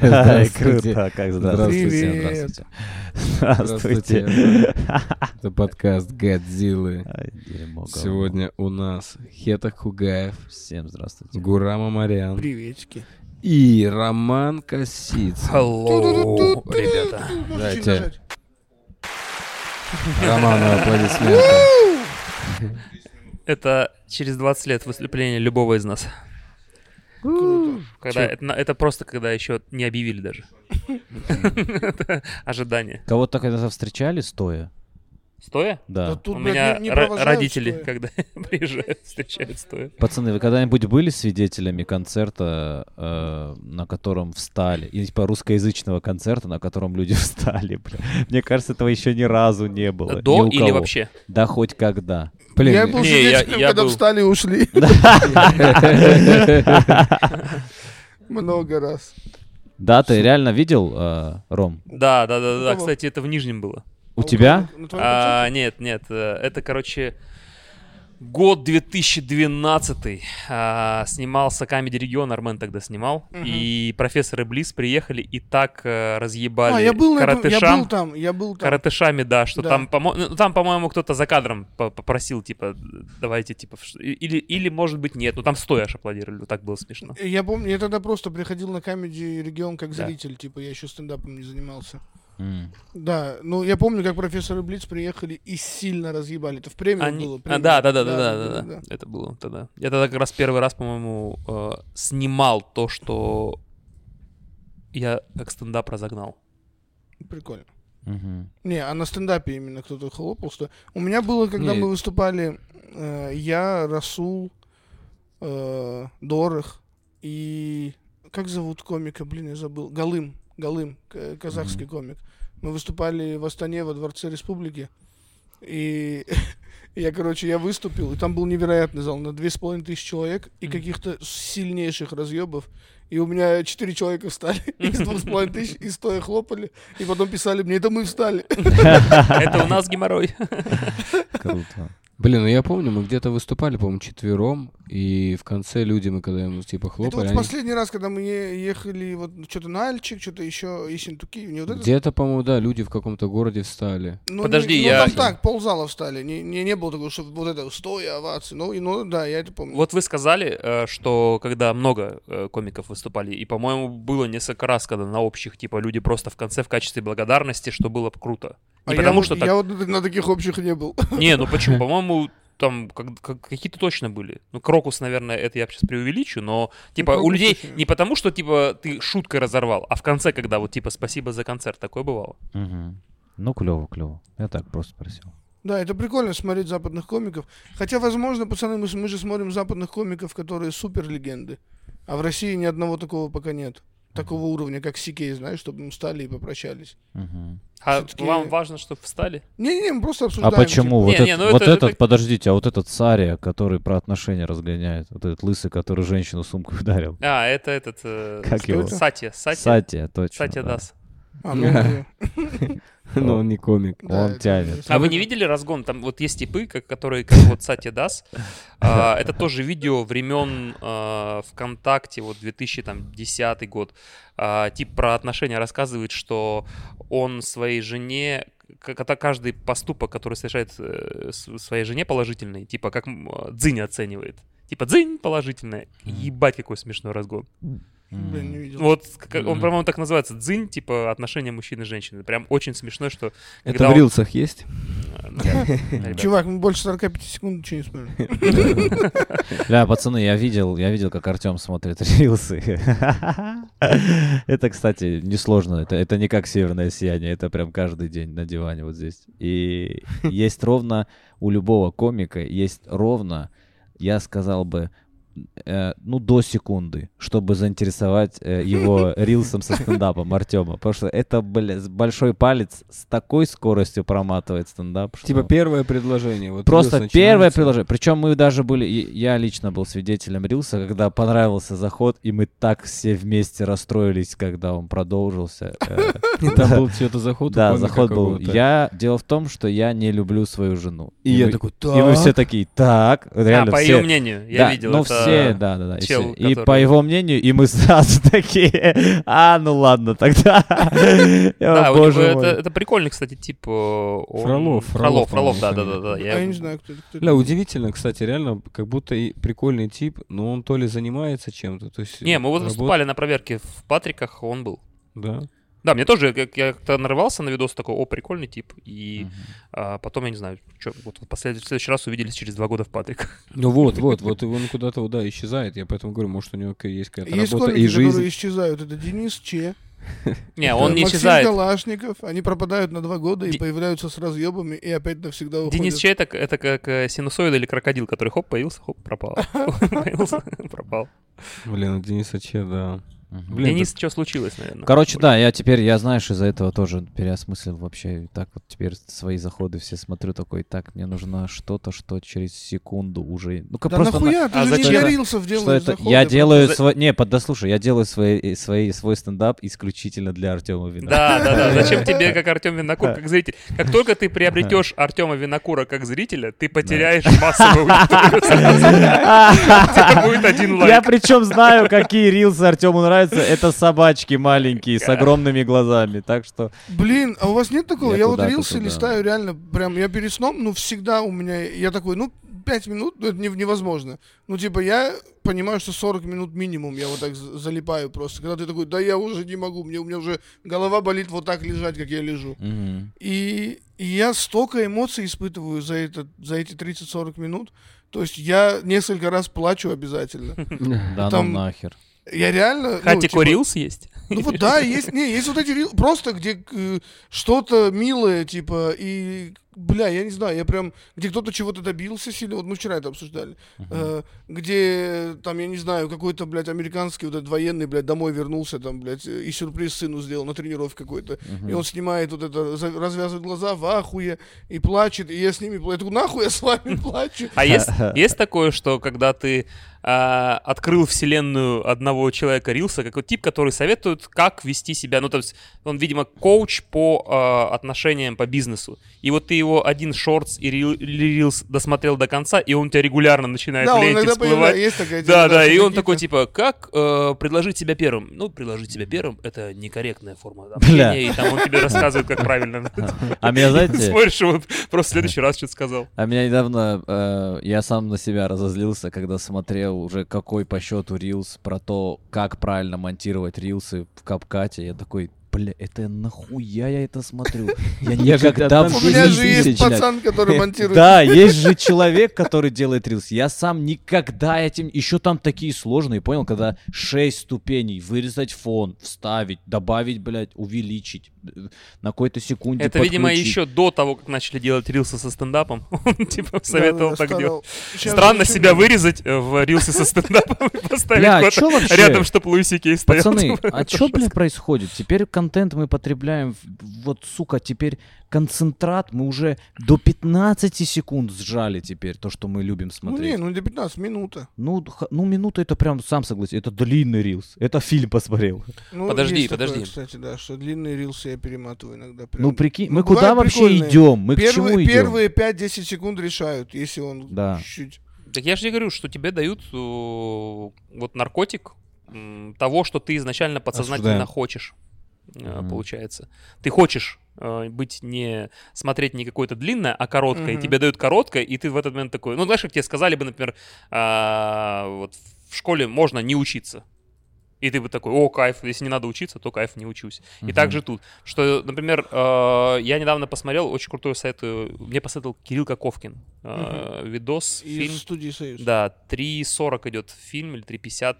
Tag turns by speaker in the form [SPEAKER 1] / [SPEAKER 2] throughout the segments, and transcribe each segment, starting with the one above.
[SPEAKER 1] Здравствуйте.
[SPEAKER 2] Круто, как
[SPEAKER 1] Здравствуйте.
[SPEAKER 2] здравствуйте.
[SPEAKER 1] Здравствуйте.
[SPEAKER 2] Здравствуйте.
[SPEAKER 1] Это подкаст Годзиллы.
[SPEAKER 2] Ай, дерьмо, говно.
[SPEAKER 1] Сегодня у нас Хета Хугаев,
[SPEAKER 2] Всем здравствуйте.
[SPEAKER 1] Гурам Амарян
[SPEAKER 3] Приветики.
[SPEAKER 1] и Роман Косиц.
[SPEAKER 3] Hello, ребята.
[SPEAKER 1] Дайте. Роману аплодисменты.
[SPEAKER 4] Это через 20 лет выступление любого из нас. Когда это, на- это просто когда еще не объявили даже. Это Ожидание.
[SPEAKER 2] Кого-то так когда-то встречали стоя?
[SPEAKER 4] Стоя?
[SPEAKER 3] Да
[SPEAKER 2] Да.
[SPEAKER 3] тут,
[SPEAKER 4] У
[SPEAKER 3] блядь,
[SPEAKER 4] меня
[SPEAKER 3] не- не
[SPEAKER 4] ро-
[SPEAKER 3] провожают, что
[SPEAKER 4] родители,
[SPEAKER 3] ли?
[SPEAKER 4] когда приезжают, встречают стоя.
[SPEAKER 2] Пацаны, вы когда-нибудь были свидетелями концерта, э, на котором встали? Или типа русскоязычного концерта, на котором люди встали, бля? Мне кажется, этого еще ни разу не было. ни
[SPEAKER 4] До
[SPEAKER 2] у
[SPEAKER 4] или
[SPEAKER 2] кого.
[SPEAKER 4] вообще?
[SPEAKER 2] Да хоть когда.
[SPEAKER 3] Я
[SPEAKER 1] Блин,
[SPEAKER 3] был
[SPEAKER 4] Не, я-
[SPEAKER 3] свидетелем,
[SPEAKER 4] я
[SPEAKER 3] когда
[SPEAKER 4] был.
[SPEAKER 3] встали и ушли. Много раз.
[SPEAKER 2] Да, ты реально видел, э, Ром?
[SPEAKER 4] Да, да, да, да.
[SPEAKER 3] Кого?
[SPEAKER 4] Кстати, это в Нижнем было.
[SPEAKER 2] У тебя?
[SPEAKER 3] Ну, твоё
[SPEAKER 4] А, нет, нет, э, это, короче, год 2012 а, снимался Камеди Регион, Армен тогда снимал,
[SPEAKER 3] Мгм.
[SPEAKER 4] и профессоры Близ приехали и так э, разъебали
[SPEAKER 3] А, я был на этом, я
[SPEAKER 4] коротышам,
[SPEAKER 3] был там, я был там.
[SPEAKER 4] коротышами, да, что
[SPEAKER 3] Да.
[SPEAKER 4] там, помо- ну, там, по-моему, кто-то за кадром по- попросил, типа, давайте, типа, в ш- или, или, может быть, нет, ну там стоя аж аплодировали, вот так было смешно.
[SPEAKER 3] Я помню, я тогда просто приходил на Камеди Регион как
[SPEAKER 4] Да.
[SPEAKER 3] зритель, типа я еще стендапом не занимался.
[SPEAKER 2] М.
[SPEAKER 3] Да, ну я помню, как профессоры Блиц приехали и сильно разъебали. Это в премию
[SPEAKER 4] Они-
[SPEAKER 3] было.
[SPEAKER 4] а,
[SPEAKER 3] премиум.
[SPEAKER 4] да, да, да, да, да, да, да. Это было тогда. Я тогда как раз первый раз, по-моему, э, снимал то, что я как стендап разогнал.
[SPEAKER 3] Прикольно.
[SPEAKER 2] Мгм.
[SPEAKER 3] Не, а на стендапе именно кто-то хлопал, что... У меня было, когда
[SPEAKER 1] Не.
[SPEAKER 3] мы выступали, э, я, Расул, э, Дорох и... Как зовут комика? Блин, я забыл. Галым. Галым, к- казахский комик. Мы выступали в Астане во Дворце Республики. И я, короче, я выступил, и там был невероятный зал на две с половиной тысячи человек и
[SPEAKER 4] Мгм.
[SPEAKER 3] каких-то сильнейших разъебов. И у меня четыре человека встали из двух с половиной тысяч, и стоя хлопали, и потом писали мне, это мы встали.
[SPEAKER 4] Это у нас геморрой.
[SPEAKER 2] Круто.
[SPEAKER 1] Блин, ну я помню, мы где-то выступали, по-моему, четвером, и в конце люди, мы когда им типа
[SPEAKER 3] Это вот
[SPEAKER 1] хлопали,
[SPEAKER 3] в
[SPEAKER 1] они-
[SPEAKER 3] последний раз, когда мы е- ехали, вот что-то на Альчик, что-то еще, Ессентуки, не вот это.
[SPEAKER 1] где-то, по-моему, да, люди в каком-то городе встали.
[SPEAKER 3] Ну,
[SPEAKER 4] Подожди,
[SPEAKER 3] не- ну,
[SPEAKER 4] я-
[SPEAKER 3] там так, ползала встали. Не, не, не было такого, что вот это, стоя, овации. Ну, и, ну, да, я это помню.
[SPEAKER 4] Вот вы сказали, э, что когда много э, комиков выступали, и, по-моему, было несколько раз, когда на общих, типа, люди просто в конце в качестве благодарности, что было б круто.
[SPEAKER 3] а
[SPEAKER 4] Не
[SPEAKER 3] я,
[SPEAKER 4] потому
[SPEAKER 3] вот-
[SPEAKER 4] что
[SPEAKER 3] я
[SPEAKER 4] так...
[SPEAKER 3] вот на, на таких общих не был.
[SPEAKER 4] Не, ну почему? По-моему, там как- как- какие-то точно были. Ну, Крокус, наверное, это я сейчас преувеличу, но, типа, у
[SPEAKER 3] Крокус
[SPEAKER 4] людей
[SPEAKER 3] точно.
[SPEAKER 4] не потому, что, типа, ты шуткой разорвал, а в конце, когда вот, типа, спасибо за концерт, такое бывало.
[SPEAKER 2] Мгм. Ну, клево, клево. Я так просто спросил.
[SPEAKER 3] Да, это прикольно смотреть западных комиков. Хотя, возможно, пацаны, мы, с- мы же смотрим западных комиков, которые супер легенды. А в России ни одного такого пока нет. Такого уровня, как Сикей, знаешь, чтобы мы встали и попрощались.
[SPEAKER 2] Мгм.
[SPEAKER 4] А
[SPEAKER 3] Всё-таки-
[SPEAKER 4] вам важно, чтобы встали?
[SPEAKER 3] Не-не, мы просто
[SPEAKER 2] А
[SPEAKER 3] обсуждаем. типа,
[SPEAKER 2] почему?
[SPEAKER 4] Не,
[SPEAKER 2] Вот,
[SPEAKER 4] не,
[SPEAKER 2] этот-
[SPEAKER 4] ну это-
[SPEAKER 2] вот
[SPEAKER 4] это
[SPEAKER 2] этот,
[SPEAKER 4] так-
[SPEAKER 2] подождите, а вот этот Сария, который про отношения разгоняет, вот этот лысый, который женщину сумкой ударил.
[SPEAKER 4] А, это этот... э,
[SPEAKER 2] Как
[SPEAKER 4] что
[SPEAKER 2] его?
[SPEAKER 4] это? Сатя, Сатя.
[SPEAKER 2] Сатия, точно.
[SPEAKER 4] Сатя
[SPEAKER 2] да.
[SPEAKER 4] Дас.
[SPEAKER 3] типа, а, ну, окей.
[SPEAKER 1] Но Ну, он не комик.
[SPEAKER 3] Да,
[SPEAKER 2] Он
[SPEAKER 3] это
[SPEAKER 2] тянет.
[SPEAKER 3] есть.
[SPEAKER 4] А вы не видели разгон? Там вот есть типы, как, которые, как вот Сати Дас. А, это тоже видео времен а, ВКонтакте, вот 2010 год. А, тип про отношения рассказывает, что он своей жене к- когда каждый поступок, который совершает э, с- своей жене положительный, типа как м, э, Дзынь оценивает. Типа дзынь положительное. Ебать, какой смешной разгон.
[SPEAKER 2] М.
[SPEAKER 3] Блин, не видел.
[SPEAKER 4] Вот как- он,
[SPEAKER 1] Мгм.
[SPEAKER 4] по-моему, так называется. Дзынь, типа отношения мужчины и женщины. Прям очень смешно, что...
[SPEAKER 1] Это в
[SPEAKER 4] когда он-
[SPEAKER 1] рилсах есть?
[SPEAKER 4] Э, ну, ребят.
[SPEAKER 3] Чувак, мы больше 45 секунд ничего не смотрим.
[SPEAKER 2] Бля, пацаны, я видел, я видел, как Артем смотрит рилсы. Это, кстати, несложно. Это, это не как северное сияние, это прям каждый день на диване вот здесь. И есть ровно у любого комика есть ровно, я сказал бы, э, ну, до секунды, чтобы заинтересовать э, его рилсом со стендапом Артема. Потому что это, бля, с- большой палец с такой скоростью проматывает стендап. что-
[SPEAKER 1] Типа первое предложение. Вот
[SPEAKER 2] Просто
[SPEAKER 1] рилс
[SPEAKER 2] первое
[SPEAKER 1] начинается.
[SPEAKER 2] приложение. Причем мы даже были, и я лично был свидетелем Рилса, когда понравился заход, и мы так все вместе расстроились, когда он продолжился. Э,
[SPEAKER 1] И там был чьё-то заход. у
[SPEAKER 2] Да,
[SPEAKER 1] комика
[SPEAKER 2] заход был.
[SPEAKER 1] какого-то.
[SPEAKER 2] Я дело в том, что я не люблю свою жену.
[SPEAKER 1] И я
[SPEAKER 2] мы-
[SPEAKER 1] такой,
[SPEAKER 2] и мы все
[SPEAKER 1] «Так».
[SPEAKER 2] такие, так,
[SPEAKER 4] А,
[SPEAKER 2] реально
[SPEAKER 4] по
[SPEAKER 2] все.
[SPEAKER 4] ее мнению, я
[SPEAKER 2] да, ну,
[SPEAKER 4] видел
[SPEAKER 2] но
[SPEAKER 4] это
[SPEAKER 2] Есея, да, да, да.
[SPEAKER 4] чел,
[SPEAKER 2] Есея. И
[SPEAKER 4] который-
[SPEAKER 2] по его мнению, и мы сразу такие, а, ну ладно, тогда.
[SPEAKER 4] Да,
[SPEAKER 2] О,
[SPEAKER 4] у него
[SPEAKER 2] Боже
[SPEAKER 4] это,
[SPEAKER 2] мой.
[SPEAKER 4] это прикольный, кстати, тип. э, он-
[SPEAKER 1] Фролов, Фролов,
[SPEAKER 4] Фролов,
[SPEAKER 1] по-моему,
[SPEAKER 4] Фролов, да, да,
[SPEAKER 1] фамилия.
[SPEAKER 4] да, да.
[SPEAKER 3] А я не знаю, кто это. кто это.
[SPEAKER 1] Бля, удивительно, кстати, реально, как будто и прикольный тип, но он то ли занимается чем-то, то есть...
[SPEAKER 4] Не, мы вот
[SPEAKER 1] работ-
[SPEAKER 4] выступали на проверке в Патриках, он был.
[SPEAKER 1] Да.
[SPEAKER 4] Да, мне тоже, как я как-то нарывался на видос такой, о, прикольный тип. И а, потом, я не знаю, чё, вот в, послед- в следующий раз увиделись через два года в Патриках.
[SPEAKER 1] Ну вот, вот, вот и он куда-то, вот, да, исчезает. Я поэтому говорю, может, у него к- есть какая-то
[SPEAKER 3] Есть
[SPEAKER 1] работа
[SPEAKER 3] комики,
[SPEAKER 1] и жизнь.
[SPEAKER 3] которые исчезают. Это Денис Че,
[SPEAKER 4] Не, он не
[SPEAKER 3] Максим
[SPEAKER 4] исчезает.
[SPEAKER 3] Калашников. Они пропадают на два года и
[SPEAKER 4] Де-
[SPEAKER 3] появляются с разъебами и опять навсегда уходят.
[SPEAKER 4] Денис Чей это, к- это как э, синусоид или крокодил, который хоп, появился, хоп, пропал. Появился, пропал.
[SPEAKER 1] Блин, у Дениса Че, да.
[SPEAKER 2] Мгм.
[SPEAKER 1] Блин,
[SPEAKER 4] Денис, что случилось, наверное?
[SPEAKER 2] Короче, да, я теперь, я знаешь, из-за этого тоже переосмыслил вообще. И Так вот теперь свои заходы все смотрю такой, так, мне нужно что-то, что через секунду уже... Ну-ка
[SPEAKER 3] Да
[SPEAKER 2] просто... на-
[SPEAKER 3] нахуя?
[SPEAKER 4] а
[SPEAKER 3] Ты же не
[SPEAKER 4] зачем?
[SPEAKER 3] ярился в дело.
[SPEAKER 2] Что это?
[SPEAKER 3] а
[SPEAKER 2] Я делаю свой... Не, под- да слушай, я делаю свои, свои, свой стендап исключительно для Артема Вина.
[SPEAKER 4] Да, да, да. Зачем тебе, как Артем Винокур, как зритель? Как только ты приобретешь Артема Винокура как зрителя, ты потеряешь массовую аудиторию сразу. У тебя будет один
[SPEAKER 2] Я
[SPEAKER 4] лайк.
[SPEAKER 2] причем знаю, какие рилсы Артему нравятся. Это собачки маленькие с огромными глазами. Так что...
[SPEAKER 3] Блин, а у вас нет такого?
[SPEAKER 2] Я
[SPEAKER 3] Я, вот
[SPEAKER 2] куда-то
[SPEAKER 3] рился
[SPEAKER 2] туда.
[SPEAKER 3] листаю реально, прям, я перед сном, ну, всегда у меня, я такой, ну, 5 минут, ну, это не- невозможно. Ну, типа, я понимаю, что 40 минут минимум я вот так за- залипаю просто. Когда ты такой, да я уже не могу, мне, у меня уже голова болит вот так лежать, как я лежу. И, и я столько эмоций испытываю за, этот, за эти 30-40 минут. То есть я несколько раз плачу обязательно.
[SPEAKER 2] Да ну
[SPEAKER 3] Там-
[SPEAKER 2] нахер.
[SPEAKER 3] Я реально... ну,
[SPEAKER 4] Хати
[SPEAKER 3] типа,
[SPEAKER 4] Курилс есть?
[SPEAKER 3] ну вот да, есть, не, есть вот эти рил- просто, где э, что-то милое, типа, и, бля, я не знаю, я прям, где кто-то чего-то добился сильно, вот мы вчера это обсуждали, Э, где, там, я не знаю, какой-то, блядь, американский вот этот военный, блядь, домой вернулся, там, блядь, э, и сюрприз сыну сделал на тренировке какой-то, и он снимает вот это, за- развязывает глаза в ахуе, и плачет, и я с ними, пла- я такой, нахуй я с вами плачу?
[SPEAKER 4] А есть, есть такое, что когда ты а, открыл вселенную одного человека Рилса, какой тип, который советует, как вести себя. Ну, то есть, он, видимо, коуч по а, отношениям по бизнесу. И вот ты его один шортс и рил- Рилс досмотрел до конца, и он у тебя регулярно начинает
[SPEAKER 3] Да,
[SPEAKER 4] в
[SPEAKER 3] он
[SPEAKER 4] ленте
[SPEAKER 3] иногда
[SPEAKER 4] всплывать.
[SPEAKER 3] появляется, есть такая тема,
[SPEAKER 4] Да, да,
[SPEAKER 3] что
[SPEAKER 4] и он
[SPEAKER 3] какие-то-
[SPEAKER 4] такой, типа, как э, предложить себя первым? Ну, предложить себя первым — это некорректная форма
[SPEAKER 2] Бля.
[SPEAKER 4] общения, и там он тебе рассказывает, как правильно.
[SPEAKER 2] А меня, знаете,
[SPEAKER 4] Смотришь, вот просто в следующий раз что-то сказал.
[SPEAKER 2] А меня недавно, э, я сам на себя разозлился, когда смотрел уже какой по счету рилс про то, как правильно монтировать рилсы в Капкате. Я такой, бля, это нахуя я это смотрю? Я
[SPEAKER 1] Я же
[SPEAKER 2] никогда в
[SPEAKER 1] там
[SPEAKER 3] У меня
[SPEAKER 2] жизни
[SPEAKER 3] же есть
[SPEAKER 2] блядь.
[SPEAKER 3] пацан, который монтирует.
[SPEAKER 2] Да, есть же человек, который делает рилс. Я сам никогда этим... Еще там такие сложные, понял, когда 6 ступеней, вырезать фон, вставить, добавить, блядь, увеличить, э, на какой-то секунде
[SPEAKER 4] Это, видимо,
[SPEAKER 2] подключить.
[SPEAKER 4] еще до того, как начали делать рилсы со стендапом. Он, типа, советовал
[SPEAKER 3] Да-да-да,
[SPEAKER 4] так
[SPEAKER 3] стонал.
[SPEAKER 4] делать.
[SPEAKER 3] Сейчас
[SPEAKER 4] Странно
[SPEAKER 3] же
[SPEAKER 4] себя
[SPEAKER 3] еще-
[SPEAKER 4] вырезать э, в рилсы со стендапом и
[SPEAKER 2] Бля, а
[SPEAKER 4] поставить
[SPEAKER 2] чё
[SPEAKER 4] кого-то
[SPEAKER 2] вообще?
[SPEAKER 4] рядом, чтобы Луиси Кей стоял.
[SPEAKER 2] Пацаны,
[SPEAKER 4] Типа,
[SPEAKER 2] а
[SPEAKER 4] это
[SPEAKER 2] что,
[SPEAKER 4] жестко.
[SPEAKER 2] бля, происходит? Теперь контент мы потребляем, в- вот, сука, теперь концентрат мы уже до 15 секунд сжали теперь, то, что мы любим
[SPEAKER 3] Ну не,
[SPEAKER 2] смотреть.
[SPEAKER 3] ну до 15 минута.
[SPEAKER 2] Ну, х- ну, минута это прям, сам согласен, это длинный рилс, это фильм посмотрел.
[SPEAKER 3] Ну,
[SPEAKER 4] Подожди,
[SPEAKER 3] есть такое,
[SPEAKER 4] подожди.
[SPEAKER 3] кстати, да, что длинные рилсы я перематываю иногда. прям.
[SPEAKER 2] Ну, прикинь,
[SPEAKER 3] Ну,
[SPEAKER 2] мы куда
[SPEAKER 3] бывают
[SPEAKER 2] вообще
[SPEAKER 3] прикольные.
[SPEAKER 2] идем? Мы к чему
[SPEAKER 3] первые,
[SPEAKER 2] идем?
[SPEAKER 3] первые 5-10 секунд решают, если он
[SPEAKER 2] Да.
[SPEAKER 3] чуть-чуть.
[SPEAKER 4] Так я же тебе говорю, что тебе дают э, вот наркотик м, того, что ты изначально подсознательно
[SPEAKER 1] Осуждаем.
[SPEAKER 4] хочешь, э,
[SPEAKER 2] Мгм.
[SPEAKER 4] получается. Ты хочешь э, быть не смотреть не какое-то длинное, а короткое. И
[SPEAKER 3] Мгм.
[SPEAKER 4] тебе дают короткое, и ты в этот момент такой. Ну, знаешь, как тебе сказали бы, например, а, вот в школе можно не учиться. И ты бы такой, о, кайф, если не надо учиться, то кайф, не учусь. И
[SPEAKER 2] Мгм.
[SPEAKER 4] так же тут. Что, например, э, я недавно посмотрел, очень крутой совет, э, мне посоветовал Кирилл Коковкин. э, Видос, фильм.
[SPEAKER 3] Из студии Союз.
[SPEAKER 4] Да, 3.40 идет фильм или 3.50.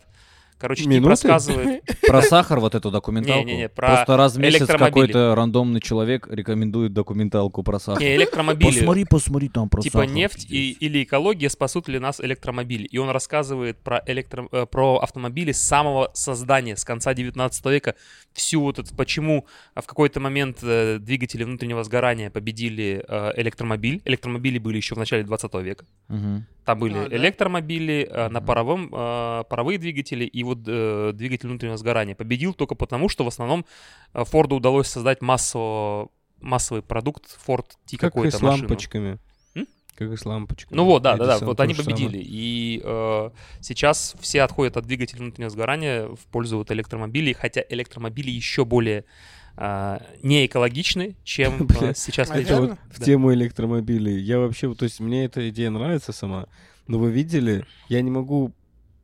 [SPEAKER 4] Короче, тип
[SPEAKER 1] Минуты?
[SPEAKER 4] рассказывает.
[SPEAKER 2] Про сахар вот эту документалку?
[SPEAKER 4] Не-не-не, про
[SPEAKER 2] Просто раз в месяц
[SPEAKER 4] электромобили.
[SPEAKER 2] какой-то рандомный человек рекомендует документалку про сахар.
[SPEAKER 4] Не, электромобили.
[SPEAKER 2] Посмотри, посмотри там про
[SPEAKER 4] Типа
[SPEAKER 2] сахар.
[SPEAKER 4] нефть и,
[SPEAKER 2] пиздец.
[SPEAKER 4] или экология спасут ли нас электромобили. И он рассказывает про, электро, э, про автомобили с самого создания, с конца 19 века. Всю вот это, почему в какой-то момент э, двигатели внутреннего сгорания победили э, электромобиль. Электромобили были еще в начале 20 века.
[SPEAKER 2] Мгм.
[SPEAKER 4] Там были
[SPEAKER 3] А, да?
[SPEAKER 4] электромобили э, на
[SPEAKER 2] Мгм.
[SPEAKER 4] паровом, э, паровые двигатели и вот э, двигатель внутреннего сгорания. Победил только потому, что в основном э, Форду удалось создать массово массовый продукт Ford T
[SPEAKER 1] Как и
[SPEAKER 4] какой-то
[SPEAKER 1] с
[SPEAKER 4] машину.
[SPEAKER 1] лампочками.
[SPEAKER 4] М?
[SPEAKER 1] Как и с лампочкой.
[SPEAKER 4] Ну вот, да, да, да,
[SPEAKER 1] Эдисон
[SPEAKER 4] вот
[SPEAKER 1] то
[SPEAKER 4] они
[SPEAKER 1] же самое.
[SPEAKER 4] победили. И э, сейчас все отходят от двигателя внутреннего сгорания в пользу вот электромобилей, хотя электромобили еще более а, не экологичны, чем э,
[SPEAKER 1] Бля,
[SPEAKER 4] сейчас
[SPEAKER 3] а
[SPEAKER 4] летят.
[SPEAKER 1] Это вот
[SPEAKER 3] Реально?
[SPEAKER 1] в
[SPEAKER 4] Да.
[SPEAKER 1] тему электромобилей. Я вообще, вот, то есть мне эта идея нравится сама, но вы видели, я не могу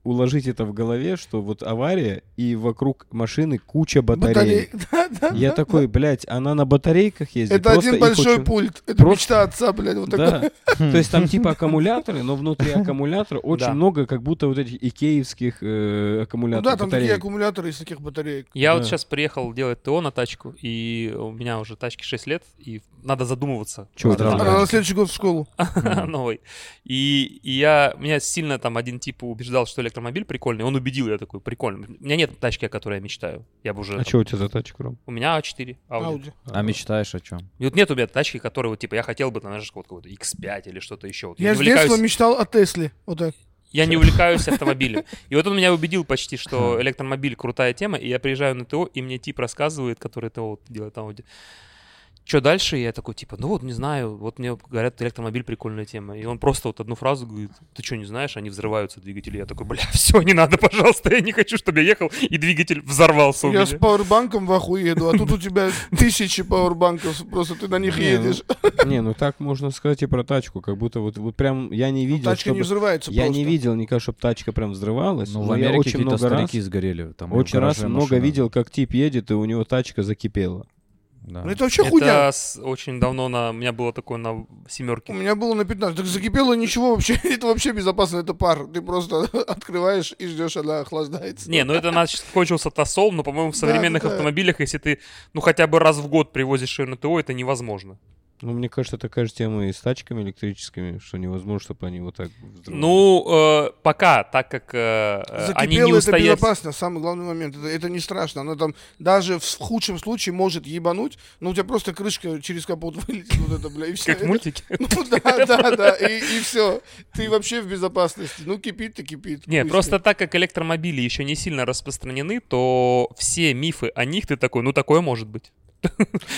[SPEAKER 1] уложить это в голове, что вот авария и вокруг машины куча батарей.
[SPEAKER 3] Батареи. Да, да.
[SPEAKER 1] Я такой, блядь, она на батарейках ездит.
[SPEAKER 3] Это
[SPEAKER 1] просто
[SPEAKER 3] один
[SPEAKER 1] их
[SPEAKER 3] большой
[SPEAKER 1] очень-
[SPEAKER 3] пульт. Это
[SPEAKER 1] Просто-
[SPEAKER 3] мечта отца, блядь, вот Ну такой.
[SPEAKER 1] Да. То есть там типа аккумуляторы, но внутри аккумулятора очень
[SPEAKER 4] Да.
[SPEAKER 1] много, как будто вот этих икеевских э,
[SPEAKER 3] Ну
[SPEAKER 1] аккумуляторов.
[SPEAKER 3] да, там такие
[SPEAKER 1] батареек.
[SPEAKER 3] аккумуляторы из таких батареек.
[SPEAKER 4] Я
[SPEAKER 1] Да.
[SPEAKER 4] вот сейчас приехал делать ТО на тачку, и у меня уже тачке 6 лет, и надо задумываться.
[SPEAKER 1] Чего
[SPEAKER 3] а
[SPEAKER 4] Надо
[SPEAKER 1] это
[SPEAKER 4] задумываться.
[SPEAKER 3] Она на следующий год в школу.
[SPEAKER 1] ну.
[SPEAKER 2] Хм.
[SPEAKER 4] новый. И, и я, меня сильно там один тип убеждал, что электромобиль прикольный. Он убедил, я такой, прикольно. У меня нет тачки, о которой я мечтаю. Я бы уже...
[SPEAKER 1] А
[SPEAKER 4] там-
[SPEAKER 1] что у тебя за тачка, Ром?
[SPEAKER 4] У меня А4, Audi.
[SPEAKER 3] Ауди.
[SPEAKER 2] А мечтаешь о чем?
[SPEAKER 4] И вот нет у меня тачки, которые вот, типа, я хотел бы, наверное, вот какой-то X5 или что-то еще. Вот
[SPEAKER 3] Я
[SPEAKER 4] не
[SPEAKER 3] с детства
[SPEAKER 4] увлекаюсь-
[SPEAKER 3] мечтал о Тесле. Вот так.
[SPEAKER 4] я не увлекаюсь автомобилем. И вот он меня убедил почти, что электромобиль крутая тема, и я приезжаю на ТО, и мне тип рассказывает, который ТО вот делает Audi. Что дальше? И я такой, типа, ну вот, не знаю, вот мне говорят, электромобиль прикольная тема. И он просто вот одну фразу говорит, ты что, не знаешь, они взрываются, двигатели. Я такой, бля, все, не надо, пожалуйста, я не хочу, чтобы я ехал, и двигатель взорвался у
[SPEAKER 3] Я
[SPEAKER 4] меня.
[SPEAKER 3] с пауэрбанком в ахуе еду, а тут у тебя тысячи пауэрбанков, просто ты на них
[SPEAKER 1] Не, ну,
[SPEAKER 3] едешь.
[SPEAKER 1] Не, ну так можно сказать и про тачку, как будто вот, вот прям я не видел,
[SPEAKER 3] Тачка Ну, не
[SPEAKER 1] чтобы-
[SPEAKER 3] взрывается
[SPEAKER 1] Я
[SPEAKER 3] просто.
[SPEAKER 1] не видел никак, чтобы тачка прям взрывалась.
[SPEAKER 2] Ну, в
[SPEAKER 1] но
[SPEAKER 2] Америке
[SPEAKER 1] я очень
[SPEAKER 2] какие-то
[SPEAKER 1] много раз,
[SPEAKER 2] старики сгорели. Там и в
[SPEAKER 1] очень раз
[SPEAKER 2] гараже
[SPEAKER 1] много
[SPEAKER 2] машина.
[SPEAKER 1] видел, как тип едет, и у него тачка закипела.
[SPEAKER 2] Да.
[SPEAKER 3] Ну это вообще хуйня.
[SPEAKER 4] Это с- очень давно на... у меня было такое на
[SPEAKER 3] У
[SPEAKER 4] семерке.
[SPEAKER 3] меня было на 15. Так закипело ничего вообще. Это вообще безопасно, это пар. Ты просто открываешь и ждешь, она охлаждается.
[SPEAKER 4] Не, ну это значит, кончился тосол, но, по-моему, в
[SPEAKER 3] Да,
[SPEAKER 4] современных
[SPEAKER 3] да, да.
[SPEAKER 4] автомобилях, если ты, ну, хотя бы раз в год привозишь ее на ТО, это невозможно.
[SPEAKER 1] Ну, мне кажется, такая же тема и с тачками электрическими, что невозможно, чтобы они вот так взрывались.
[SPEAKER 4] Ну, э, пока, так как э, э, они не
[SPEAKER 3] Закипело, это
[SPEAKER 4] устоят...
[SPEAKER 3] безопасно, самый главный момент. Это, это не страшно. Она там даже в худшем случае может ебануть, но у тебя просто крышка через капот вылетит. Вот это, бля, и все.
[SPEAKER 4] Как в мультике.
[SPEAKER 3] Ну да, да, да, и, все. Ты вообще в безопасности. Ну кипит-то кипит.
[SPEAKER 4] Не,
[SPEAKER 3] Пусть.
[SPEAKER 4] просто так как электромобили еще не сильно распространены, то все мифы о них ты такой, ну такое может быть.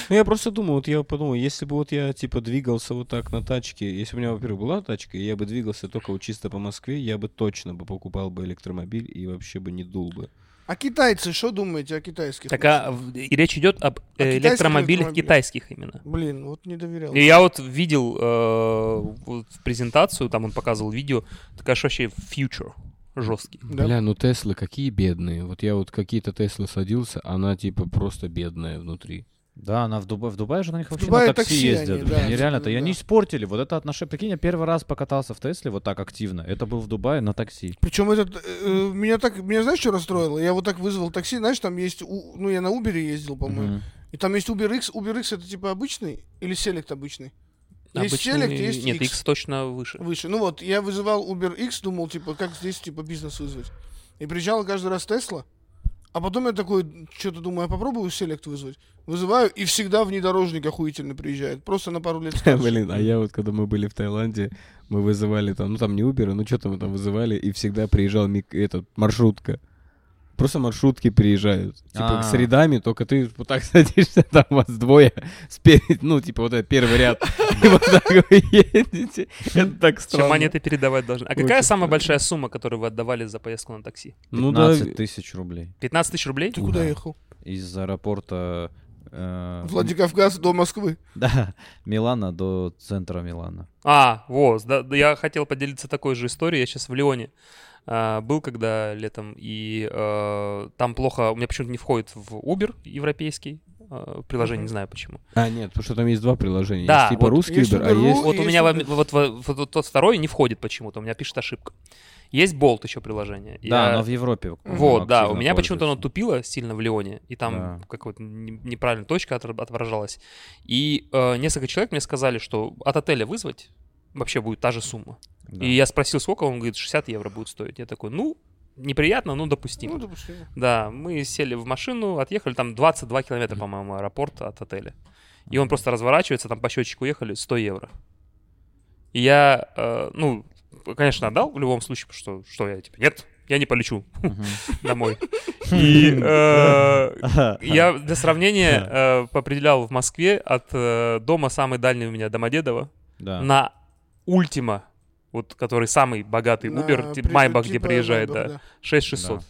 [SPEAKER 1] Ну, я просто думаю, вот я подумал, если бы вот я, типа, двигался вот так на тачке, если бы у меня, во-первых, была тачка, и я бы двигался только вот чисто по Москве, я бы точно бы покупал бы электромобиль и вообще бы не дул бы.
[SPEAKER 3] А китайцы, что думаете о китайских?
[SPEAKER 4] Так, а в- и речь идет об
[SPEAKER 3] О А
[SPEAKER 4] э,
[SPEAKER 3] китайских
[SPEAKER 4] электромобилях
[SPEAKER 3] электромобилях.
[SPEAKER 4] китайских именно.
[SPEAKER 3] Блин, вот не доверял.
[SPEAKER 4] И я вот видел э, вот презентацию, там он показывал видео, такая что вообще фьючер жесткий.
[SPEAKER 3] Да.
[SPEAKER 1] Бля, ну Теслы какие бедные. Вот я вот какие-то Теслы садился, она типа просто бедная внутри.
[SPEAKER 2] Да, она в Дубае. В Дубае же на них вообще
[SPEAKER 3] Дубае
[SPEAKER 2] на такси,
[SPEAKER 3] такси они,
[SPEAKER 2] ездят.
[SPEAKER 3] да,
[SPEAKER 2] блин, нереально, то
[SPEAKER 3] да.
[SPEAKER 2] и они испортили. Вот это отношение. Прикинь, я первый раз покатался в Тесле вот так активно. Это был в Дубае на такси.
[SPEAKER 3] Причем этот э, меня так меня знаешь что расстроило? Я вот так вызвал такси, знаешь, там есть у- ну я на Uber ездил, по-моему,
[SPEAKER 2] Мгм.
[SPEAKER 3] и там есть Uber X. Uber X это типа обычный или Select обычный? Есть
[SPEAKER 4] Обычный-
[SPEAKER 3] Select, есть
[SPEAKER 4] Нет,
[SPEAKER 3] X.
[SPEAKER 4] X точно выше.
[SPEAKER 3] Выше. Ну вот я вызывал Uber X, думал типа как здесь типа бизнес вызвать. И приезжала каждый раз Tesla. А потом я такой, что-то думаю, я попробую Select вызвать. Вызываю, и всегда внедорожник охуительно приезжает. Просто на пару лет старше.
[SPEAKER 1] Блин, а я вот, когда мы были в Таиланде, мы вызывали там, ну там не Uber, ну что-то мы там вызывали, и всегда приезжал мик- этот, маршрутка. Просто маршрутки приезжают. Типа
[SPEAKER 2] А.
[SPEAKER 1] с рядами, только ты вот так садишься, там вас двое спереди, ну типа вот этот первый ряд. И вот так вы едете. Это так
[SPEAKER 4] Чем
[SPEAKER 1] странно.
[SPEAKER 4] монеты передавать должны. А
[SPEAKER 1] Очень
[SPEAKER 4] какая самая
[SPEAKER 1] странно.
[SPEAKER 4] большая сумма, которую вы отдавали за поездку на такси?
[SPEAKER 1] Ну да,
[SPEAKER 2] 15 тысяч рублей.
[SPEAKER 4] 15 тысяч рублей?
[SPEAKER 3] Ты куда ехал?
[SPEAKER 2] Из аэропорта э,
[SPEAKER 3] Владикавказ до Москвы.
[SPEAKER 2] Да, Милана до центра Милана.
[SPEAKER 4] А, вот, да, да, я хотел поделиться такой же историей. Я сейчас в Лионе а, был, когда летом, и э, там плохо, у меня почему-то не входит в Uber европейский а, приложение, не знаю почему.
[SPEAKER 1] А, нет, потому что там есть два приложения.
[SPEAKER 4] Да,
[SPEAKER 1] Есть типа
[SPEAKER 4] вот
[SPEAKER 1] русский
[SPEAKER 3] есть
[SPEAKER 1] Uber, а
[SPEAKER 3] Uber.ru,
[SPEAKER 1] есть...
[SPEAKER 4] Вот у
[SPEAKER 3] Ну, есть
[SPEAKER 4] меня во-
[SPEAKER 3] Uber.
[SPEAKER 4] вот, во- вот- вот тот второй не входит почему-то, у меня пишет ошибка. Есть Bolt еще приложение.
[SPEAKER 2] Да,
[SPEAKER 4] Я-
[SPEAKER 2] она в Европе. по-моему,
[SPEAKER 4] Вот, да, у
[SPEAKER 2] активно
[SPEAKER 4] меня почему-то оно
[SPEAKER 2] пользуется.
[SPEAKER 4] тупило сильно в Лионе, и там
[SPEAKER 2] Да.
[SPEAKER 4] какая-то неправильная точка отра- отображалась. И э, несколько человек мне сказали, что от отеля вызвать вообще будет та же сумма.
[SPEAKER 2] Да.
[SPEAKER 4] И я спросил, сколько, он говорит, 60 евро будет стоить. Я такой, ну, неприятно, ну,
[SPEAKER 3] Ну,
[SPEAKER 4] допустимо.
[SPEAKER 3] допустим.
[SPEAKER 4] Да, мы сели в машину, отъехали, там 22 километра, по-моему, аэропорт от отеля. И он просто разворачивается, там по счетчику ехали, 100 евро. И я, э, ну, конечно, отдал в любом случае, потому что, что я, типа, нет, я не полечу
[SPEAKER 2] Мгм.
[SPEAKER 4] домой. И э, я для сравнения э, поопределял в Москве от э, дома, самый дальний у меня, Домодедово,
[SPEAKER 2] Да.
[SPEAKER 4] на Ультима, вот который самый богатый
[SPEAKER 3] На
[SPEAKER 4] Uber, ти-
[SPEAKER 3] при-
[SPEAKER 4] Майбах, где
[SPEAKER 3] типа
[SPEAKER 4] приезжает,
[SPEAKER 3] Maybach,
[SPEAKER 4] да, 6600.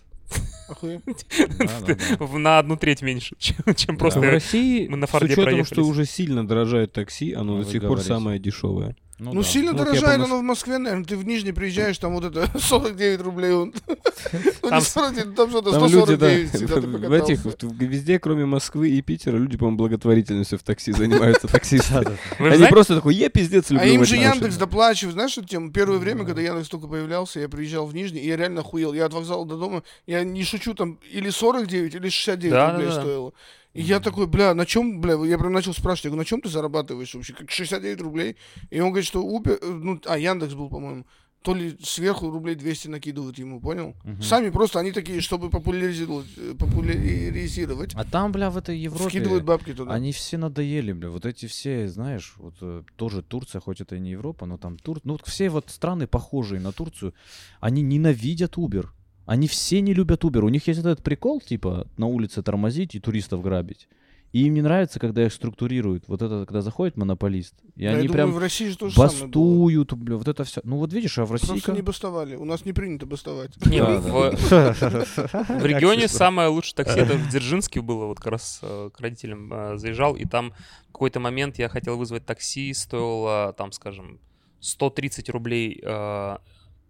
[SPEAKER 3] Охуе-
[SPEAKER 1] Ну
[SPEAKER 2] Да, да, да.
[SPEAKER 4] Типа, В- На одну треть меньше, чем, чем
[SPEAKER 1] В
[SPEAKER 4] просто...
[SPEAKER 1] России,
[SPEAKER 4] мы на
[SPEAKER 1] с
[SPEAKER 4] Форде
[SPEAKER 1] учетом, что
[SPEAKER 4] проехались.
[SPEAKER 1] уже сильно дорожает такси, оно
[SPEAKER 2] Ну,
[SPEAKER 1] до
[SPEAKER 2] вы
[SPEAKER 1] сих пор
[SPEAKER 2] говорите.
[SPEAKER 1] самое дешевое.
[SPEAKER 3] Ну,
[SPEAKER 2] да.
[SPEAKER 3] сильно
[SPEAKER 1] Ну, вот я
[SPEAKER 3] дорожает
[SPEAKER 1] помню,
[SPEAKER 3] оно в Москве, наверное. Ты в Нижний приезжаешь, там вот это 49 рублей. он. Ну, не
[SPEAKER 4] Там-
[SPEAKER 3] 49, там что-то
[SPEAKER 1] Там люди, да,
[SPEAKER 3] 149. всегда ты
[SPEAKER 1] в
[SPEAKER 3] покатался.
[SPEAKER 1] этих, в- везде, кроме Москвы и Питера, люди, по-моему, благотворительностью в такси занимаются,
[SPEAKER 2] Да,
[SPEAKER 1] таксисты.
[SPEAKER 2] да.
[SPEAKER 4] Вы
[SPEAKER 1] Они
[SPEAKER 4] знаете,
[SPEAKER 1] просто такой, я пиздец люблю
[SPEAKER 3] А им
[SPEAKER 1] водить
[SPEAKER 3] же
[SPEAKER 1] машину».
[SPEAKER 3] Яндекс доплачивает. Знаешь, эту тему? Первое время, когда Яндекс только появлялся, я приезжал в Нижний, и я реально хуел. Я от вокзала до дома, я не шучу, там или 49, или 69
[SPEAKER 4] Да,
[SPEAKER 3] рублей
[SPEAKER 4] да, да.
[SPEAKER 3] стоило. И я такой, бля, на чем, бля, я прям начал спрашивать, я говорю, на чем ты зарабатываешь вообще? Как 69 рублей? И он говорит, что Uber, э, ну, а Яндекс был, по-моему, то ли сверху рублей 200 накидывают ему, понял?
[SPEAKER 2] Мгм.
[SPEAKER 3] Сами просто, они такие, чтобы популяризировать, э, популяризировать
[SPEAKER 2] А там, бля, в этой Европе...
[SPEAKER 3] вкидывают бабки туда.
[SPEAKER 2] Они все надоели, бля. Вот эти все, знаешь, вот э, тоже Турция, хоть это и не Европа, но там Тур... Ну, вот все вот страны, похожие на Турцию, они ненавидят Uber. Они все не любят Uber. У них есть вот этот прикол, типа, на улице тормозить и туристов грабить. И им не нравится, когда их структурируют. Вот это, когда заходит монополист, и
[SPEAKER 3] Да, я
[SPEAKER 2] они
[SPEAKER 3] думаю,
[SPEAKER 2] прям
[SPEAKER 3] в России же то же самое было.
[SPEAKER 2] бастуют, бля, вот это все. Ну, вот видишь, а в России...
[SPEAKER 3] Просто не бастовали. У нас не принято бастовать. Ну,
[SPEAKER 4] не,
[SPEAKER 2] Да,
[SPEAKER 4] Типа, в-
[SPEAKER 2] В
[SPEAKER 4] В регионе самое лучшее такси это в Дзержинске было, вот как раз э, к родителям э, заезжал, и там в какой-то момент я хотел вызвать такси, стоило там, скажем, 130 рублей э,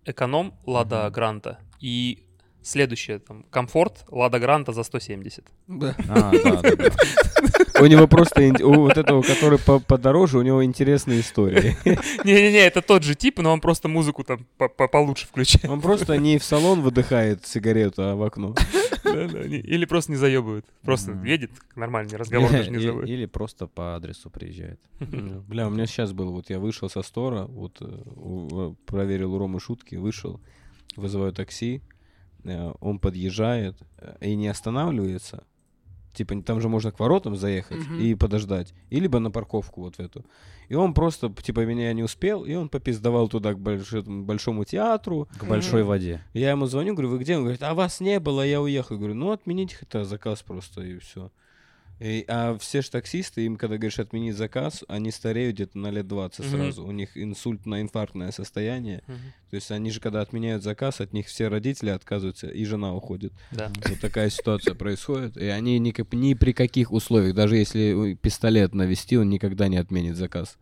[SPEAKER 4] эконом Лада
[SPEAKER 2] Мгм.
[SPEAKER 4] Гранта и следующее, там, комфорт Лада Гранта за 170.
[SPEAKER 3] ну,
[SPEAKER 2] А,
[SPEAKER 1] У него просто, ин- у вот этого, который по- подороже, у него интересные истории.
[SPEAKER 4] Не-не-не, это тот же тип, но он просто музыку там по- по- получше включает.
[SPEAKER 1] Он просто не в салон выдыхает сигарету, а в окно.
[SPEAKER 4] Да-да, не- Или просто не заебывает. Просто
[SPEAKER 2] Мгм.
[SPEAKER 4] едет, нормальный разговор даже не заводит.
[SPEAKER 2] Или просто по адресу приезжает.
[SPEAKER 1] Ну, Бля, у меня сейчас было, вот я вышел со стора, вот э, у- э, проверил у Ромы шутки, вышел, вызываю такси, э, он подъезжает э, и не останавливается. Типа н- там же можно к воротам заехать
[SPEAKER 3] Мгм.
[SPEAKER 1] и подождать, и либо на парковку вот в эту. И он просто, п- типа, меня не успел, и он попиздавал туда к больш- этому большому театру.
[SPEAKER 2] К большой воде.
[SPEAKER 1] Я ему звоню, говорю, вы где? Он говорит, а вас не было, я уехал. Я говорю, ну отмените это заказ просто, и все. а все же таксисты, им когда говоришь отменить заказ, они стареют где-то на лет 20
[SPEAKER 4] Мгм.
[SPEAKER 1] сразу. У них инсультно-инфарктное состояние.
[SPEAKER 4] Мгм.
[SPEAKER 1] То есть они же, когда отменяют заказ, от них все родители отказываются, и жена уходит.
[SPEAKER 4] Да.
[SPEAKER 1] Вот такая ситуация происходит. И они ни, ка- ни при каких условиях, даже если э, пистолет навести, он никогда не отменит заказ.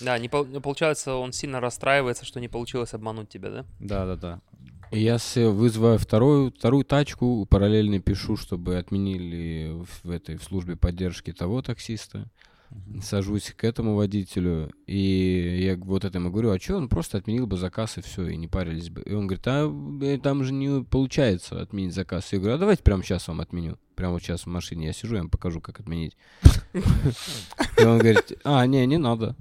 [SPEAKER 4] Да, не пол- ну, получается, он сильно расстраивается, что не получилось обмануть тебя, да?
[SPEAKER 2] Да-да-да.
[SPEAKER 1] И Я себе вызываю вторую, вторую тачку, параллельно пишу, чтобы отменили в- в этой в службе поддержки того таксиста. Сажусь к этому водителю, и я г- вот этому говорю, а что он просто отменил бы заказ и все, и не парились бы. И он говорит, а э, там же не получается отменить заказ. Я говорю, а давайте прямо сейчас вам отменю. Прямо вот сейчас в машине я сижу, я вам покажу, как отменить. И он говорит, а, не, не надо.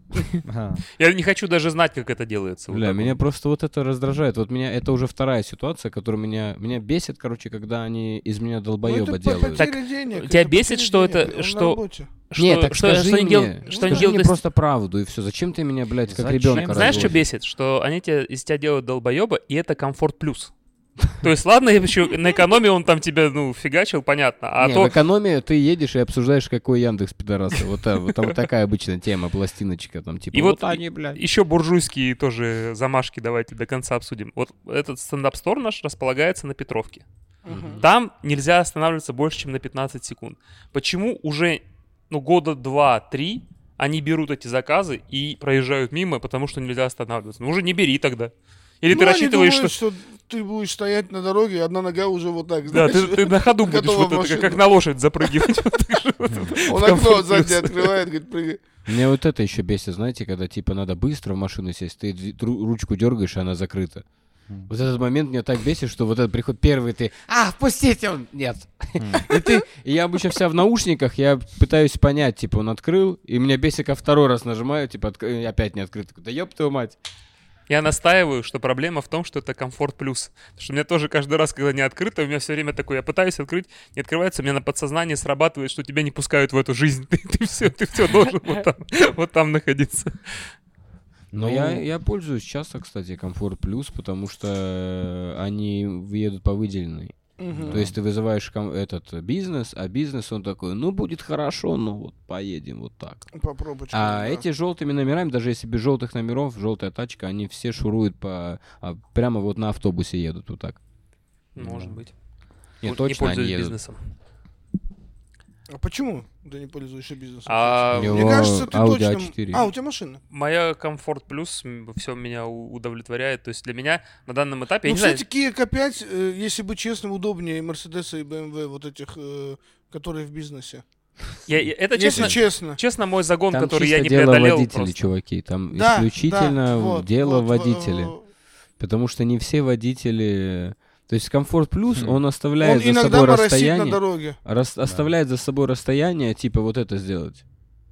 [SPEAKER 2] Ага.
[SPEAKER 4] Я не хочу даже знать, как это делается. Вот
[SPEAKER 1] Бля,
[SPEAKER 4] так
[SPEAKER 1] меня
[SPEAKER 4] вот.
[SPEAKER 1] просто вот это раздражает. Вот меня это уже вторая ситуация, которая меня меня бесит, короче, когда они из меня
[SPEAKER 3] Ну, это
[SPEAKER 1] долбоеба
[SPEAKER 3] по-
[SPEAKER 1] делают.
[SPEAKER 4] Так,
[SPEAKER 3] потеря денег,
[SPEAKER 4] тебя
[SPEAKER 3] это
[SPEAKER 4] бесит,
[SPEAKER 3] потеря
[SPEAKER 4] что это-
[SPEAKER 3] денег, он на
[SPEAKER 4] что-
[SPEAKER 3] работе.
[SPEAKER 1] Нет,
[SPEAKER 4] Что-
[SPEAKER 1] так
[SPEAKER 4] что-
[SPEAKER 1] скажи
[SPEAKER 4] что они
[SPEAKER 1] мне,
[SPEAKER 4] дел- что они
[SPEAKER 1] скажи мне
[SPEAKER 4] делают,
[SPEAKER 1] просто правду и все. Зачем ты меня, блядь, как
[SPEAKER 2] Зачем?
[SPEAKER 1] ребенка
[SPEAKER 4] Знаешь, что
[SPEAKER 1] разводишь?
[SPEAKER 4] бесит? Что они тебя, из тебя делают долбоеба, и это комфорт плюс. То есть, ладно, еще на экономии он там тебя, ну, фигачил, понятно. А
[SPEAKER 1] Не,
[SPEAKER 4] то
[SPEAKER 1] в экономии ты едешь и обсуждаешь, какой Яндекс пидорас. Вот та- вот там вот такая обычная тема, пластиночка там типа.
[SPEAKER 4] И вот
[SPEAKER 1] они, блядь.
[SPEAKER 4] еще буржуйские тоже замашки давайте до конца обсудим. Вот этот стендап-стор наш располагается на Петровке.
[SPEAKER 3] Мгм.
[SPEAKER 4] Там нельзя останавливаться больше, чем на 15 секунд. Почему уже ну, года 2-3 они берут эти заказы и проезжают мимо, потому что нельзя останавливаться? Ну уже не бери тогда. Или
[SPEAKER 3] Ну,
[SPEAKER 4] ты
[SPEAKER 3] они
[SPEAKER 4] рассчитываешь,
[SPEAKER 3] думают,
[SPEAKER 4] что...
[SPEAKER 3] ты будешь стоять на дороге, и одна нога уже вот так,
[SPEAKER 4] Да,
[SPEAKER 3] знаешь,
[SPEAKER 4] ты, ты на ходу будешь
[SPEAKER 3] готова
[SPEAKER 4] вот это, как-
[SPEAKER 3] машина.
[SPEAKER 4] как на лошадь запрыгивать. Вот так же вот это.
[SPEAKER 3] он
[SPEAKER 4] в комфорт
[SPEAKER 3] окно сзади
[SPEAKER 4] плюс.
[SPEAKER 3] открывает, говорит, прыгай.
[SPEAKER 1] Меня вот это еще бесит, знаете, когда типа надо быстро в машину сесть, ты др- ру- ручку дергаешь, и она закрыта.
[SPEAKER 2] Мгм.
[SPEAKER 1] Вот этот момент меня так бесит, что вот этот приход первый ты, а, впустите, он, нет. И ты, и я обычно вся в наушниках, я пытаюсь понять, типа, он открыл, и меня бесит, как второй раз нажимаю, типа, отк- и опять не открыто. Да ёб твою мать.
[SPEAKER 4] Я настаиваю, что проблема в том, что это комфорт плюс. Потому что у меня тоже каждый раз, когда не открыто, у меня все время такое, я пытаюсь открыть, не открывается, у меня на подсознании срабатывает, что тебя не пускают в эту жизнь. Ты, все, ты все должен вот там, вот там находиться.
[SPEAKER 1] Но
[SPEAKER 2] Ну,
[SPEAKER 1] я, я пользуюсь часто, кстати, комфорт плюс, потому что они едут по выделенной.
[SPEAKER 3] Мгм.
[SPEAKER 1] То есть ты вызываешь ком- этот э, бизнес, а бизнес он такой, ну будет хорошо, ну вот поедем вот так.
[SPEAKER 3] По пробочкам,
[SPEAKER 1] А
[SPEAKER 3] да.
[SPEAKER 1] эти желтыми номерами, даже если без желтых номеров, желтая тачка, они все шуруют по а, прямо вот на автобусе едут вот так.
[SPEAKER 4] Может быть.
[SPEAKER 1] Не,
[SPEAKER 4] Вот
[SPEAKER 1] точно они
[SPEAKER 4] пользуюсь
[SPEAKER 1] едут.
[SPEAKER 4] бизнесом.
[SPEAKER 3] А почему ты не пользуешься бизнесом?
[SPEAKER 4] А,
[SPEAKER 1] У
[SPEAKER 3] Мне
[SPEAKER 1] него
[SPEAKER 3] кажется, ты
[SPEAKER 1] Audi
[SPEAKER 3] точно...
[SPEAKER 1] A4.
[SPEAKER 3] А, у тебя машина?
[SPEAKER 4] Моя комфорт плюс, все меня у- удовлетворяет. То есть для меня на данном этапе, я
[SPEAKER 3] ну,
[SPEAKER 4] не знаю,
[SPEAKER 3] кстати, Kia K5, э, если быть честным, удобнее Mercedes и BMW, вот этих, э, которые в бизнесе. типа
[SPEAKER 4] я- я- это честно,
[SPEAKER 3] Если честно.
[SPEAKER 4] честно мой загон,
[SPEAKER 1] Там
[SPEAKER 4] который
[SPEAKER 1] чисто
[SPEAKER 4] я не
[SPEAKER 1] дело
[SPEAKER 4] преодолел.
[SPEAKER 1] водителей,
[SPEAKER 4] просто.
[SPEAKER 1] чуваки. Там
[SPEAKER 3] Да,
[SPEAKER 1] исключительно
[SPEAKER 3] да, вот,
[SPEAKER 1] дело
[SPEAKER 3] вот,
[SPEAKER 1] водителей.
[SPEAKER 3] э,
[SPEAKER 1] Потому что не все водители... То есть комфорт плюс,
[SPEAKER 2] Хм.
[SPEAKER 1] он
[SPEAKER 3] Он
[SPEAKER 1] оставляет за
[SPEAKER 3] иногда
[SPEAKER 1] собой
[SPEAKER 3] моросит на
[SPEAKER 1] расстояние.
[SPEAKER 3] дороге.
[SPEAKER 1] рас- оставляет за собой расстояние, типа вот это сделать.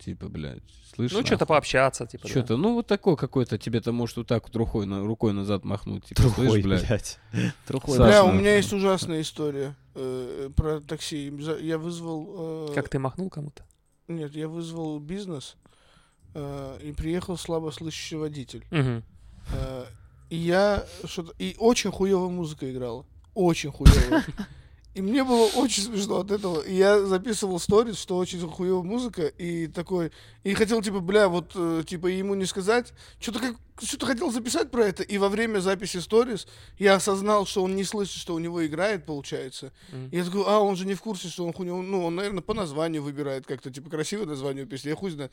[SPEAKER 1] Типа, блядь, слышно?
[SPEAKER 4] Ну, что-то пообщаться, типа. да.
[SPEAKER 1] Что-то, ну вот такое какое-то, тебе-то может вот так вот рукой, на, рукой назад махнуть, типа, слышь, блядь.
[SPEAKER 2] Трухой,
[SPEAKER 1] Саш,
[SPEAKER 3] Бля,
[SPEAKER 1] Страшно.
[SPEAKER 3] у меня есть ужасная история э, про такси. За- Я вызвал... э,
[SPEAKER 4] Как ты махнул кому-то?
[SPEAKER 3] Нет, я вызвал бизнес э, и приехал слабослышащий водитель.
[SPEAKER 4] Мгм.
[SPEAKER 3] Э, и я что-то... И очень хуевая музыка играла. Очень хуевая. И мне было очень смешно от этого. И я записывал сториз, что очень хуевая музыка. И такой... И хотел, типа, бля, вот, э, типа, ему не сказать. Что-то как... Что-то хотел записать про это. И во время записи сториз я осознал, что он не слышит, что у него играет, получается.
[SPEAKER 4] Мгм.
[SPEAKER 3] Я такой, а, он же не в курсе, что он хуйня. Ну, он, наверное, по названию выбирает как-то, типа, красивое название у песни, я хуй знаю.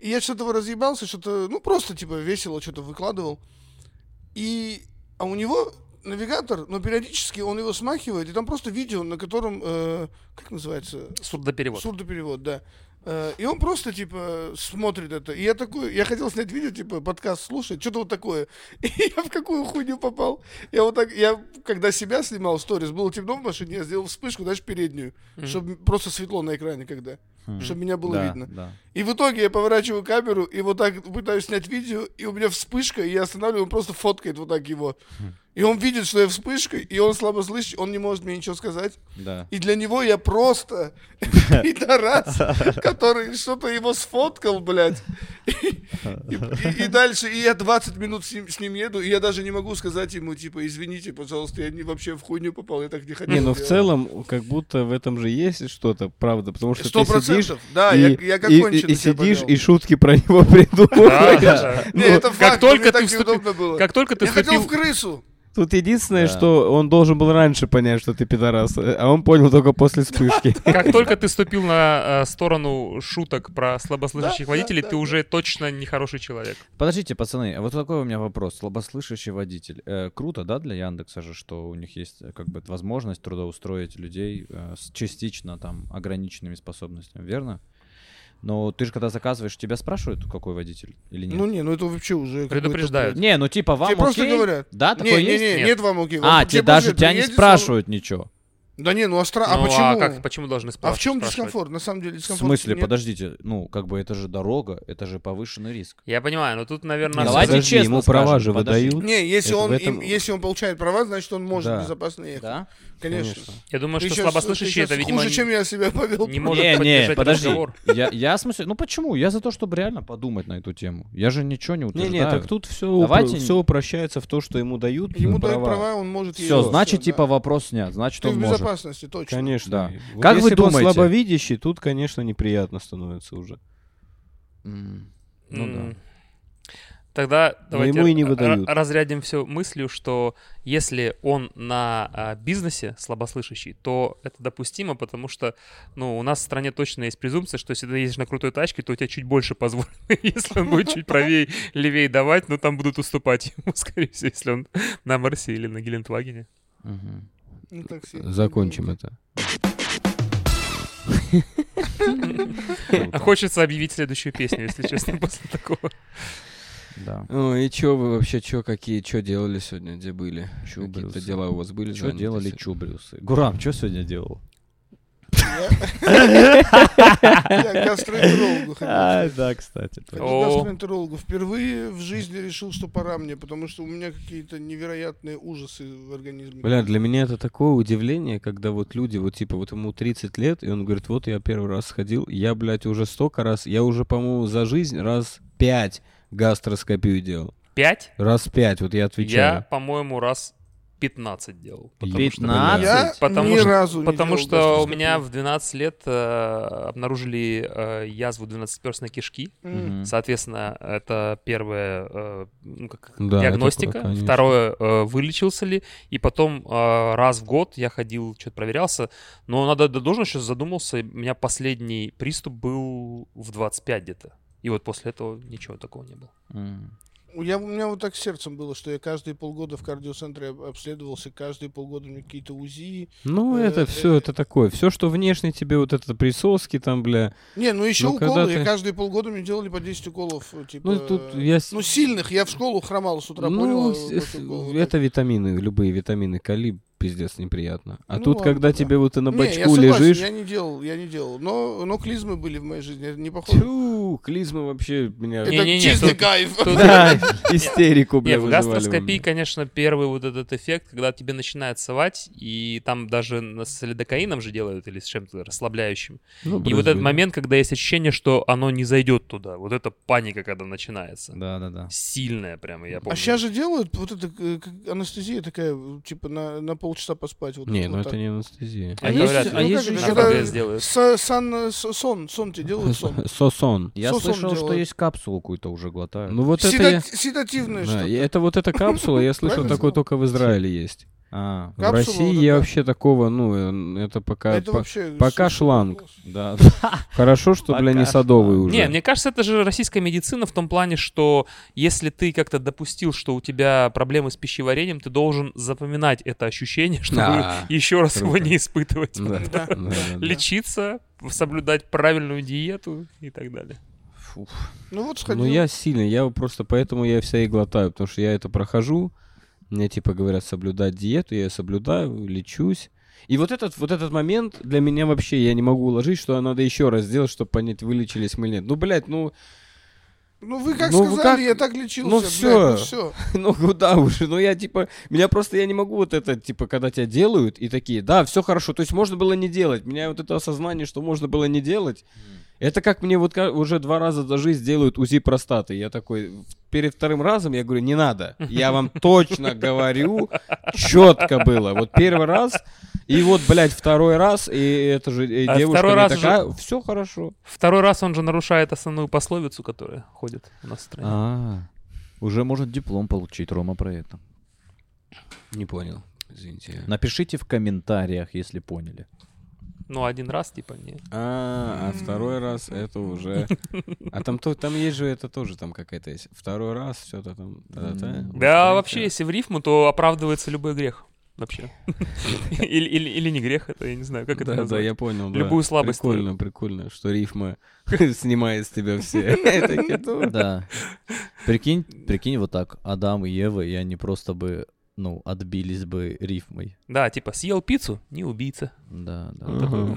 [SPEAKER 3] И я что-то вот разъебался, что-то, ну, просто, типа, весело что-то выкладывал. И, а у него навигатор, но периодически он его смахивает, и там просто видео, на котором, э, как называется,
[SPEAKER 4] Сурдоперевод.
[SPEAKER 3] Сурдоперевод, да. Э, И он просто, типа, смотрит это. И я такой, я хотел снять видео, типа, подкаст слушать, что-то вот такое. И я в какую хуйню попал. Я вот так, я, когда себя снимал, сторис, было темно в машине, я сделал вспышку, даже переднюю,
[SPEAKER 4] Мгм.
[SPEAKER 3] чтобы просто светло на экране когда, чтобы меня было видно.
[SPEAKER 2] Хм. Да.
[SPEAKER 3] И в итоге я поворачиваю камеру и вот так пытаюсь снять видео, и у меня вспышка, и я останавливаю, он просто фоткает вот так его. И он видит, что я вспышка, и он слабо слышит, он не может мне ничего сказать.
[SPEAKER 2] Да.
[SPEAKER 3] И для него я просто пидорас, который что-то его сфоткал, блядь. И, и- и дальше, и я 20 минут с ним, с ним еду, и я даже не могу сказать ему, типа, извините, пожалуйста, я не, вообще в хуйню попал, я так не хотел.
[SPEAKER 1] Не, ну в
[SPEAKER 3] делать».
[SPEAKER 1] целом, как будто в этом же есть что-то, правда, потому что
[SPEAKER 3] Сто
[SPEAKER 1] ты сидишь...
[SPEAKER 3] процентов, да,
[SPEAKER 1] и,
[SPEAKER 3] я, я как
[SPEAKER 1] и- и-
[SPEAKER 3] конченый
[SPEAKER 1] и
[SPEAKER 3] себя
[SPEAKER 1] сидишь,
[SPEAKER 3] повел.
[SPEAKER 1] и шутки про него придумываешь.
[SPEAKER 4] Да.
[SPEAKER 3] Не,
[SPEAKER 1] Ну,
[SPEAKER 3] это
[SPEAKER 4] как
[SPEAKER 3] факт,
[SPEAKER 4] только
[SPEAKER 3] мне
[SPEAKER 4] ты
[SPEAKER 3] так
[SPEAKER 4] вступи-
[SPEAKER 3] неудобно было.
[SPEAKER 4] Как только ты
[SPEAKER 3] я хотел
[SPEAKER 4] вступил...
[SPEAKER 3] в крысу.
[SPEAKER 1] Тут единственное,
[SPEAKER 2] Да.
[SPEAKER 1] что он должен был раньше понять, что ты пидорас, э, а он понял только после вспышки.
[SPEAKER 4] Как только ты ступил на э, сторону шуток про слабослышащих
[SPEAKER 3] Да,
[SPEAKER 4] водителей,
[SPEAKER 3] да,
[SPEAKER 4] ты
[SPEAKER 3] да, Ну,
[SPEAKER 4] уже точно нехороший человек.
[SPEAKER 2] Подождите, пацаны, а вот такой у меня вопрос. Слабослышащий водитель. Э, круто, да, для Яндекса же, что у них есть э, как бы возможность трудоустроить людей э, с частично там ограниченными способностями, верно? Но ты же когда заказываешь, тебя спрашивают, какой водитель или нет?
[SPEAKER 3] Ну не, ну это вообще уже... какой-то
[SPEAKER 4] Предупреждают.
[SPEAKER 2] не, ну типа вам
[SPEAKER 3] Тебе просто
[SPEAKER 2] окей?
[SPEAKER 3] говорят.
[SPEAKER 2] Да,
[SPEAKER 3] бред. Не,
[SPEAKER 2] такой
[SPEAKER 3] не,
[SPEAKER 2] есть?
[SPEAKER 3] не,
[SPEAKER 4] Нет.
[SPEAKER 3] А, нет, вам окей.
[SPEAKER 2] А,
[SPEAKER 3] Вам-
[SPEAKER 2] тебе
[SPEAKER 3] тебе
[SPEAKER 2] даже
[SPEAKER 3] просто
[SPEAKER 2] тебя не
[SPEAKER 3] приедет сам-
[SPEAKER 2] спрашивают ничего.
[SPEAKER 3] Да не, ну а стра- а
[SPEAKER 4] Ну,
[SPEAKER 3] почему?
[SPEAKER 4] как, почему должны спра-
[SPEAKER 3] А в чем
[SPEAKER 4] спрашивать?
[SPEAKER 3] дискомфорт? На самом деле
[SPEAKER 2] В
[SPEAKER 3] дискомфорт.
[SPEAKER 2] смысле,
[SPEAKER 3] нет.
[SPEAKER 2] подождите, ну как бы это же дорога, это же повышенный риск.
[SPEAKER 4] Я понимаю, но тут, наверное...
[SPEAKER 2] Не, Давайте
[SPEAKER 1] Подожди,
[SPEAKER 2] честно
[SPEAKER 1] ему права
[SPEAKER 2] скажем,
[SPEAKER 1] же
[SPEAKER 2] подожди.
[SPEAKER 1] выдают.
[SPEAKER 3] Не, если
[SPEAKER 1] Это
[SPEAKER 3] он,
[SPEAKER 1] в этом-
[SPEAKER 3] им- если он получает права, значит он может
[SPEAKER 2] Да.
[SPEAKER 3] безопасно ехать.
[SPEAKER 2] Да?
[SPEAKER 3] Конечно.
[SPEAKER 4] Я думаю,
[SPEAKER 3] Ты
[SPEAKER 4] что
[SPEAKER 3] щас-
[SPEAKER 4] слабослышащие
[SPEAKER 3] ты
[SPEAKER 4] это,
[SPEAKER 3] щас
[SPEAKER 4] видимо,
[SPEAKER 3] хуже, чем я себя повел.
[SPEAKER 4] не
[SPEAKER 3] просто.
[SPEAKER 4] может
[SPEAKER 2] не, не,
[SPEAKER 4] поддержать
[SPEAKER 2] подожди.
[SPEAKER 4] разговор.
[SPEAKER 2] Я, я в смысле, ну почему? Я за то, чтобы реально подумать на эту тему. Я же ничего не
[SPEAKER 1] Не,
[SPEAKER 2] утверждаю.
[SPEAKER 1] не, так тут все,
[SPEAKER 2] Давайте-
[SPEAKER 1] все упрощается в то, что ему дают. э,
[SPEAKER 3] Ему
[SPEAKER 1] Ну, права.
[SPEAKER 3] дают права, он может
[SPEAKER 2] Все,
[SPEAKER 3] ездить,
[SPEAKER 2] значит,
[SPEAKER 3] всё,
[SPEAKER 2] типа вопрос снят, значит
[SPEAKER 3] да. ты
[SPEAKER 2] он
[SPEAKER 3] в
[SPEAKER 2] может.
[SPEAKER 3] безопасности, точно.
[SPEAKER 1] Конечно.
[SPEAKER 2] Да.
[SPEAKER 1] Вот
[SPEAKER 2] Как вы
[SPEAKER 1] если бы он
[SPEAKER 2] думаете?
[SPEAKER 1] слабовидящий, тут, конечно, неприятно становится уже.
[SPEAKER 2] М, Ну
[SPEAKER 4] М.
[SPEAKER 2] да.
[SPEAKER 4] Тогда давайте
[SPEAKER 1] ему и не
[SPEAKER 4] р-
[SPEAKER 1] выдают.
[SPEAKER 4] р- разрядим все мыслью, что если он на а, бизнесе слабослышащий, то это допустимо, потому что ну, у нас в стране точно есть презумпция, что если ты едешь на крутой тачке, то у тебя чуть больше позволено. Если он будет чуть правее, левее давать, но там будут уступать ему, скорее всего, если он на Марсе или на Гелендвагене.
[SPEAKER 2] Мгм.
[SPEAKER 3] Ну, так сильно.
[SPEAKER 1] Закончим это.
[SPEAKER 2] Ну
[SPEAKER 4] А хочется объявить следующую песню, если честно, после такого.
[SPEAKER 2] Да.
[SPEAKER 1] Ну и чё вы вообще, чё какие, чё делали сегодня, где были?
[SPEAKER 2] Чё
[SPEAKER 1] Какие-то
[SPEAKER 2] брюсы?
[SPEAKER 1] дела у вас были?
[SPEAKER 2] Что
[SPEAKER 1] заняты
[SPEAKER 2] делали
[SPEAKER 1] сегодня?
[SPEAKER 2] чубрюсы? Гурам, что сегодня делал?
[SPEAKER 3] Я к гастроэнтерологу ходил.
[SPEAKER 2] А, да, кстати.
[SPEAKER 3] Ходил
[SPEAKER 4] О.
[SPEAKER 3] к гастроэнтерологу. Впервые в жизни решил, что пора мне, потому что у меня какие-то невероятные ужасы в организме.
[SPEAKER 1] Бля, для меня это такое удивление, когда вот люди, вот типа, вот ему 30 лет, и он говорит, вот я первый раз сходил, я, блядь, уже столько раз, я уже, по-моему, за жизнь раз пять гастроскопию делал.
[SPEAKER 4] Пять?
[SPEAKER 1] Раз пять, вот я
[SPEAKER 4] Я,
[SPEAKER 1] отвечаю.
[SPEAKER 4] по-моему, раз 15 делал.
[SPEAKER 2] Е-
[SPEAKER 4] потому что-
[SPEAKER 2] 15?
[SPEAKER 3] Я
[SPEAKER 4] Потому
[SPEAKER 3] ни
[SPEAKER 4] что-
[SPEAKER 3] разу не
[SPEAKER 4] Потому
[SPEAKER 3] делал
[SPEAKER 4] что у
[SPEAKER 3] гастроскопию.
[SPEAKER 4] меня в 12 лет э, обнаружили э, язву 12-перстной кишки.
[SPEAKER 3] М.
[SPEAKER 2] Мгм.
[SPEAKER 4] Соответственно, это первое э, ну, как
[SPEAKER 1] Да, это
[SPEAKER 4] диагностика,
[SPEAKER 1] круто, конечно.
[SPEAKER 4] второе э, вылечился ли, и потом э, раз в год я ходил, что-то проверялся, но надо да, должен сейчас задумался, у меня последний приступ был в 25 где-то, и вот после этого ничего такого не было.
[SPEAKER 2] М.
[SPEAKER 3] У, я, у меня вот так с сердцем было, что я каждые полгода в кардиоцентре об- обследовался, каждые полгода мне какие-то УЗИ.
[SPEAKER 1] Ну,
[SPEAKER 3] Э,
[SPEAKER 1] это
[SPEAKER 3] э,
[SPEAKER 1] все,
[SPEAKER 3] э.
[SPEAKER 1] это такое. Все, что внешне тебе, вот это присоски там, бля.
[SPEAKER 3] Не, ну еще
[SPEAKER 1] Ну, когда
[SPEAKER 3] уколы. Я
[SPEAKER 1] ты-
[SPEAKER 3] каждые полгода мне делали по 10 уколов. э, Типа,
[SPEAKER 1] Ну, тут я... с-
[SPEAKER 3] ну, сильных. Я в школу хромал с утра,
[SPEAKER 1] Ну,
[SPEAKER 3] понял? э,
[SPEAKER 1] с-
[SPEAKER 3] вот
[SPEAKER 1] с-
[SPEAKER 3] укол, вот
[SPEAKER 1] это
[SPEAKER 3] так.
[SPEAKER 1] витамины, любые витамины, кали, пиздец, неприятно. А
[SPEAKER 3] Ну
[SPEAKER 1] тут,
[SPEAKER 3] ладно,
[SPEAKER 1] когда
[SPEAKER 3] да.
[SPEAKER 1] тебе вот ты на
[SPEAKER 3] Не, я
[SPEAKER 1] бачку
[SPEAKER 3] согласен,
[SPEAKER 1] лежишь,
[SPEAKER 3] Я не делал, я не делал. Но, но клизмы были в моей жизни, это не похоже.
[SPEAKER 1] тю, клизма вообще меня...
[SPEAKER 3] Это
[SPEAKER 4] Не-не-не,
[SPEAKER 3] чистый
[SPEAKER 4] тут-
[SPEAKER 3] кайф.
[SPEAKER 4] тут-
[SPEAKER 2] Да, истерику,
[SPEAKER 4] Не,
[SPEAKER 2] бля,
[SPEAKER 4] в
[SPEAKER 2] вызывали во
[SPEAKER 4] гастроскопии,
[SPEAKER 2] мне.
[SPEAKER 4] конечно, первый вот этот эффект, когда тебе начинает совать, и там даже на- с лидокаином же делают или с чем-то расслабляющим.
[SPEAKER 1] Ну,
[SPEAKER 4] И
[SPEAKER 1] брызг,
[SPEAKER 4] вот этот
[SPEAKER 1] блин.
[SPEAKER 4] момент, когда есть ощущение, что оно не зайдет туда. Вот это паника, когда начинается.
[SPEAKER 2] Да-да-да.
[SPEAKER 4] Сильная прямо, я помню.
[SPEAKER 3] А сейчас же делают вот это э, как анестезия такая, э, типа на, на полчаса поспать. Вот,
[SPEAKER 1] Не,
[SPEAKER 3] вот
[SPEAKER 1] ну
[SPEAKER 3] так. Ну,
[SPEAKER 1] это не анестезия.
[SPEAKER 4] Это
[SPEAKER 2] А есть
[SPEAKER 4] вряд
[SPEAKER 2] же-
[SPEAKER 4] ли.
[SPEAKER 2] а есть
[SPEAKER 3] как
[SPEAKER 2] же
[SPEAKER 3] это
[SPEAKER 4] На
[SPEAKER 2] еще
[SPEAKER 3] когда-
[SPEAKER 4] ФБС делают.
[SPEAKER 3] С- сан- э, с- сон, сон тебе делают сон.
[SPEAKER 1] Сосон.
[SPEAKER 2] Я
[SPEAKER 3] Сосом
[SPEAKER 2] слышал, что
[SPEAKER 3] делают.
[SPEAKER 2] есть капсулу какую-то уже глотают.
[SPEAKER 1] Ну вот это
[SPEAKER 3] Седа-
[SPEAKER 1] я...
[SPEAKER 3] Седативное
[SPEAKER 1] Да,
[SPEAKER 3] что-то.
[SPEAKER 1] я- это вот эта капсула, я слышал,
[SPEAKER 3] Правильно
[SPEAKER 1] такое
[SPEAKER 3] сказал?
[SPEAKER 1] только в Израиле есть.
[SPEAKER 2] А,
[SPEAKER 1] В
[SPEAKER 3] Капсула
[SPEAKER 1] России
[SPEAKER 3] вот
[SPEAKER 1] я
[SPEAKER 3] эта.
[SPEAKER 1] вообще такого, ну, э, это пока...
[SPEAKER 3] Это
[SPEAKER 1] по-
[SPEAKER 3] вообще
[SPEAKER 1] пока
[SPEAKER 3] супер.
[SPEAKER 1] шланг.
[SPEAKER 2] да.
[SPEAKER 1] Хорошо, что, бля, не
[SPEAKER 2] Пока
[SPEAKER 1] садовый
[SPEAKER 2] что.
[SPEAKER 1] уже.
[SPEAKER 4] «Ну, Не, мне кажется, это же российская медицина в том плане, что если ты как-то допустил, что у тебя проблемы с пищеварением, ты должен запоминать это ощущение, чтобы
[SPEAKER 1] Да.
[SPEAKER 4] еще раз его
[SPEAKER 1] Круто. Ну
[SPEAKER 4] не испытывать.
[SPEAKER 1] Да, да, да, да.
[SPEAKER 4] Лечиться, соблюдать правильную диету и так далее.
[SPEAKER 2] Фу.
[SPEAKER 3] Ну вот сходил.
[SPEAKER 1] Ну, я сильно, я просто поэтому я вся и глотаю, потому что я это прохожу, мне типа говорят соблюдать диету, я ее соблюдаю, лечусь. И вот этот, вот этот момент для меня вообще, я не могу уложить, что надо еще раз сделать, чтобы понять, вылечились мы или нет. Ну, блядь, ну,
[SPEAKER 3] Ну вы как
[SPEAKER 1] Ну, вы как?
[SPEAKER 3] сказали, я так лечился.
[SPEAKER 1] Ну,
[SPEAKER 3] блядь,
[SPEAKER 1] всё.
[SPEAKER 3] ну всё.
[SPEAKER 1] ну куда уже, ну я типа, меня просто, я не могу вот это, типа, когда тебя делают и такие, да, все хорошо, то есть можно было не делать. Меня вот это осознание, что можно было не делать, это как мне вот ка- уже два раза за жизнь делают УЗИ простаты. Я такой, в- перед вторым разом я говорю, не надо. Я вам точно говорю, четко было. Вот первый раз, и вот, блядь, второй раз, и это же э,
[SPEAKER 4] А
[SPEAKER 1] девушка
[SPEAKER 4] второй
[SPEAKER 1] мне
[SPEAKER 4] раз
[SPEAKER 1] такая, все хорошо.
[SPEAKER 4] Второй раз он же нарушает основную пословицу, которая ходит у нас в стране.
[SPEAKER 2] А, уже можно диплом получить, Рома, про это.
[SPEAKER 1] Не понял. Извините.
[SPEAKER 2] Напишите в комментариях, если поняли.
[SPEAKER 4] Ну, один раз, типа, не.
[SPEAKER 1] А, а второй раз это уже... А там, то, там есть же это тоже там какая-то есть. Второй раз что-то там... та-та-та.
[SPEAKER 4] Да, вообще, если в рифму, то оправдывается любой грех. Вообще. Или, или- или не грех, это я не знаю, как это
[SPEAKER 1] Да, да, я
[SPEAKER 4] назвать.
[SPEAKER 1] понял. да.
[SPEAKER 4] Любую слабость
[SPEAKER 1] Прикольно, прикольно, что рифма снимает с тебя все. Такие, ну,
[SPEAKER 2] Да. Прикинь, прикинь вот так, Адам и Ева, и они просто бы, ну, отбились бы рифмой.
[SPEAKER 4] Да, типа, съел пиццу, не убийца.
[SPEAKER 2] Да, да.
[SPEAKER 1] ага.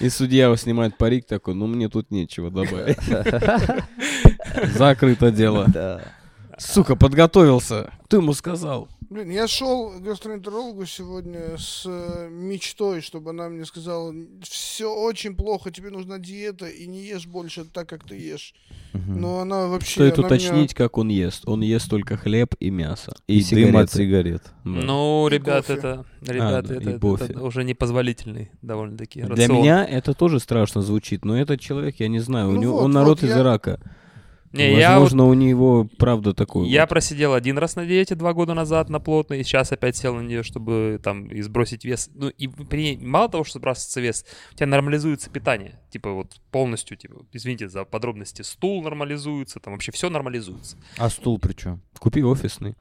[SPEAKER 1] И судья его снимает парик такой, ну мне тут нечего добавить. Закрыто дело.
[SPEAKER 2] Да.
[SPEAKER 1] Сука, подготовился. Ты ему сказал.
[SPEAKER 3] Блин, я шел к гастроэнтерологу сегодня с э, мечтой, чтобы она мне сказала, все очень плохо, тебе нужна диета, и не ешь больше так, как ты ешь.
[SPEAKER 2] Мгм.
[SPEAKER 3] Но она вообще...
[SPEAKER 1] Стоит
[SPEAKER 3] она меня-
[SPEAKER 1] уточнить, как он ест. Он ест только хлеб и мясо.
[SPEAKER 2] И дым от
[SPEAKER 1] сигареты.
[SPEAKER 2] сигарет.
[SPEAKER 1] Да. А,
[SPEAKER 4] Ну,
[SPEAKER 3] И
[SPEAKER 4] ребят,
[SPEAKER 3] кофе.
[SPEAKER 4] это, ребят,
[SPEAKER 1] да, и
[SPEAKER 4] это, это-
[SPEAKER 1] кофе.
[SPEAKER 4] это уже непозволительный довольно-таки
[SPEAKER 1] Для
[SPEAKER 4] рацион.
[SPEAKER 1] меня это тоже страшно звучит, но этот человек, я не знаю, у
[SPEAKER 3] Ну
[SPEAKER 1] него,
[SPEAKER 3] вот,
[SPEAKER 1] он
[SPEAKER 3] вот
[SPEAKER 1] народ из
[SPEAKER 3] я-
[SPEAKER 1] Ирака.
[SPEAKER 4] Не, я вот-
[SPEAKER 1] Возможно, у него правда такой.
[SPEAKER 4] Я
[SPEAKER 1] вот.
[SPEAKER 4] просидел один раз на диете два года назад на плотной, и сейчас опять сел на нее, чтобы там и сбросить вес. Ну и при... мало того, что сбрасывается вес, у тебя нормализуется питание. Типа вот полностью, типа, извините за подробности, стул нормализуется, там вообще все нормализуется.
[SPEAKER 2] А стул причем?
[SPEAKER 1] Купи офисный.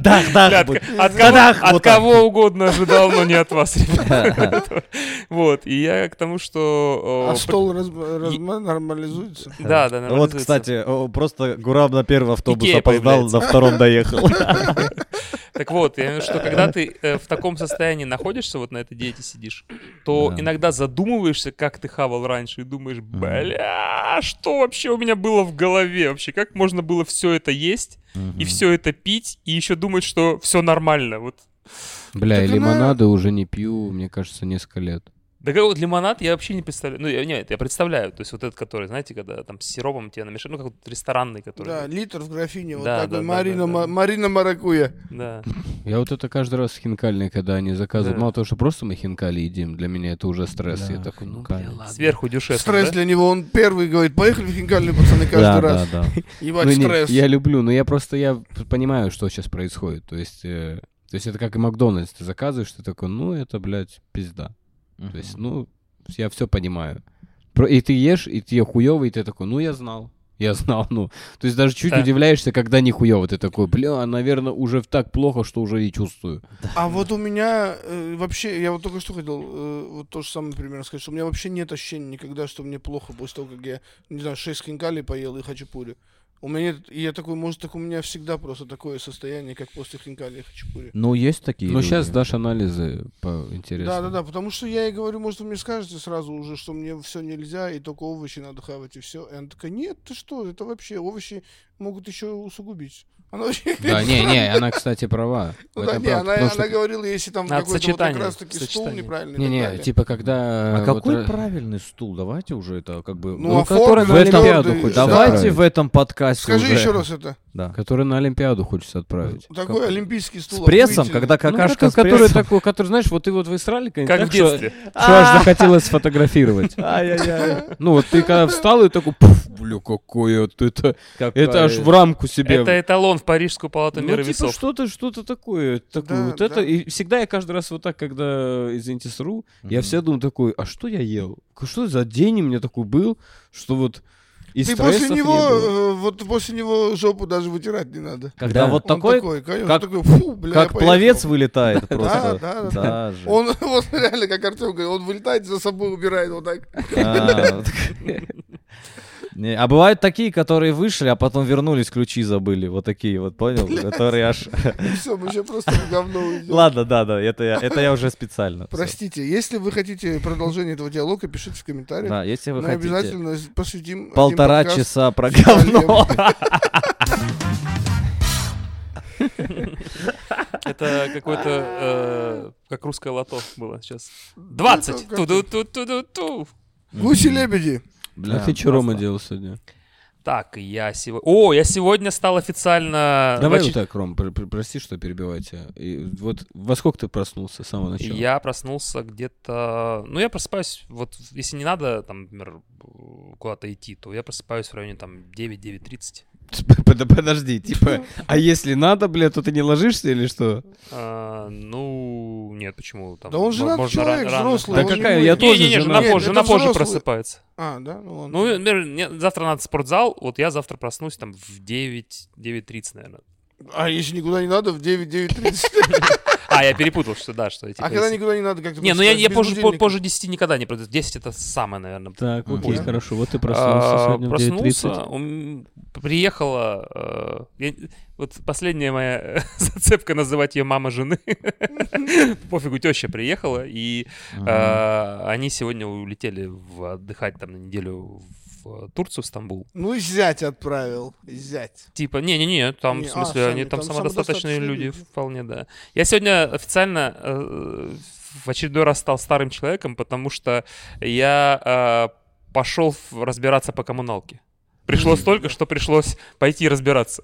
[SPEAKER 2] Дах,
[SPEAKER 4] Бля,
[SPEAKER 2] дах.
[SPEAKER 4] от-
[SPEAKER 2] будет.
[SPEAKER 4] От кого-
[SPEAKER 2] вот так.
[SPEAKER 4] от кого угодно ожидал, но не от вас, ребята. Вот, и я к тому, что...
[SPEAKER 3] А
[SPEAKER 4] э,
[SPEAKER 3] стол раз- разма- нормализуется.
[SPEAKER 4] Да, да,
[SPEAKER 2] Вот,
[SPEAKER 4] нормализуется.
[SPEAKER 2] кстати, о, просто Гурам на первый автобус
[SPEAKER 4] Икея
[SPEAKER 2] опоздал,
[SPEAKER 4] появляется.
[SPEAKER 2] на втором доехал.
[SPEAKER 4] Так вот, я имею в виду, что когда ты э, в таком состоянии находишься, вот на этой диете сидишь, то
[SPEAKER 2] Да.
[SPEAKER 4] иногда задумываешься, как ты хавал раньше, и думаешь, бля, что вообще у меня было в голове вообще? Как можно было все это есть и все это пить, и еще думать, что все нормально? Вот
[SPEAKER 1] Бля,
[SPEAKER 3] Так
[SPEAKER 1] и
[SPEAKER 3] она-
[SPEAKER 1] лимонады уже не пью, мне кажется, несколько лет.
[SPEAKER 4] Да как вот лимонад я вообще не представляю. Ну, я, нет, я представляю. То есть вот этот, который, знаете, когда там с сиропом тебе намешают, ну, как вот ресторанный, который.
[SPEAKER 3] Да, литр в графине, вот
[SPEAKER 4] Да,
[SPEAKER 3] такой,
[SPEAKER 4] да, да,
[SPEAKER 3] Марина,
[SPEAKER 4] да,
[SPEAKER 3] Ма-
[SPEAKER 4] да.
[SPEAKER 3] Марина Маракуя.
[SPEAKER 4] да.
[SPEAKER 1] Я вот это каждый раз хинкальные, когда они заказывают.
[SPEAKER 4] Да.
[SPEAKER 1] Мало того, что просто мы хинкали едим, для меня это уже стресс. Я
[SPEAKER 2] Да,
[SPEAKER 1] такой, ну,
[SPEAKER 2] хинкали.
[SPEAKER 1] блин, ладно.
[SPEAKER 4] Сверху дюшес.
[SPEAKER 3] Стресс для него, он первый говорит, поехали в хинкальный, пацаны, каждый
[SPEAKER 2] да,
[SPEAKER 3] раз.
[SPEAKER 2] да, да.
[SPEAKER 3] Ебать,
[SPEAKER 1] Ну, не,
[SPEAKER 3] стресс.
[SPEAKER 1] я люблю, но я просто я п- понимаю, что сейчас происходит. То есть, э, то есть это как и Макдональдс. Ты заказываешь, ты такой, ну это, блядь, пизда. То есть, ну, я все понимаю. Про- И ты ешь, и тебе хуёво, и ты такой, ну я знал. Я знал, ну. То есть даже чуть
[SPEAKER 4] Да.
[SPEAKER 1] удивляешься, когда не хуёво. Ты такой, бля, наверное, уже в- так плохо, что уже и чувствую.
[SPEAKER 3] А вот у меня э, вообще, я вот только что хотел э, вот то же самое примерно сказать, что у меня вообще нет ощущения никогда, что мне плохо после того, как я, не знаю, 6 хинкалей поел и хачапури. У меня нет, и я такой, может, так у меня всегда просто такое состояние, как после хинкали и хачапури.
[SPEAKER 2] Ну, есть такие
[SPEAKER 1] Но
[SPEAKER 2] люди.
[SPEAKER 1] сейчас дашь анализы по интересу.
[SPEAKER 3] Да, да, да, потому что я и говорю, может, вы мне скажете сразу уже, что мне все нельзя, и только овощи надо хавать, и все. И она такая, нет, ты что, это вообще овощи могут еще усугубить. Она вообще
[SPEAKER 1] Да, не, не, она, кстати, права.
[SPEAKER 3] Ну
[SPEAKER 1] Это
[SPEAKER 3] да, не,
[SPEAKER 1] правда,
[SPEAKER 3] она,
[SPEAKER 1] потому
[SPEAKER 3] она
[SPEAKER 1] что-
[SPEAKER 3] говорила, если там
[SPEAKER 4] Надо
[SPEAKER 3] какой-то вот как
[SPEAKER 4] сочетание,
[SPEAKER 3] раз таки стул
[SPEAKER 4] сочетание.
[SPEAKER 3] неправильный. и
[SPEAKER 1] Не,
[SPEAKER 3] так
[SPEAKER 1] не,
[SPEAKER 3] далее.
[SPEAKER 1] типа когда...
[SPEAKER 2] А
[SPEAKER 1] вот
[SPEAKER 2] какой
[SPEAKER 1] ра-
[SPEAKER 2] правильный стул? Давайте уже это как бы...
[SPEAKER 3] Ну, а
[SPEAKER 1] который
[SPEAKER 3] форма
[SPEAKER 1] на
[SPEAKER 3] твердый.
[SPEAKER 1] Олимпиаду хочется
[SPEAKER 2] Давайте
[SPEAKER 1] отправить.
[SPEAKER 2] в этом подкасте
[SPEAKER 3] Скажи
[SPEAKER 2] уже.
[SPEAKER 3] еще раз это.
[SPEAKER 2] Да.
[SPEAKER 1] Который на Олимпиаду хочется отправить.
[SPEAKER 3] Такой
[SPEAKER 2] Как-
[SPEAKER 3] олимпийский
[SPEAKER 2] С
[SPEAKER 3] стул.
[SPEAKER 2] прессом,
[SPEAKER 3] охуительный.
[SPEAKER 1] Ну,
[SPEAKER 2] когда какашка с
[SPEAKER 1] который
[SPEAKER 2] прессом.
[SPEAKER 1] такой, который, знаешь, вот ты вот в Израиле
[SPEAKER 4] Как в детстве.
[SPEAKER 1] Что аж захотелось сфотографировать. Ну вот ты когда встал и такой, пф, бля, какое вот это... Это аж в рамку себе.
[SPEAKER 4] Это эталон в Парижскую палату
[SPEAKER 1] Ну,
[SPEAKER 4] мира
[SPEAKER 1] типа
[SPEAKER 4] весов.
[SPEAKER 1] что-то, что-то такое, такое
[SPEAKER 3] Да,
[SPEAKER 1] вот
[SPEAKER 3] да.
[SPEAKER 1] это. И всегда я каждый раз вот так, когда, извините, сру, я
[SPEAKER 2] Мгм.
[SPEAKER 1] всегда думаю такой, а что я ел? К- Что за день у меня такой был, что вот и
[SPEAKER 3] Ты после
[SPEAKER 1] стрессов не было?
[SPEAKER 3] него, э, вот после него жопу даже вытирать не надо.
[SPEAKER 2] Когда
[SPEAKER 1] Да.
[SPEAKER 2] вот
[SPEAKER 3] Он
[SPEAKER 2] такой,
[SPEAKER 3] такой, конечно,
[SPEAKER 2] как-
[SPEAKER 3] такой, фу, бля, я
[SPEAKER 2] как
[SPEAKER 3] поехал.
[SPEAKER 2] пловец вылетает просто.
[SPEAKER 3] да, да,
[SPEAKER 2] Даже.
[SPEAKER 3] Он вот реально, как Артем говорит, он вылетает за собой, убирает вот так.
[SPEAKER 2] А, вот такая. Не, А бывают такие, которые вышли, а потом вернулись, ключи забыли. Вот такие вот, понял? Которые аж...
[SPEAKER 3] И все, мы сейчас просто в говно уйдем.
[SPEAKER 2] Ладно, да, да, это я, это я уже специально. Всё.
[SPEAKER 3] Простите, если вы хотите продолжение этого диалога, пишите в комментариях.
[SPEAKER 2] Да, если вы
[SPEAKER 3] мы
[SPEAKER 2] хотите
[SPEAKER 3] обязательно с- посвятим один
[SPEAKER 2] полтора
[SPEAKER 3] подкаст.
[SPEAKER 2] часа про
[SPEAKER 3] Финальный
[SPEAKER 2] говно.
[SPEAKER 4] Это какое-то, э, как русское лото было сейчас. 20!
[SPEAKER 3] Ну, это как-то.
[SPEAKER 4] Ту-ду-ту-ду-ту!
[SPEAKER 3] Гуси-лебеди.
[SPEAKER 1] А
[SPEAKER 2] Бля,
[SPEAKER 1] ты что, Рома,
[SPEAKER 2] просто.
[SPEAKER 1] делал сегодня?
[SPEAKER 4] Так, я сегодня... О, я сегодня стал официально...
[SPEAKER 3] А,
[SPEAKER 4] в
[SPEAKER 1] Давай
[SPEAKER 4] очер-
[SPEAKER 1] вот так, Ром, пр- пр- прости, что перебиваю тебя. И вот во сколько ты проснулся с самого начала?
[SPEAKER 4] Я проснулся где-то... Ну, я просыпаюсь, вот если не надо, там, например, куда-то идти, то я просыпаюсь в районе, там, 9-9.30.
[SPEAKER 1] Под- Подожди, типа, а если надо, бля, то ты не ложишься или что?
[SPEAKER 4] А, ну, нет, почему? Там,
[SPEAKER 3] Да он
[SPEAKER 4] мо-
[SPEAKER 3] женат
[SPEAKER 4] можно
[SPEAKER 3] человек,
[SPEAKER 4] ран- рано.
[SPEAKER 3] взрослый.
[SPEAKER 1] Да
[SPEAKER 3] он не
[SPEAKER 1] какая,
[SPEAKER 3] будет.
[SPEAKER 1] я тоже
[SPEAKER 4] Не-не-не, жена
[SPEAKER 1] женат.
[SPEAKER 4] позже,
[SPEAKER 3] Нет,
[SPEAKER 4] жена
[SPEAKER 3] это
[SPEAKER 4] позже
[SPEAKER 3] взрослый.
[SPEAKER 4] просыпается.
[SPEAKER 3] А, да, ну ладно.
[SPEAKER 4] Ну, например, мне завтра надо в спортзал, вот я завтра проснусь там в 9, 9.30, наверное.
[SPEAKER 3] А если никуда не надо, в 9-9.30.
[SPEAKER 4] А, я перепутал, что да, что я типа,
[SPEAKER 3] А когда
[SPEAKER 4] если-
[SPEAKER 3] никуда не надо, как-то...
[SPEAKER 4] Не, ну я, я позже, по- позже 10 никогда не пройду. 10 это самое, наверное.
[SPEAKER 1] Так,
[SPEAKER 2] Мгм.
[SPEAKER 1] окей,
[SPEAKER 3] Понял.
[SPEAKER 1] хорошо. Вот ты
[SPEAKER 4] А,
[SPEAKER 1] проснулся сегодня в
[SPEAKER 4] проснулся,
[SPEAKER 1] 9.30.
[SPEAKER 4] ум- приехала... э, я- вот последняя моя зацепка называть ее мама жены. Пофигу, теща приехала, и
[SPEAKER 2] Ага.
[SPEAKER 4] э, они сегодня улетели в- отдыхать там на неделю в Турцию, в Стамбул.
[SPEAKER 3] Ну, зять отправил. Зять.
[SPEAKER 4] Типа, не-не-не, там,
[SPEAKER 3] Не,
[SPEAKER 4] в
[SPEAKER 3] а,
[SPEAKER 4] смысле,
[SPEAKER 3] сами,
[SPEAKER 4] они там,
[SPEAKER 3] там
[SPEAKER 4] самодостаточные
[SPEAKER 3] самодостаточные
[SPEAKER 4] люди,
[SPEAKER 3] люди.
[SPEAKER 4] вполне, да. Я сегодня официально э, в очередной раз стал старым человеком, потому что я э, пошел в- разбираться по коммуналке. Пришлось только, что пришлось пойти разбираться.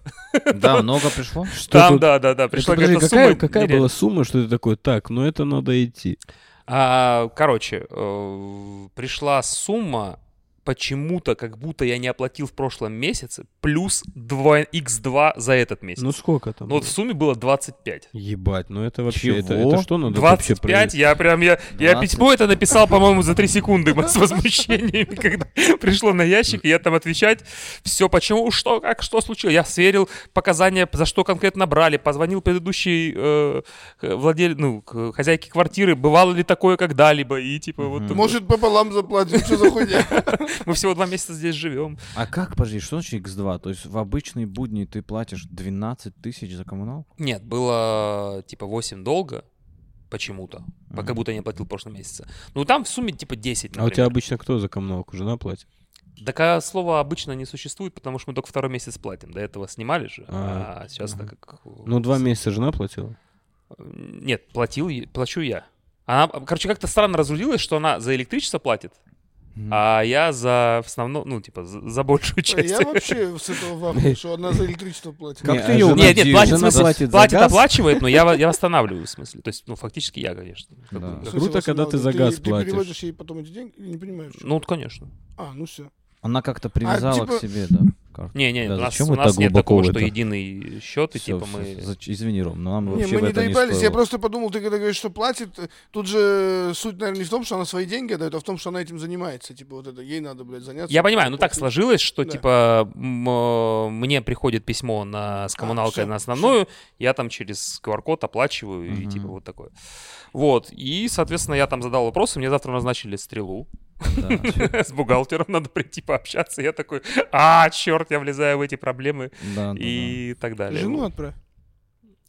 [SPEAKER 2] Да, много пришло.
[SPEAKER 1] Что
[SPEAKER 4] Там,
[SPEAKER 1] тут-
[SPEAKER 4] да, да, да,
[SPEAKER 1] Это,
[SPEAKER 4] пришла
[SPEAKER 1] подожди,
[SPEAKER 4] какая-то
[SPEAKER 1] какая,
[SPEAKER 4] сумма
[SPEAKER 1] какая
[SPEAKER 4] нереальная.
[SPEAKER 1] была сумма, что ты такой, так, ну это надо идти.
[SPEAKER 4] А, короче, э, пришла сумма почему-то, как будто я не оплатил в прошлом месяце, плюс 2 x2 за этот месяц.
[SPEAKER 1] Ну
[SPEAKER 4] Ну,
[SPEAKER 1] сколько там?
[SPEAKER 4] вот в
[SPEAKER 1] было?
[SPEAKER 4] сумме было 25.
[SPEAKER 1] Ебать, ну это вообще, это,
[SPEAKER 2] Чего?
[SPEAKER 1] это что надо Ну, вообще А
[SPEAKER 4] 25, я прям, я, я
[SPEAKER 2] 20.
[SPEAKER 4] письмо это написал, по-моему, за 3 секунды с возмущениями, когда пришло на ящик, и я там отвечать, все, почему, что, как, что случилось, я сверил показания, за что конкретно брали, позвонил предыдущей э, владель, ну, к хозяйке квартиры, бывало ли такое когда-либо, и типа вот...
[SPEAKER 2] Мгм.
[SPEAKER 3] Может, пополам заплатим, что за хуйня?
[SPEAKER 4] Мы всего два месяца здесь живем.
[SPEAKER 2] А как, подожди, что значит X2? То есть в обычные будни ты платишь 12 тысяч за коммуналку?
[SPEAKER 4] Нет, было типа 8 долго почему-то, пока
[SPEAKER 2] Мгм.
[SPEAKER 4] будто я не платил в прошлом месяце. Ну, там в сумме типа
[SPEAKER 1] А у
[SPEAKER 4] 10,
[SPEAKER 1] тебя
[SPEAKER 4] например.
[SPEAKER 1] обычно кто за коммуналку? Жена платит?
[SPEAKER 4] Так а слова обычно не существует, потому что мы только второй месяц платим. До этого снимали же,
[SPEAKER 1] А,
[SPEAKER 4] а, сейчас
[SPEAKER 1] мгм.
[SPEAKER 2] Ну,
[SPEAKER 4] так как...
[SPEAKER 1] Ну, два месяца жена платила.
[SPEAKER 4] Нет, платил, е- плачу я. Она, короче, как-то странно разрулилась, что она за электричество платит,
[SPEAKER 2] Мгм.
[SPEAKER 4] а я за в основном, ну, типа, за, за большую
[SPEAKER 3] А
[SPEAKER 4] часть.
[SPEAKER 3] Я вообще с этого ваху, что она за электричество платит.
[SPEAKER 1] Как
[SPEAKER 2] Не,
[SPEAKER 1] ты
[SPEAKER 2] а
[SPEAKER 1] её
[SPEAKER 2] жена-
[SPEAKER 1] угодишь?
[SPEAKER 4] Нет, нет, платит, в
[SPEAKER 2] жена
[SPEAKER 4] смысле,
[SPEAKER 2] платит за
[SPEAKER 4] платит,
[SPEAKER 2] газ?
[SPEAKER 4] оплачивает, но я, во- я восстанавливаю, в смысле. То есть, ну, фактически я, конечно. как бы,
[SPEAKER 2] Да.
[SPEAKER 4] как-
[SPEAKER 3] В смысле,
[SPEAKER 1] Круто, когда ты за
[SPEAKER 3] восстанавливает?
[SPEAKER 1] газ платишь.
[SPEAKER 3] Ты переводишь ей потом эти деньги, не понимаешь.
[SPEAKER 4] Ну, вот, конечно.
[SPEAKER 3] А, ну все.
[SPEAKER 2] Она как-то привязала
[SPEAKER 3] типа-
[SPEAKER 2] к себе, да.
[SPEAKER 4] ну,
[SPEAKER 2] карту.
[SPEAKER 4] Не, не,
[SPEAKER 2] Да
[SPEAKER 4] у нас,
[SPEAKER 2] зачем
[SPEAKER 4] у
[SPEAKER 2] вы
[SPEAKER 4] нас
[SPEAKER 2] так
[SPEAKER 4] нет
[SPEAKER 2] глубоко
[SPEAKER 4] такого,
[SPEAKER 2] в
[SPEAKER 4] что
[SPEAKER 2] это?
[SPEAKER 4] единый счет, и
[SPEAKER 2] Всё,
[SPEAKER 4] типа
[SPEAKER 2] всё,
[SPEAKER 4] мы...
[SPEAKER 2] всё. Зач- Извини, Ром, но
[SPEAKER 4] ну,
[SPEAKER 2] нам
[SPEAKER 3] Не,
[SPEAKER 2] вообще
[SPEAKER 3] мы
[SPEAKER 2] в
[SPEAKER 3] не
[SPEAKER 2] это не
[SPEAKER 3] доебались, я
[SPEAKER 2] стоило.
[SPEAKER 3] просто подумал, ты когда говоришь, что платит, э, тут же э, суть, наверное, не в том, что она свои деньги отдает, а в том, что она этим занимается. Типа вот это, ей надо, блядь, заняться.
[SPEAKER 4] Я понимаю, ну так сложилось, что
[SPEAKER 3] Да.
[SPEAKER 4] типа м, э, мне приходит письмо на с коммуналкой
[SPEAKER 3] всё,
[SPEAKER 4] на основную, я там через QR-код оплачиваю и
[SPEAKER 2] Мгм.
[SPEAKER 4] типа вот такое. Вот и соответственно я там задал вопросы, мне завтра назначили стрелу
[SPEAKER 2] Да.
[SPEAKER 4] с бухгалтером, надо прийти пообщаться, я такой, а черт, я влезаю в эти проблемы
[SPEAKER 2] Да, да,
[SPEAKER 4] и так далее.
[SPEAKER 3] Жену отправь.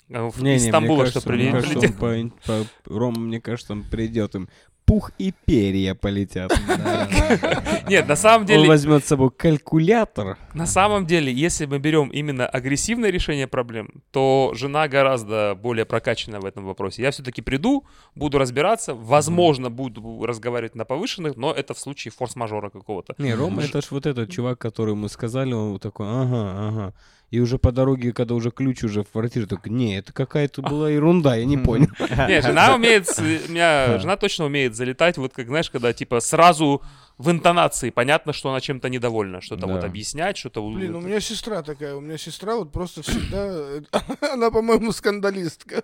[SPEAKER 4] Ну, в-
[SPEAKER 1] Не, не,
[SPEAKER 4] Из
[SPEAKER 1] мне
[SPEAKER 4] Стамбула
[SPEAKER 1] кажется,
[SPEAKER 4] что
[SPEAKER 1] мне
[SPEAKER 4] прилетело.
[SPEAKER 1] кажется, он по- по- Рома, мне кажется, он придет им. Пух и перья полетят.
[SPEAKER 2] да. Да, да, да.
[SPEAKER 4] Нет, на самом деле,
[SPEAKER 1] Он возьмет с собой калькулятор.
[SPEAKER 4] на самом деле, если мы берем именно агрессивное решение проблем, то жена гораздо более прокачана в этом вопросе. Я все-таки приду, буду разбираться, возможно, буду разговаривать на повышенных, но это в случае форс-мажора какого-то.
[SPEAKER 1] Не, Рома, это ж вот этот чувак, который мы сказали, он вот такой, ага, ага. И уже по дороге, когда уже ключ уже в квартире, только, не, это какая-то была ерунда, я не понял.
[SPEAKER 4] Не, жена умеет, с- э, у меня жена точно умеет залетать, вот как, знаешь, когда типа сразу в интонации понятно, что она чем-то недовольна, что-то
[SPEAKER 2] Да.
[SPEAKER 4] вот объяснять, что-то... у-
[SPEAKER 3] Блин, ну у меня сестра такая, у меня сестра вот просто всегда, э, она, по-моему, скандалистка.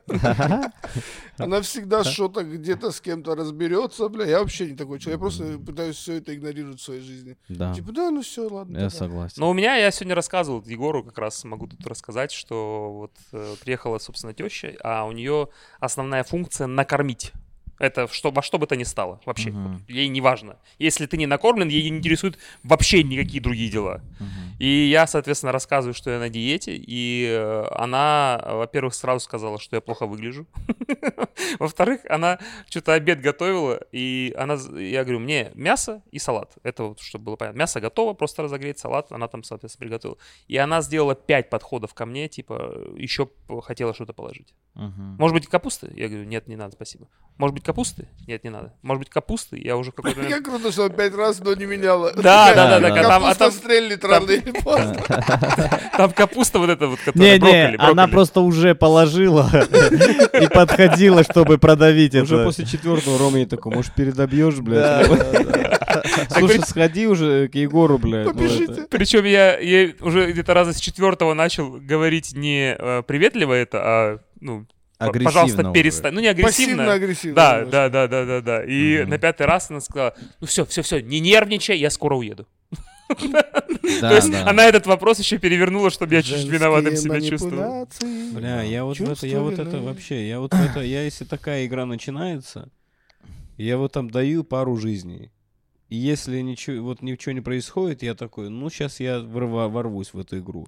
[SPEAKER 3] Она всегда что-то где-то с кем-то разберется, бля, я вообще не такой человек, я просто пытаюсь все это игнорировать в своей жизни.
[SPEAKER 2] Да,
[SPEAKER 3] Типа, да, ну все, ладно.
[SPEAKER 2] А. я
[SPEAKER 3] тогда.
[SPEAKER 2] согласен.
[SPEAKER 4] Но у меня, я сегодня рассказывал Егору, как раз могу тут рассказать, что вот э, приехала, собственно, теща, а у нее основная функция накормить. Это что, во что бы то ни стало вообще.
[SPEAKER 2] Мгм.
[SPEAKER 4] Вот Ей не важно. Если ты не накормлен, ей не интересуют вообще никакие другие дела.
[SPEAKER 2] Мгм.
[SPEAKER 4] И я, соответственно, рассказываю, что я на диете, и э, она, э, во-первых, сразу сказала, что я плохо выгляжу. Во-вторых, она что-то обед готовила, и она, з- я говорю, мне мясо и салат. Это вот, чтобы было понятно. Мясо готово, просто разогреть салат, она там, соответственно, приготовила. И она сделала пять подходов ко мне, типа, еще п- хотела что-то положить.
[SPEAKER 2] Мгм.
[SPEAKER 4] Может быть, капусты? Я говорю, нет, не надо, спасибо. Может быть, капусты? Нет, не надо. Может быть, капусты? Я уже в какой-то момент...
[SPEAKER 3] Как круто, что она пять раз, но не меняла.
[SPEAKER 4] Да, да, да, да,
[SPEAKER 2] Да,
[SPEAKER 4] а там- а
[SPEAKER 3] Капуста
[SPEAKER 4] там,
[SPEAKER 3] стрельнет
[SPEAKER 4] там-
[SPEAKER 3] рано или поздно.
[SPEAKER 4] там капуста вот эта вот, которая
[SPEAKER 2] Не, не,
[SPEAKER 4] брокколи,
[SPEAKER 2] она
[SPEAKER 4] брокколи.
[SPEAKER 2] просто уже положила и подходила, чтобы продавить это.
[SPEAKER 1] Уже после четвертого Рома я такой, может, передобьешь,
[SPEAKER 2] Да,
[SPEAKER 1] блядь? «Ну,
[SPEAKER 2] да, да.
[SPEAKER 1] Слушай, сходи уже к Егору, блядь. ну,
[SPEAKER 3] Попишите.
[SPEAKER 1] это-
[SPEAKER 4] Причем я, я уже где-то раза с четвертого начал говорить не э, приветливо это, а ну, п-
[SPEAKER 2] Агрессивно
[SPEAKER 4] пожалуйста,
[SPEAKER 2] уже.
[SPEAKER 4] перестань. Ну, не агрессивно.
[SPEAKER 3] Пассивно-агрессивно.
[SPEAKER 4] Да, да, да, да, да, да. И
[SPEAKER 2] Мгм.
[SPEAKER 4] на пятый раз она сказала, ну все, все, все, не нервничай, я скоро уеду.
[SPEAKER 2] Да,
[SPEAKER 4] То есть
[SPEAKER 2] да.
[SPEAKER 4] она этот вопрос еще перевернула, чтобы я чуть-чуть виноватым себя чувствовал.
[SPEAKER 1] Бля, я вот в это, я
[SPEAKER 3] Чувство
[SPEAKER 1] вот это
[SPEAKER 3] вины.
[SPEAKER 1] вообще, я вот в это, я если такая игра начинается, я вот там даю пару жизней. И если ничего, вот ничего не происходит, я такой, ну сейчас я врыва- ворвусь в эту игру.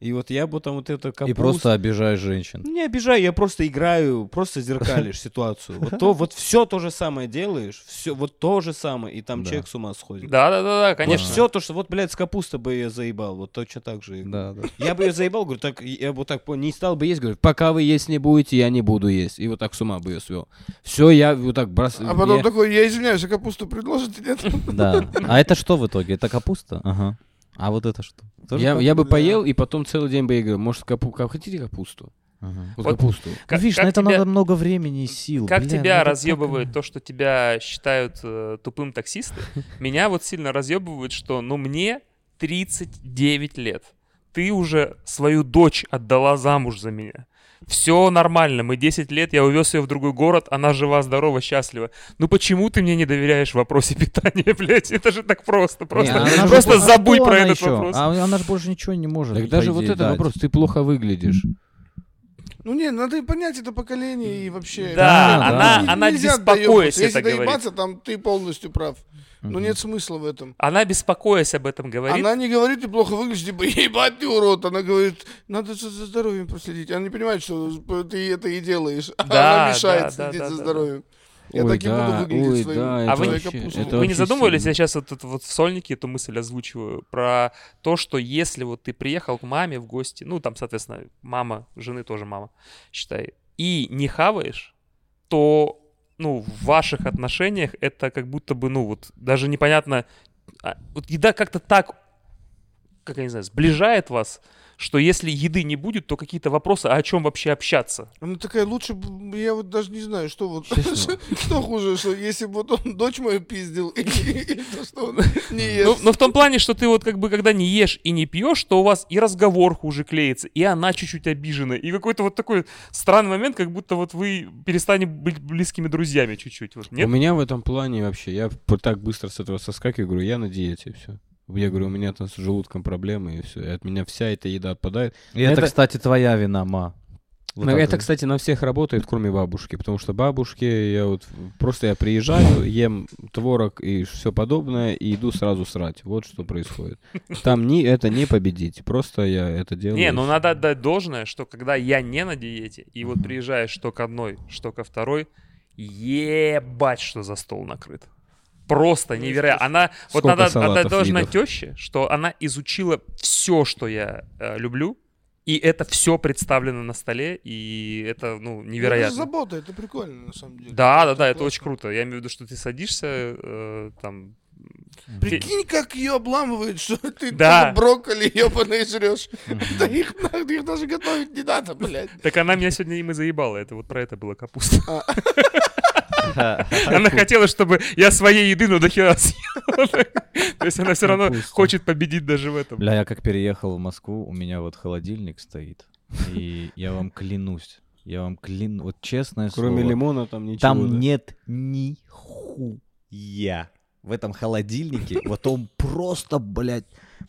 [SPEAKER 1] И вот я бы там вот это
[SPEAKER 2] И
[SPEAKER 1] капуст-
[SPEAKER 2] просто обижаешь женщин.
[SPEAKER 1] Ну, Не обижай, я просто играю, просто зеркалишь ситуацию. Вот то, вот все то же самое делаешь, все вот то же самое, и там
[SPEAKER 2] Да.
[SPEAKER 1] человек с ума сходит.
[SPEAKER 4] Да, да, да, да,
[SPEAKER 1] Вот
[SPEAKER 4] конечно.
[SPEAKER 1] все то, что вот, блядь, с капуста бы я заебал, вот точно так же. и
[SPEAKER 2] Да, да.
[SPEAKER 1] я бы ее заебал, говорю, так я бы вот так по- не стал бы есть, говорю, пока вы есть не будете, я не буду есть. И вот так с ума бы ее свел. Все, я вот так бросаю.
[SPEAKER 3] А потом такой, я извиняюсь, а капусту предложите, нет?
[SPEAKER 2] Да. А это что в итоге? Это капуста? Ага. А вот это что? Тоже
[SPEAKER 1] я,
[SPEAKER 2] капуста?
[SPEAKER 1] я бы
[SPEAKER 3] Да.
[SPEAKER 1] поел, и потом целый день бы я говорю, может, капу... ка- хотите капусту?
[SPEAKER 2] Ага.
[SPEAKER 1] Вот,
[SPEAKER 4] Вот
[SPEAKER 1] капусту.
[SPEAKER 2] Ну,
[SPEAKER 4] Как-
[SPEAKER 2] Видишь,
[SPEAKER 4] как
[SPEAKER 2] на это
[SPEAKER 4] тебя-
[SPEAKER 2] надо много времени и сил.
[SPEAKER 4] Как
[SPEAKER 2] Бля, ну
[SPEAKER 4] тебя
[SPEAKER 2] это
[SPEAKER 4] разъебывает то, что тебя считают э, тупым таксистом? Меня вот сильно разъебывает, что ну мне 39 лет. Ты уже свою дочь отдала замуж за меня. Все нормально, мы 10 лет, я увез ее в другой город, она жива, здорова, счастлива. Ну почему ты мне не доверяешь в вопросе питания, блядь? Это же так просто, просто,
[SPEAKER 2] Не, она же
[SPEAKER 4] просто
[SPEAKER 2] бо- а
[SPEAKER 4] забудь
[SPEAKER 2] что
[SPEAKER 4] про
[SPEAKER 2] она
[SPEAKER 4] этот
[SPEAKER 2] еще?
[SPEAKER 4] вопрос.
[SPEAKER 2] А она же больше ничего не может.
[SPEAKER 1] Так
[SPEAKER 2] по
[SPEAKER 1] даже вот
[SPEAKER 2] идее,
[SPEAKER 1] это
[SPEAKER 2] дать.
[SPEAKER 1] вопрос, ты плохо выглядишь.
[SPEAKER 3] Ну не, надо понять это поколение и вообще.
[SPEAKER 4] Да,
[SPEAKER 3] Ну,
[SPEAKER 2] она-
[SPEAKER 3] не-
[SPEAKER 4] она
[SPEAKER 3] нельзя
[SPEAKER 4] беспокоясь
[SPEAKER 3] доебываться.
[SPEAKER 4] это
[SPEAKER 3] Если
[SPEAKER 4] говорит.
[SPEAKER 3] доебаться, там ты полностью прав. Но
[SPEAKER 4] Ну,
[SPEAKER 2] Мгм.
[SPEAKER 3] нет смысла в этом.
[SPEAKER 4] Она, беспокоясь об этом, говорит.
[SPEAKER 3] Она не говорит, ты плохо выглядишь, типа, ебать ты урод. Она говорит, надо за за здоровьем проследить. Она не понимает, что ты это и делаешь. А
[SPEAKER 4] Да,
[SPEAKER 3] она мешает
[SPEAKER 4] да,
[SPEAKER 3] следить
[SPEAKER 4] да, да,
[SPEAKER 3] за
[SPEAKER 4] да.
[SPEAKER 3] здоровьем. Я
[SPEAKER 1] Ой,
[SPEAKER 3] так и буду
[SPEAKER 1] да,
[SPEAKER 3] выглядеть
[SPEAKER 1] ой,
[SPEAKER 3] своим.
[SPEAKER 1] да,
[SPEAKER 4] это
[SPEAKER 3] своей
[SPEAKER 4] вообще-
[SPEAKER 3] капустой.
[SPEAKER 1] это
[SPEAKER 4] А Вы не
[SPEAKER 1] вообще
[SPEAKER 4] задумывались,
[SPEAKER 1] сильно.
[SPEAKER 4] я сейчас вот, тут вот в сольнике эту мысль озвучиваю, про то, что если вот ты приехал к маме в гости, ну там, соответственно, мама, жены тоже мама, считай, и не хаваешь, то, ну, в ваших отношениях это как будто бы, ну, вот даже непонятно, а, вот еда как-то так, как я не знаю, сближает вас, что если еды не будет, то какие-то вопросы, а о чем вообще общаться?
[SPEAKER 3] Она такая, лучше, б- я вот даже не знаю, что вот,
[SPEAKER 2] Честно.
[SPEAKER 3] что хуже, что если бы вот он дочь мою пиздил, или или то, что он не
[SPEAKER 4] Ну,
[SPEAKER 3] ест.
[SPEAKER 4] но в том плане, что ты вот как бы, когда не ешь и не пьешь, то у вас и разговор хуже клеится, и она чуть-чуть обижена, и какой-то вот такой странный момент, как будто вот вы перестанете быть близкими друзьями чуть-чуть, вот, нет?
[SPEAKER 1] У меня в этом плане вообще, я п- так быстро с этого соскакиваю, говорю, я на диете, все. Я говорю, у меня там с желудком проблемы, и все. И от меня вся эта еда отпадает.
[SPEAKER 2] И это, Ну,
[SPEAKER 1] Это-
[SPEAKER 2] кстати, твоя вина, ма. Вот
[SPEAKER 1] Но
[SPEAKER 2] так
[SPEAKER 1] это,
[SPEAKER 2] вот.
[SPEAKER 1] кстати, на всех работает, кроме бабушки, потому что бабушки, я вот просто я приезжаю, ем творог и все подобное, и иду сразу срать. Вот что происходит. Там не, это не победить, просто я это делаю.
[SPEAKER 4] Не, ну
[SPEAKER 1] и
[SPEAKER 4] надо отдать должное, что когда я не на диете, и вот
[SPEAKER 2] Мгм.
[SPEAKER 4] приезжаешь что к одной, что ко второй, ебать, что за стол накрыт. Просто невероятно. Она, вот
[SPEAKER 1] Сколько
[SPEAKER 4] надо отдать
[SPEAKER 1] салатов,
[SPEAKER 4] должное
[SPEAKER 1] видов.
[SPEAKER 4] теще, что она изучила все, что я э, люблю, и это все представлено на столе, и это, ну,
[SPEAKER 3] Это же
[SPEAKER 4] невероятно.
[SPEAKER 3] забота, это прикольно, на самом деле.
[SPEAKER 4] Да, да, да, это
[SPEAKER 3] классно.
[SPEAKER 4] очень круто. Я имею в виду, что ты садишься э, там.
[SPEAKER 3] Прикинь, как ее обламывает, что ты
[SPEAKER 4] Да.
[SPEAKER 3] тоже брокколи ебаные жрешь. Да их, нах- их даже готовить не надо, блядь.
[SPEAKER 4] Так она меня сегодня им и заебала. Это вот про это было капуста.
[SPEAKER 3] А.
[SPEAKER 4] Она хотела, чтобы я своей еды, но дохера съел. То есть она все
[SPEAKER 2] Ну,
[SPEAKER 4] равно
[SPEAKER 1] Капуста.
[SPEAKER 4] хочет победить даже в этом.
[SPEAKER 2] Бля, я как переехал в Москву, у меня вот холодильник стоит. И я вам клянусь, я вам клянусь, вот честное слово.
[SPEAKER 1] Кроме лимона там ничего.
[SPEAKER 2] Там
[SPEAKER 1] да.
[SPEAKER 2] нет нихуя. В этом холодильнике, вот он просто, блядь,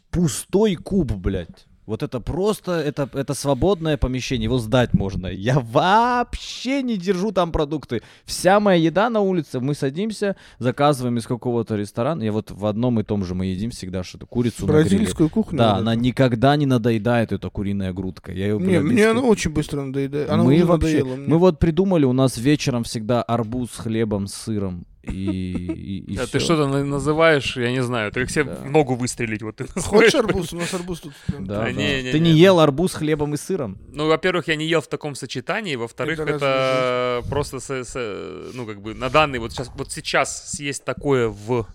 [SPEAKER 2] пустой куб, блядь. Вот это просто, это, это свободное помещение, его сдать можно. Я вообще не держу там продукты. Вся моя еда на улице, мы садимся, заказываем из какого-то ресторана. Я вот в одном и том же мы едим всегда что-то, курицу на гриле.
[SPEAKER 3] Бразильскую кухню.
[SPEAKER 2] Да,
[SPEAKER 3] вот
[SPEAKER 2] она
[SPEAKER 3] эту.
[SPEAKER 2] никогда не надоедает, эта куриная грудка. Я ее,
[SPEAKER 3] Не,
[SPEAKER 2] бля,
[SPEAKER 3] мне
[SPEAKER 2] без-
[SPEAKER 3] она очень быстро надоедает. Она
[SPEAKER 2] мы
[SPEAKER 3] уже
[SPEAKER 2] вообще,
[SPEAKER 3] надоела мне.
[SPEAKER 2] мы вот придумали, у нас вечером всегда арбуз с хлебом, с сыром и, и- и
[SPEAKER 4] А
[SPEAKER 2] всё.
[SPEAKER 4] ты что-то на- называешь, я не знаю, ты всем
[SPEAKER 2] Да.
[SPEAKER 4] ногу выстрелить. Вот ты
[SPEAKER 3] Хочешь
[SPEAKER 4] называешь.
[SPEAKER 3] арбуз? У нас арбуз тут. прям.
[SPEAKER 2] Да,
[SPEAKER 4] Да
[SPEAKER 2] да.
[SPEAKER 4] не-не-не.
[SPEAKER 2] Ты не ел арбуз с хлебом и сыром?
[SPEAKER 4] Ну, во-первых, я не ел в таком сочетании, во-вторых,
[SPEAKER 3] Это
[SPEAKER 4] это просто, с- с- ну, как бы, на данный, вот сейчас, вот сейчас съесть такое в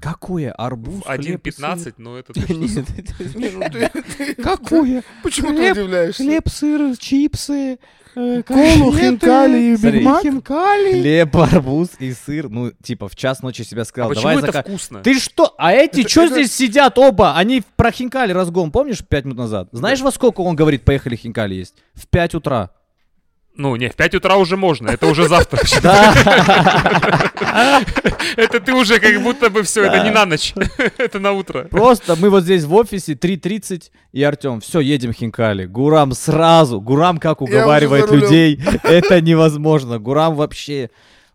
[SPEAKER 2] Какое арбуз?
[SPEAKER 4] в
[SPEAKER 2] хлеб и сыр?
[SPEAKER 4] 1.15, ну, это ты что,
[SPEAKER 1] Нет, это-
[SPEAKER 3] Не, ну ты- ты-
[SPEAKER 1] Какое?
[SPEAKER 3] Почему ты
[SPEAKER 1] Хлеб-
[SPEAKER 3] удивляешься?
[SPEAKER 1] Хлеб, сыр, чипсы, э,
[SPEAKER 3] Колу,
[SPEAKER 1] конфеты,
[SPEAKER 3] хинкали и
[SPEAKER 2] Смотри.
[SPEAKER 3] Биг Мак?
[SPEAKER 1] Хинкали.
[SPEAKER 2] Хлеб, арбуз и сыр. Ну, типа, в час ночи себя
[SPEAKER 4] А
[SPEAKER 2] сказал,
[SPEAKER 4] почему
[SPEAKER 2] давай
[SPEAKER 4] это
[SPEAKER 2] зака-
[SPEAKER 4] вкусно?
[SPEAKER 2] Ты что? А эти
[SPEAKER 3] Это-
[SPEAKER 2] что
[SPEAKER 3] это-
[SPEAKER 2] здесь сидят оба? Они в- про хинкали разгон, помнишь, пять минут назад? Знаешь, во сколько он говорит, поехали хинкали есть? В 5 утра.
[SPEAKER 4] Ну, не, в 5 утра уже можно, это уже завтра. Это ты уже как будто бы все, это не на ночь, это на утро.
[SPEAKER 2] Просто мы вот здесь в офисе 3.30 и Артем, все, едем Хинкали. Гурам сразу. Гурам как
[SPEAKER 3] уже за
[SPEAKER 2] уговаривает
[SPEAKER 3] рулем.
[SPEAKER 2] людей. Это невозможно. Гурам вообще...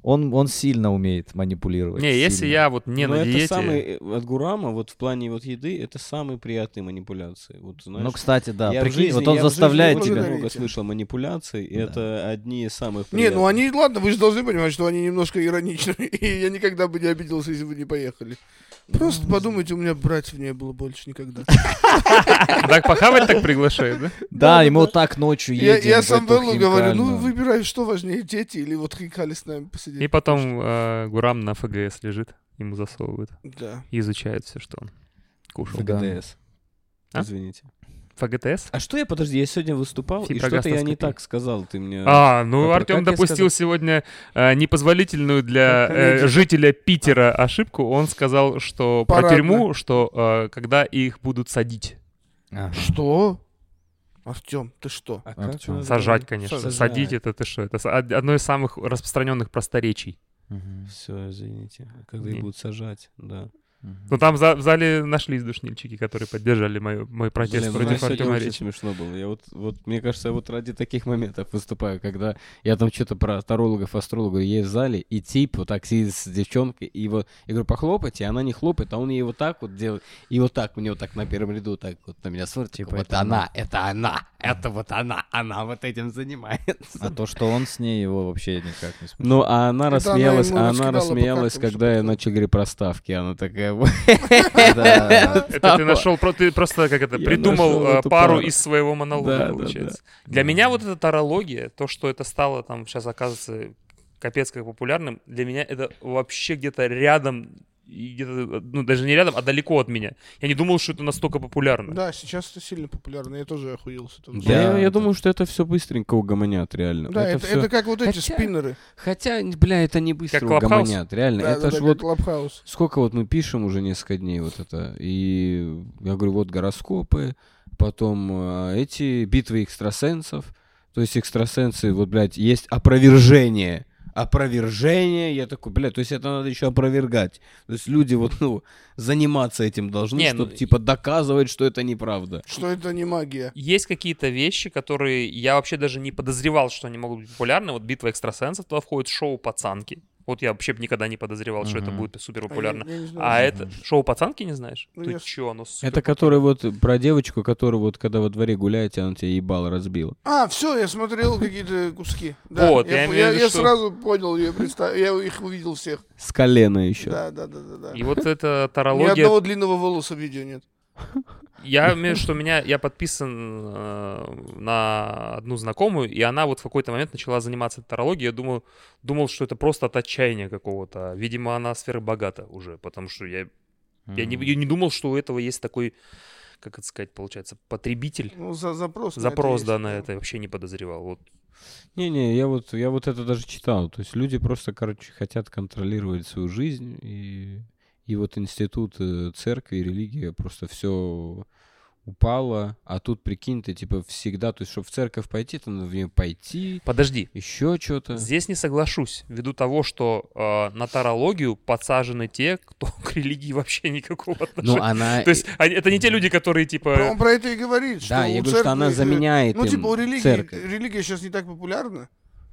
[SPEAKER 2] Он, он сильно умеет манипулировать.
[SPEAKER 4] Не, если
[SPEAKER 2] сильно.
[SPEAKER 4] я вот не
[SPEAKER 1] Но
[SPEAKER 4] на
[SPEAKER 1] это
[SPEAKER 4] диете...
[SPEAKER 1] самый, э, от Гурама, вот в плане вот еды, это самые приятные манипуляции. Вот, знаешь,
[SPEAKER 2] Ну, кстати, да.
[SPEAKER 1] я в
[SPEAKER 2] Прикинь,
[SPEAKER 1] жизни-
[SPEAKER 2] вот он
[SPEAKER 1] я в жизни
[SPEAKER 2] заставляет
[SPEAKER 1] очень
[SPEAKER 2] тебя...
[SPEAKER 3] благодарю.
[SPEAKER 1] много слышал манипуляций, и
[SPEAKER 2] Да.
[SPEAKER 1] это одни из самых
[SPEAKER 3] Не,
[SPEAKER 1] приятных.
[SPEAKER 3] ну они, ладно, вы же должны понимать, что они немножко ироничны. И я никогда бы не обиделся, если бы не поехали.
[SPEAKER 2] Ну,
[SPEAKER 3] Просто подумайте, у меня братьев не было больше никогда.
[SPEAKER 4] Так похавать так приглашает, да?
[SPEAKER 2] Да,
[SPEAKER 3] Да,
[SPEAKER 2] ему
[SPEAKER 3] да.
[SPEAKER 2] вот так ночью
[SPEAKER 3] Я,
[SPEAKER 2] едем.
[SPEAKER 3] я
[SPEAKER 2] в
[SPEAKER 3] сам
[SPEAKER 2] эту
[SPEAKER 3] Беллу говорю, ну
[SPEAKER 2] хинкальную.
[SPEAKER 3] выбирай, что важнее, дети или вот хинкали с нами посидеть.
[SPEAKER 4] И потом э, Гурам на ФГС лежит, ему засовывают
[SPEAKER 3] Да.
[SPEAKER 4] и изучают все, что он кушал.
[SPEAKER 1] ФГДС.
[SPEAKER 4] А?
[SPEAKER 1] Извините.
[SPEAKER 4] ФГТС?
[SPEAKER 1] А что я, подожди, я сегодня выступал, и что-то я не
[SPEAKER 4] Фиброгастроскопия.
[SPEAKER 1] так сказал, ты мне...
[SPEAKER 4] А, ну
[SPEAKER 1] Который-
[SPEAKER 4] Артем
[SPEAKER 1] как я сказал?
[SPEAKER 4] допустил сегодня э, непозволительную для
[SPEAKER 3] Как
[SPEAKER 4] э,
[SPEAKER 3] коллеги.
[SPEAKER 4] жителя Питера ошибку. Он сказал, что про
[SPEAKER 3] Парадно.
[SPEAKER 4] тюрьму, что э, когда их будут садить.
[SPEAKER 2] Ага.
[SPEAKER 3] Что? Артем, ты что?
[SPEAKER 1] А
[SPEAKER 2] Артём.
[SPEAKER 1] это называется?
[SPEAKER 4] Сажать, конечно.
[SPEAKER 1] Сажать.
[SPEAKER 4] Садить это ты что? Это с- од- одно из самых распространенных просторечий.
[SPEAKER 2] Мгм.
[SPEAKER 1] Все, извините. Когда
[SPEAKER 4] Не.
[SPEAKER 1] их будут сажать, да.
[SPEAKER 2] Мгм.
[SPEAKER 4] Ну там за- в зале нашлись душнильчики, которые поддержали мою, мой протест
[SPEAKER 1] Блин, ну,
[SPEAKER 4] против
[SPEAKER 1] знаешь,
[SPEAKER 4] Артема
[SPEAKER 1] сегодня очень
[SPEAKER 4] Речи.
[SPEAKER 1] смешно было. Я вот, вот, мне кажется, я вот ради таких моментов выступаю, когда я там что-то про тарологов, астрологов есть в зале, и тип вот так сидит с девчонкой, и вот, я говорю, похлопайте, а она не хлопает, а он ей вот так вот делает, и вот так, мне вот так на первом ряду так вот на меня смотрит, типа,
[SPEAKER 2] Типа,
[SPEAKER 1] вот
[SPEAKER 2] это
[SPEAKER 1] она, это она, это вот она, она вот этим занимается.
[SPEAKER 2] А то, что он с ней, его вообще никак не смущает.
[SPEAKER 1] Ну, а она
[SPEAKER 3] Это она
[SPEAKER 1] рассмеялась,
[SPEAKER 3] ему
[SPEAKER 1] а
[SPEAKER 3] раскидала
[SPEAKER 1] она
[SPEAKER 3] по
[SPEAKER 1] рассмеялась,
[SPEAKER 3] картам,
[SPEAKER 1] когда я
[SPEAKER 3] чтобы-
[SPEAKER 1] начал говорить про ставки. Она такая, «Вот,
[SPEAKER 2] Да.
[SPEAKER 4] Это ты нашел, про- ты просто как это
[SPEAKER 1] Я
[SPEAKER 4] придумал
[SPEAKER 1] нашел
[SPEAKER 4] э,
[SPEAKER 1] эту
[SPEAKER 4] пару
[SPEAKER 1] пару.
[SPEAKER 4] из своего монолога,
[SPEAKER 1] Да, да,
[SPEAKER 4] получается. Для меня вот эта тарология, то, что это стало там сейчас оказывается капец как популярным, для меня это вообще где-то рядом, и где-то, ну даже не рядом, а далеко от меня. Я не думал, что это настолько популярно.
[SPEAKER 3] Да, сейчас это сильно популярно, я тоже охуел с этого.
[SPEAKER 2] Да,
[SPEAKER 1] я, я
[SPEAKER 2] это-
[SPEAKER 1] думаю, что это все быстренько угомонят, реально.
[SPEAKER 3] Да, это,
[SPEAKER 1] Ну, всё-
[SPEAKER 3] это как вот эти
[SPEAKER 1] Хотя-
[SPEAKER 3] спиннеры.
[SPEAKER 1] Хотя, бля, это не быстро
[SPEAKER 4] Clubhouse?
[SPEAKER 1] угомонят, реально.
[SPEAKER 3] Да,
[SPEAKER 1] это
[SPEAKER 3] да,
[SPEAKER 1] ж
[SPEAKER 3] да,
[SPEAKER 1] вот
[SPEAKER 3] как Клабхаус.
[SPEAKER 1] сколько вот мы пишем уже несколько дней вот это. И я говорю, вот гороскопы, потом а, эти битвы экстрасенсов. То есть экстрасенсы, вот, блядь, есть опровержение. Опровержение, я такой, блядь, то есть это надо еще опровергать. То есть люди вот, ну, заниматься этим должны,
[SPEAKER 4] Не,
[SPEAKER 1] чтобы,
[SPEAKER 4] ну,
[SPEAKER 1] типа, доказывать, что это неправда.
[SPEAKER 3] Что это не магия?
[SPEAKER 4] Есть какие-то вещи, которые я вообще даже не подозревал, что они могут быть популярны. Вот «Битва экстрасенсов», туда входит шоу «Пацанки». Вот я вообще б никогда не подозревал, что это
[SPEAKER 1] Мгм.
[SPEAKER 4] будет супер популярно.
[SPEAKER 3] А, я- я не знаю.
[SPEAKER 4] А, это шоу «Пацанки» не знаешь?
[SPEAKER 3] Ну,
[SPEAKER 4] Ты
[SPEAKER 3] я-
[SPEAKER 4] чё, оно супер...
[SPEAKER 1] Это который вот про девочку, которую вот когда во дворе гуляете, она тебя ебало разбила.
[SPEAKER 3] А, все, я смотрел какие-то куски. Да,
[SPEAKER 4] Вот, я
[SPEAKER 3] я,
[SPEAKER 4] имею в виду,
[SPEAKER 3] я
[SPEAKER 4] что-
[SPEAKER 3] сразу понял, я, представ- я их увидел всех.
[SPEAKER 1] С колена еще.
[SPEAKER 3] Да, да, да, да, да.
[SPEAKER 4] И вот эта
[SPEAKER 3] Ни
[SPEAKER 4] тарология...
[SPEAKER 3] одного длинного волоса в видео нет.
[SPEAKER 4] Я имею, в виду, что меня... Я подписан э, на одну знакомую, и она вот в какой-то момент начала заниматься тарологией. Я думаю, думал, что это просто от отчаяния какого-то. Видимо, она сфера богата уже, потому что я Я не, я не думал, что у этого есть такой, как это сказать, получается, потребитель.
[SPEAKER 3] Ну, за запрос. на это
[SPEAKER 4] Запрос,
[SPEAKER 3] есть,
[SPEAKER 4] да, на это я вообще не подозревал. Вот.
[SPEAKER 1] Не-не, я вот, я вот это даже читал. То есть люди просто, короче, хотят контролировать свою жизнь. И, и вот институт э, церкви, религия, просто все упало. А тут, прикинь, ты типа всегда, то есть, чтобы в церковь пойти, то надо в нее пойти,
[SPEAKER 4] Подожди,
[SPEAKER 1] еще что-то.
[SPEAKER 4] здесь не соглашусь, ввиду того, что э, на тарологию подсажены те, кто к религии вообще никакого
[SPEAKER 1] Ну,
[SPEAKER 4] отношения.
[SPEAKER 2] а
[SPEAKER 1] она...
[SPEAKER 4] То есть они- это не те люди, которые
[SPEAKER 3] Да,
[SPEAKER 4] типа...
[SPEAKER 3] Он про это и говорит, что
[SPEAKER 1] да,
[SPEAKER 3] у
[SPEAKER 1] я говорю, что
[SPEAKER 3] церкви,
[SPEAKER 1] она
[SPEAKER 3] э,
[SPEAKER 1] заменяет
[SPEAKER 3] Ну,
[SPEAKER 1] им
[SPEAKER 3] типа, у религии,
[SPEAKER 1] церковь.
[SPEAKER 3] религия сейчас не так популярна.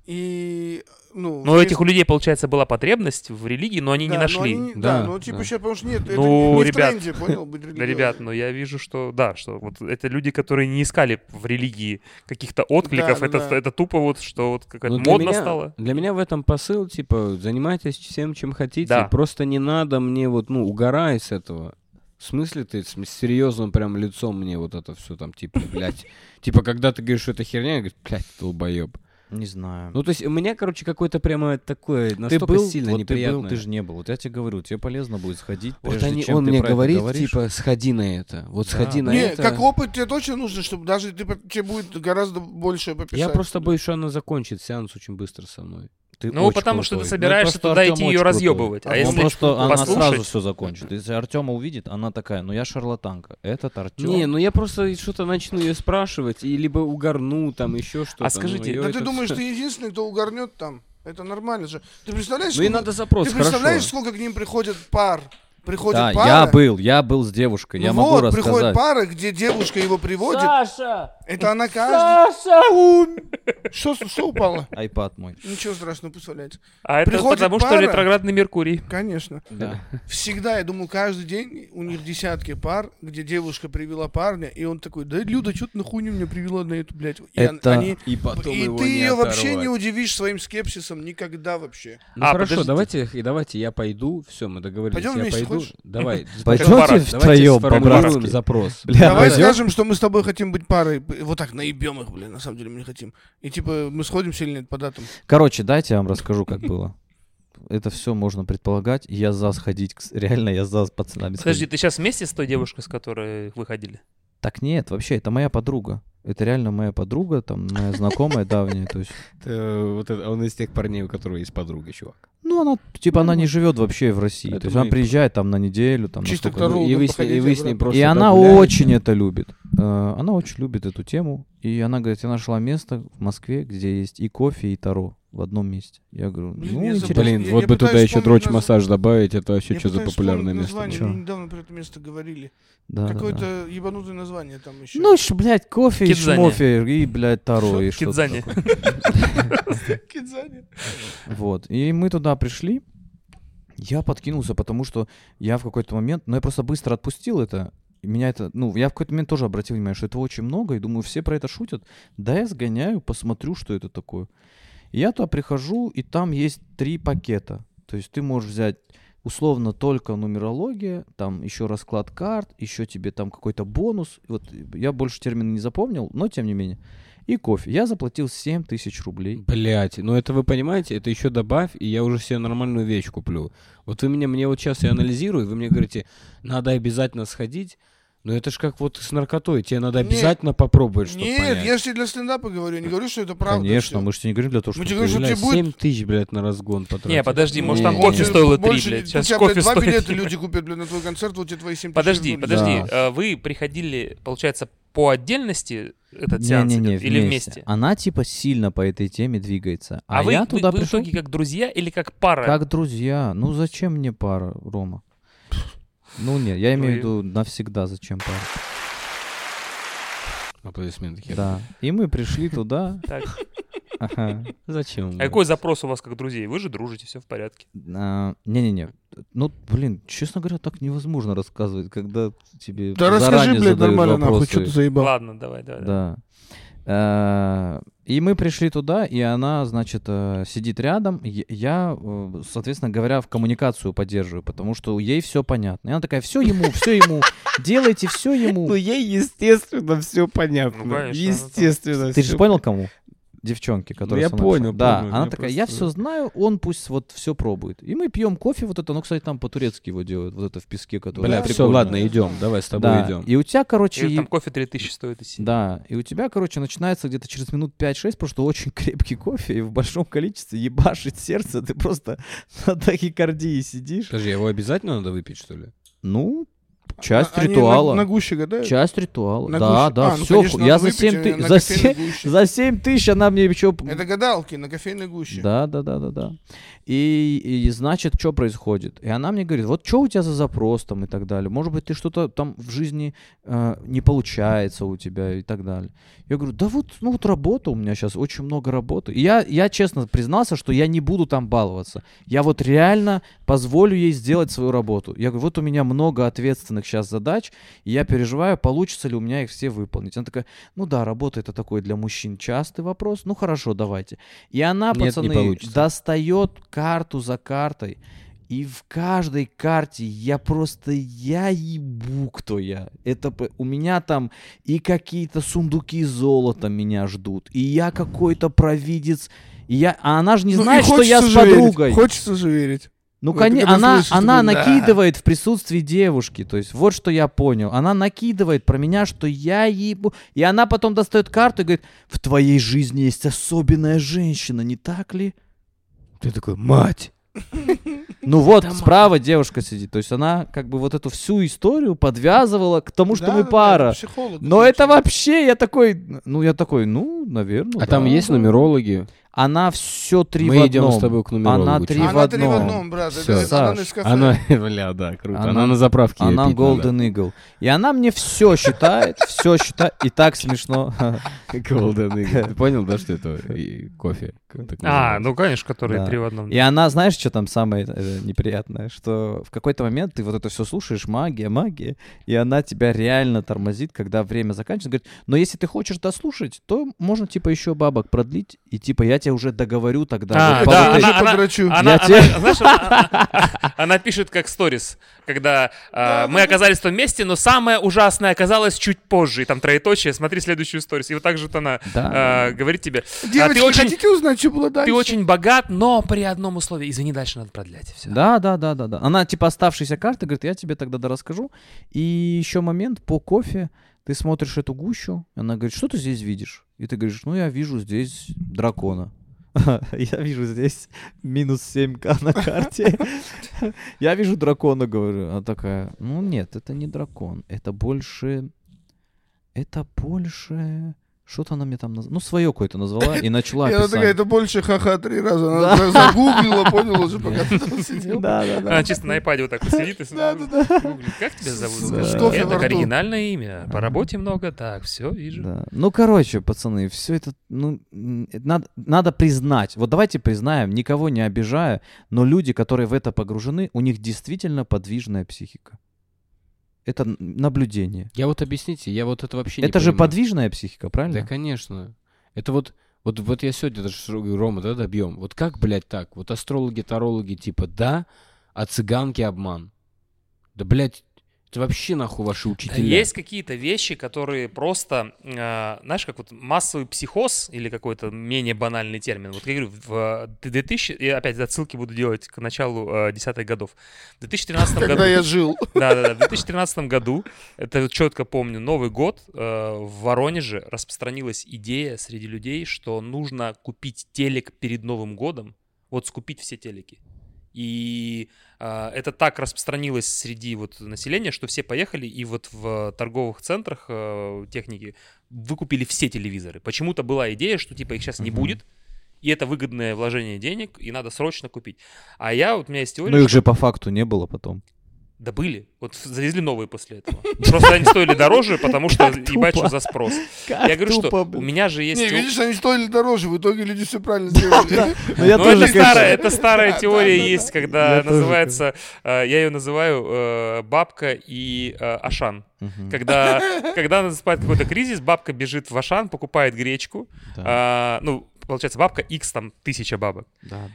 [SPEAKER 3] И, ну...
[SPEAKER 4] Но у
[SPEAKER 3] есть-
[SPEAKER 4] этих у людей, получается, была потребность в религии, но они
[SPEAKER 3] да,
[SPEAKER 4] не
[SPEAKER 3] но они
[SPEAKER 4] нашли.
[SPEAKER 3] не-
[SPEAKER 1] Да,
[SPEAKER 3] Да, ну, типа,
[SPEAKER 1] да.
[SPEAKER 3] сейчас, потому что нет, это
[SPEAKER 4] Ну,
[SPEAKER 3] не, не
[SPEAKER 4] ребят,
[SPEAKER 3] в тренде, понял, быть
[SPEAKER 4] Да, ребят, но я вижу, что да, что вот это люди, которые не искали в религии каких-то откликов.
[SPEAKER 3] да,
[SPEAKER 4] это,
[SPEAKER 3] да.
[SPEAKER 4] это тупо вот, что вот
[SPEAKER 1] Ну,
[SPEAKER 4] какая-то
[SPEAKER 1] для
[SPEAKER 4] модно
[SPEAKER 1] меня-
[SPEAKER 4] стало.
[SPEAKER 1] Для меня в этом посыл, типа, занимайтесь всем, чем хотите.
[SPEAKER 4] Да.
[SPEAKER 1] Просто не надо мне вот, ну, угорай с этого. В смысле ты с серьезным прям лицом мне вот это все там, типа, блядь. Типа, когда ты говоришь, что это херня, я говорю, блядь, долбоеб.
[SPEAKER 2] Не знаю.
[SPEAKER 1] Ну, то есть у меня, короче, какое-то прямо такое
[SPEAKER 2] ты
[SPEAKER 1] настолько
[SPEAKER 2] был,
[SPEAKER 1] сильно
[SPEAKER 2] вот ты
[SPEAKER 1] неприятное.
[SPEAKER 2] был, ты же не был. Вот я тебе говорю, тебе полезно будет сходить,
[SPEAKER 1] Вот
[SPEAKER 2] прежде
[SPEAKER 1] они,
[SPEAKER 2] чем
[SPEAKER 1] он
[SPEAKER 2] ты
[SPEAKER 1] мне
[SPEAKER 2] про это
[SPEAKER 1] говорит,
[SPEAKER 2] говоришь.
[SPEAKER 1] типа, сходи на это. Вот
[SPEAKER 2] Да.
[SPEAKER 1] сходи на
[SPEAKER 3] не,
[SPEAKER 1] ну, это.
[SPEAKER 3] как опыт тебе точно нужно, чтобы даже ты, по- тебе будет гораздо больше пописать.
[SPEAKER 1] Я просто боюсь, что она закончит сеанс очень быстро со мной.
[SPEAKER 2] Ты
[SPEAKER 4] Ну,
[SPEAKER 2] очень
[SPEAKER 4] потому что ты
[SPEAKER 2] крутой.
[SPEAKER 4] собираешься
[SPEAKER 2] просто
[SPEAKER 4] туда
[SPEAKER 2] Артём
[SPEAKER 4] идти
[SPEAKER 2] очень
[SPEAKER 4] её
[SPEAKER 2] крутой.
[SPEAKER 4] разъёбывать. А
[SPEAKER 2] Он
[SPEAKER 4] если
[SPEAKER 2] просто она
[SPEAKER 4] послушать-
[SPEAKER 2] сразу все закончит. Если Артема увидит, она такая, ну я шарлатанка, этот Артем.
[SPEAKER 1] Не, ну я просто что-то начну ее спрашивать, и либо угорну, там еще что-то. ну,
[SPEAKER 4] скажите,
[SPEAKER 1] её
[SPEAKER 3] Да
[SPEAKER 1] это Ну
[SPEAKER 3] ты думаешь,
[SPEAKER 1] всё-
[SPEAKER 3] ты единственный, кто угорнет там. Это нормально же. Ты представляешь,
[SPEAKER 1] Ну и
[SPEAKER 3] сколько-
[SPEAKER 1] надо запрос,
[SPEAKER 3] ты представляешь,
[SPEAKER 1] хорошо.
[SPEAKER 3] сколько к ним приходит пар? Приходит
[SPEAKER 2] Да,
[SPEAKER 3] пара.
[SPEAKER 2] я был, я был с девушкой,
[SPEAKER 3] Ну
[SPEAKER 2] я могу
[SPEAKER 3] вот, приходит
[SPEAKER 2] рассказать.
[SPEAKER 3] пара, где девушка его приводит.
[SPEAKER 5] Саша!
[SPEAKER 3] Это она каждый...
[SPEAKER 5] Саша!
[SPEAKER 3] Что, что упало?
[SPEAKER 2] Айпад мой.
[SPEAKER 3] Ничего страшного, пусть валяется.
[SPEAKER 4] А это
[SPEAKER 3] Приходит
[SPEAKER 4] потому, что
[SPEAKER 3] пара.
[SPEAKER 4] ретроградный Меркурий.
[SPEAKER 3] Конечно.
[SPEAKER 2] Да.
[SPEAKER 3] Всегда, я думал, каждый день у них десятки пар, где девушка привела парня, и он такой, да, Люда, что ты на хуйню меня привела на эту, блядь? И он-
[SPEAKER 2] Это-
[SPEAKER 3] они-
[SPEAKER 1] И потом
[SPEAKER 3] И
[SPEAKER 1] его
[SPEAKER 3] ты
[SPEAKER 1] не
[SPEAKER 3] ее вообще
[SPEAKER 1] оторвать.
[SPEAKER 3] не удивишь своим скепсисом никогда вообще.
[SPEAKER 1] Ну
[SPEAKER 4] А,
[SPEAKER 1] хорошо,
[SPEAKER 4] подождите.
[SPEAKER 1] давайте, и давайте я пойду, все, мы договорились,
[SPEAKER 3] Пойдем
[SPEAKER 1] я
[SPEAKER 3] вместе,
[SPEAKER 1] пойду.
[SPEAKER 3] хочешь?
[SPEAKER 1] Давай,
[SPEAKER 2] Пойдёмте
[SPEAKER 1] давайте
[SPEAKER 2] втроём
[SPEAKER 1] сформулируем
[SPEAKER 2] по-братски.
[SPEAKER 1] запрос.
[SPEAKER 2] Бля,
[SPEAKER 3] Давай
[SPEAKER 2] пойдём?
[SPEAKER 3] скажем, что мы с тобой хотим быть парой. Б- Вот так наебем их, блин, на самом деле мы не хотим. И типа мы сходимся или нет по датам.
[SPEAKER 2] Короче, дайте я вам расскажу, как было. Это все можно предполагать. Я за сходить, к с- реально я за с пацанами
[SPEAKER 4] Подожди,
[SPEAKER 2] сходить.
[SPEAKER 4] ты сейчас вместе с той девушкой, с которой выходили?
[SPEAKER 2] Так нет, вообще, это моя подруга. Это реально моя подруга, там, моя знакомая давняя, то есть.
[SPEAKER 1] Вот это, он из тех парней, у которого есть подруга, чувак.
[SPEAKER 2] Ну, она, типа, она не живет вообще в России.
[SPEAKER 1] Это
[SPEAKER 2] То есть она
[SPEAKER 1] мои-
[SPEAKER 2] приезжает там на неделю, там, на
[SPEAKER 3] Чисто
[SPEAKER 2] сколько-
[SPEAKER 3] Ну,
[SPEAKER 1] и
[SPEAKER 3] ну,
[SPEAKER 1] вы с ней- и вы с ней
[SPEAKER 3] проходите
[SPEAKER 1] просто
[SPEAKER 2] И она
[SPEAKER 1] догуляете.
[SPEAKER 2] очень это любит. Э, Она очень любит эту тему. И она говорит, я нашла место в Москве, где есть и кофе, и таро в одном месте. Я говорю,
[SPEAKER 3] Блин,
[SPEAKER 2] ну,
[SPEAKER 3] я
[SPEAKER 2] интересно.
[SPEAKER 3] забыл.
[SPEAKER 1] Блин,
[SPEAKER 3] Я-
[SPEAKER 1] вот
[SPEAKER 3] я
[SPEAKER 1] бы туда
[SPEAKER 3] пытаюсь
[SPEAKER 1] еще
[SPEAKER 3] вспомнить
[SPEAKER 1] дрочь массаж добавить, это вообще
[SPEAKER 3] Я
[SPEAKER 1] что за
[SPEAKER 3] пытаюсь
[SPEAKER 1] популярное
[SPEAKER 3] вспомнить
[SPEAKER 1] место?
[SPEAKER 3] название,
[SPEAKER 2] Чё?
[SPEAKER 3] Мне недавно про это место говорили.
[SPEAKER 2] Да, да,
[SPEAKER 3] Какое-то
[SPEAKER 2] да.
[SPEAKER 3] ебанутое название там еще.
[SPEAKER 2] Ну, ш- блядь, кофе и
[SPEAKER 4] Кидзани.
[SPEAKER 2] шмофе, и, блядь, таро, и что
[SPEAKER 4] Кидзани.
[SPEAKER 3] Кидзани.
[SPEAKER 2] Вот. И мы туда пришли. Я подкинулся, потому что я в какой-то момент... Ну, я просто быстро отпустил это. И Меня это... Ну, я в какой-то момент тоже обратил внимание, что этого очень много, и думаю, все про это шутят. Да я сгоняю, посмотрю, что это такое. И я туда прихожу, и там есть три пакета. То есть ты можешь взять условно только нумерология, там еще расклад карт, еще тебе там какой-то бонус. Вот я больше термин не запомнил, но тем не менее. и кофе. Я заплатил 7 тысяч рублей.
[SPEAKER 1] Блять, ну это вы понимаете, это еще добавь, и я уже себе нормальную вещь куплю. Вот вы меня, мне вот сейчас я анализирую, вы мне говорите, надо обязательно сходить, но это ж как вот с наркотой, тебе надо
[SPEAKER 3] Нет.
[SPEAKER 1] обязательно попробовать, чтобы
[SPEAKER 3] Нет,
[SPEAKER 1] понять.
[SPEAKER 3] я же тебе для стендапа говорю, я не говорю, что это правда.
[SPEAKER 2] Конечно,
[SPEAKER 3] всё.
[SPEAKER 2] мы же тебе не говорим для того, чтобы...
[SPEAKER 3] тебе говорим, что
[SPEAKER 1] Блядь,
[SPEAKER 3] тебе будет-
[SPEAKER 1] 7 тысяч, блядь, на разгон потратить.
[SPEAKER 4] Не, подожди, может там
[SPEAKER 2] Не.
[SPEAKER 4] кофе
[SPEAKER 2] Больше-
[SPEAKER 4] стоило 3,
[SPEAKER 3] больше-
[SPEAKER 4] блядь.
[SPEAKER 3] у
[SPEAKER 4] Сейчас
[SPEAKER 3] тебя,
[SPEAKER 4] кофе
[SPEAKER 3] блядь, два
[SPEAKER 4] стоит.
[SPEAKER 3] билета люди купят, блядь, на твой концерт, вот тебе твои 7 тысяч.
[SPEAKER 4] Подожди,
[SPEAKER 3] вернули.
[SPEAKER 4] подожди. а, Вы приходили, получается, по отдельности этот сеанс
[SPEAKER 2] Не-не-не,
[SPEAKER 4] идет? или вместе?
[SPEAKER 2] Она типа сильно по этой теме двигается. А,
[SPEAKER 4] А, вы,
[SPEAKER 2] я
[SPEAKER 4] вы-
[SPEAKER 2] туда
[SPEAKER 4] вы в
[SPEAKER 2] пришел
[SPEAKER 4] итоге как друзья или как пара?
[SPEAKER 2] как друзья. Ну зачем мне пара, Рома? Ну нет, я
[SPEAKER 4] Ну
[SPEAKER 2] имею в
[SPEAKER 4] и-
[SPEAKER 2] виду навсегда зачем пара.
[SPEAKER 1] Аплодисменты. хер.
[SPEAKER 2] Да. И мы пришли туда.
[SPEAKER 4] Так.
[SPEAKER 2] Ага.
[SPEAKER 1] Зачем?
[SPEAKER 4] А какой запрос у вас как друзей? Вы же дружите, все в порядке.
[SPEAKER 2] А, Не-не-не. Ну, блин, честно говоря, так невозможно рассказывать, когда тебе
[SPEAKER 3] Да
[SPEAKER 2] заранее
[SPEAKER 3] расскажи, блядь,
[SPEAKER 2] задают
[SPEAKER 3] нормально нахуй,
[SPEAKER 2] вопросы.
[SPEAKER 3] что ты заебал.
[SPEAKER 4] Ладно, давай, давай. давай.
[SPEAKER 2] Да. Э, И мы пришли туда, и она, значит, э, сидит рядом. Я- Я, э, соответственно говоря, в коммуникацию поддерживаю, потому что ей все понятно. И она такая, все ему, все ему, делайте все ему.
[SPEAKER 1] ей, естественно, все понятно.
[SPEAKER 4] Ну, конечно,
[SPEAKER 1] естественно.
[SPEAKER 2] Ты же понял, кому? Девчонки, которые
[SPEAKER 1] Ну, я
[SPEAKER 2] со мной
[SPEAKER 1] понял,
[SPEAKER 2] общались. Да,
[SPEAKER 1] понял,
[SPEAKER 2] она
[SPEAKER 1] я
[SPEAKER 2] такая, я
[SPEAKER 1] просто-
[SPEAKER 2] все знаю, он пусть вот все пробует. И мы пьем кофе вот это, ну, кстати, там по-турецки его делают, вот это в песке, которое
[SPEAKER 1] Бля, все,
[SPEAKER 2] прикольно.
[SPEAKER 1] ладно, идем, давай с тобой
[SPEAKER 2] Да,
[SPEAKER 1] идем.
[SPEAKER 2] И у тебя, короче,
[SPEAKER 4] И
[SPEAKER 2] и-
[SPEAKER 4] там кофе 3000 стоит и сидит.
[SPEAKER 2] Да, и у тебя, короче, начинается где-то через минут 5-6, потому что очень крепкий кофе, и в большом количестве ебашит сердце, ты просто на тахикардии сидишь.
[SPEAKER 1] Подожди, его обязательно надо выпить, что ли?
[SPEAKER 2] Ну, часть
[SPEAKER 3] А, Они на-
[SPEAKER 2] ритуала.
[SPEAKER 3] На гуще гадают?
[SPEAKER 2] Часть ритуала.
[SPEAKER 3] На
[SPEAKER 2] да,
[SPEAKER 3] гуще?
[SPEAKER 2] да,
[SPEAKER 3] А, ну,
[SPEAKER 2] все.
[SPEAKER 3] конечно,
[SPEAKER 2] я
[SPEAKER 3] надо
[SPEAKER 2] за
[SPEAKER 3] выпить,
[SPEAKER 2] 7
[SPEAKER 3] э,
[SPEAKER 2] тысяч.
[SPEAKER 3] на
[SPEAKER 2] За,
[SPEAKER 3] кофейной
[SPEAKER 2] се-
[SPEAKER 3] гуще.
[SPEAKER 2] за 7 тысяч она мне еще.
[SPEAKER 3] Это гадалки на кофейной гуще.
[SPEAKER 2] Да, да, да, да, да. И, и значит, что происходит? И она мне говорит, вот что у тебя за запрос там и так далее. Может быть, ты что-то там в жизни э, не получается у тебя и так далее. Я говорю, да вот, ну вот работа у меня сейчас, очень много работы. И я, я честно признался, что я не буду там баловаться. Я вот реально позволю ей сделать свою работу. Я говорю, вот у меня много ответственных сейчас задач, и я переживаю, получится ли у меня их все выполнить. Она такая, ну да, работа это такой для мужчин частый вопрос. Ну хорошо, давайте. И она,
[SPEAKER 1] Нет, не
[SPEAKER 2] пацаны,
[SPEAKER 1] получится.
[SPEAKER 2] достает карту за картой. И в каждой карте я просто, я ебу, кто я. Это п- у меня там и какие-то сундуки золота меня ждут, и я какой-то провидец, и я, а она же не
[SPEAKER 3] Ну, и
[SPEAKER 2] знает, что я
[SPEAKER 3] хочется
[SPEAKER 2] с
[SPEAKER 3] же верить,
[SPEAKER 2] подругой.
[SPEAKER 3] Хочется же верить.
[SPEAKER 2] Ну,
[SPEAKER 3] Ну, это
[SPEAKER 2] конечно,
[SPEAKER 3] когда
[SPEAKER 2] она,
[SPEAKER 3] слышишь,
[SPEAKER 2] она
[SPEAKER 3] такой, «Да».
[SPEAKER 2] накидывает в присутствии девушки. То есть, вот что я понял. Она накидывает про меня, что я ебу. И она потом достает карту и говорит: в твоей жизни есть особенная женщина, не так ли?
[SPEAKER 1] Ты такой, мать!
[SPEAKER 2] Ну вот, справа девушка сидит. То есть она как бы вот эту всю историю подвязывала к тому, что
[SPEAKER 3] Да,
[SPEAKER 2] мы
[SPEAKER 3] да, да,
[SPEAKER 2] пара.
[SPEAKER 3] психолог,
[SPEAKER 2] Но
[SPEAKER 3] короче.
[SPEAKER 2] это вообще, я такой, ну я такой, ну, наверное.
[SPEAKER 1] А там есть нумерологи?
[SPEAKER 2] Она все три в
[SPEAKER 1] Мы идем
[SPEAKER 2] одном.
[SPEAKER 1] с тобой к нумерологу.
[SPEAKER 2] Она три
[SPEAKER 1] чувак.
[SPEAKER 2] в
[SPEAKER 3] Она три в
[SPEAKER 2] одном.
[SPEAKER 3] одном, брат. Это,
[SPEAKER 1] Всё.
[SPEAKER 3] это
[SPEAKER 2] Саш,
[SPEAKER 3] она из кафе.
[SPEAKER 1] Она, бля, да, круто.
[SPEAKER 2] Она-
[SPEAKER 1] Она, на заправке. её
[SPEAKER 2] Она
[SPEAKER 1] пить надо.
[SPEAKER 2] Golden Eagle. И она мне все считает, все считает. И так смешно.
[SPEAKER 1] Golden Eagle. Ты понял, да, что это и кофе? как так
[SPEAKER 4] А,
[SPEAKER 1] называется?
[SPEAKER 4] ну конечно, которые
[SPEAKER 2] Да.
[SPEAKER 4] три в одном.
[SPEAKER 2] И она, знаешь, что там самое э, неприятное? Что в какой-то момент ты вот это все слушаешь, магия, магия, и она тебя реально тормозит, когда время заканчивается. Говорит, но если ты хочешь дослушать, то можно, типа, еще бабок продлить, и, типа, я тебя уже договорю тогда.
[SPEAKER 4] А,
[SPEAKER 2] вот по
[SPEAKER 4] да,
[SPEAKER 2] вот этой-
[SPEAKER 4] она- она-
[SPEAKER 3] подрачу.
[SPEAKER 4] она-
[SPEAKER 2] Я
[SPEAKER 4] она-
[SPEAKER 2] тебе-
[SPEAKER 4] знаешь, она- она- она пишет как сторис, когда а, мы оказались в том месте, но самое ужасное оказалось чуть позже. И там троеточие, смотри следующую сторис. И вот так же вот она
[SPEAKER 2] Да.
[SPEAKER 4] а, говорит тебе, а
[SPEAKER 3] Девочки,
[SPEAKER 4] ты очень,
[SPEAKER 3] хотите узнать, что было дальше?
[SPEAKER 4] ты очень богат, но при одном условии. Извини, дальше надо продлять. Все.
[SPEAKER 2] Да, да, да, да, да. Она типа оставшиеся карты говорит, я тебе тогда расскажу. И еще момент по кофе. Ты смотришь эту гущу, и она говорит, что ты здесь видишь? И ты говоришь, ну я вижу здесь дракона. Я вижу здесь минус 7к на карте. Я вижу дракона, говорю. Она такая, ну нет, это не дракон. Это больше... Это больше... Что-то она мне там назвала. Ну, свое какое-то назвала и начала
[SPEAKER 3] И она такая,
[SPEAKER 2] описание.
[SPEAKER 3] это больше ха-ха три раза.
[SPEAKER 2] Да.
[SPEAKER 3] Она за- загуглила, поняла же, пока ты там сидел.
[SPEAKER 2] Да, да, да.
[SPEAKER 4] Она А, чисто на iPad вот так вот сидит и
[SPEAKER 3] Да, да, да.
[SPEAKER 4] гуглит, как тебя зовут?
[SPEAKER 3] С-
[SPEAKER 4] Скажи,
[SPEAKER 2] с
[SPEAKER 4] «Нет,
[SPEAKER 2] кофе во
[SPEAKER 4] так
[SPEAKER 3] рту».
[SPEAKER 4] оригинальное имя, по работе много, так, все, вижу.
[SPEAKER 2] Да. Ну, короче, пацаны, все это, ну, м, это надо, надо признать. Вот давайте признаем, никого не обижая, но люди, которые в это погружены, у них действительно подвижная психика. Это н- наблюдение.
[SPEAKER 1] Я вот объясните, я вот это вообще не
[SPEAKER 2] это же
[SPEAKER 1] понимаю.
[SPEAKER 2] подвижная психика, правильно?
[SPEAKER 1] Да, конечно. Это вот, вот, вот я сегодня даже с Ро- Рома, да, добьем. Вот как, блядь, так? Вот астрологи, тарологи, типа, да, а цыганки обман. Да, блядь, Да Вообще нахуй ваши
[SPEAKER 4] Да
[SPEAKER 1] учителя.
[SPEAKER 4] А Есть какие-то вещи, которые просто, э, знаешь, как вот массовый психоз или какой-то менее банальный термин. Вот я говорю, в э, 2000, и опять отсылки буду делать к началу э, десятых годов. В 2013 году...
[SPEAKER 3] Когда я жил.
[SPEAKER 4] Да, да, да. В 2013 году, это вот четко помню, Новый год э, в Воронеже распространилась идея среди людей, что нужно купить телек перед Новым годом, вот скупить все телеки. И э, это так распространилось среди вот населения, что все поехали и вот в торговых центрах э, техники выкупили все телевизоры. Почему-то была идея, что типа их сейчас не
[SPEAKER 2] Мгм.
[SPEAKER 4] будет, и это выгодное вложение денег, и надо срочно купить. А я, вот у меня есть теория,
[SPEAKER 2] Ну их
[SPEAKER 4] что-
[SPEAKER 2] же по факту не было потом.
[SPEAKER 4] да были. Вот ф- завезли новые после этого. Просто они стоили дороже, потому что
[SPEAKER 2] Как
[SPEAKER 4] ебать,
[SPEAKER 2] тупо.
[SPEAKER 4] что за спрос. Я говорю, что у меня же есть...
[SPEAKER 3] Не,
[SPEAKER 4] теор-
[SPEAKER 3] видишь, они стоили дороже, в итоге люди все правильно сделали.
[SPEAKER 2] я
[SPEAKER 4] Ну,
[SPEAKER 2] тоже,
[SPEAKER 4] это, старая, это старая
[SPEAKER 3] Да, да,
[SPEAKER 4] теория
[SPEAKER 3] да, да.
[SPEAKER 4] есть, когда
[SPEAKER 2] Я тоже,
[SPEAKER 4] называется, э, я ее называю э, бабка и э, Ашан. Когда, когда наступает какой-то кризис, бабка бежит в Ашан, покупает гречку. а, ну, получается, бабка X там тысяча бабок.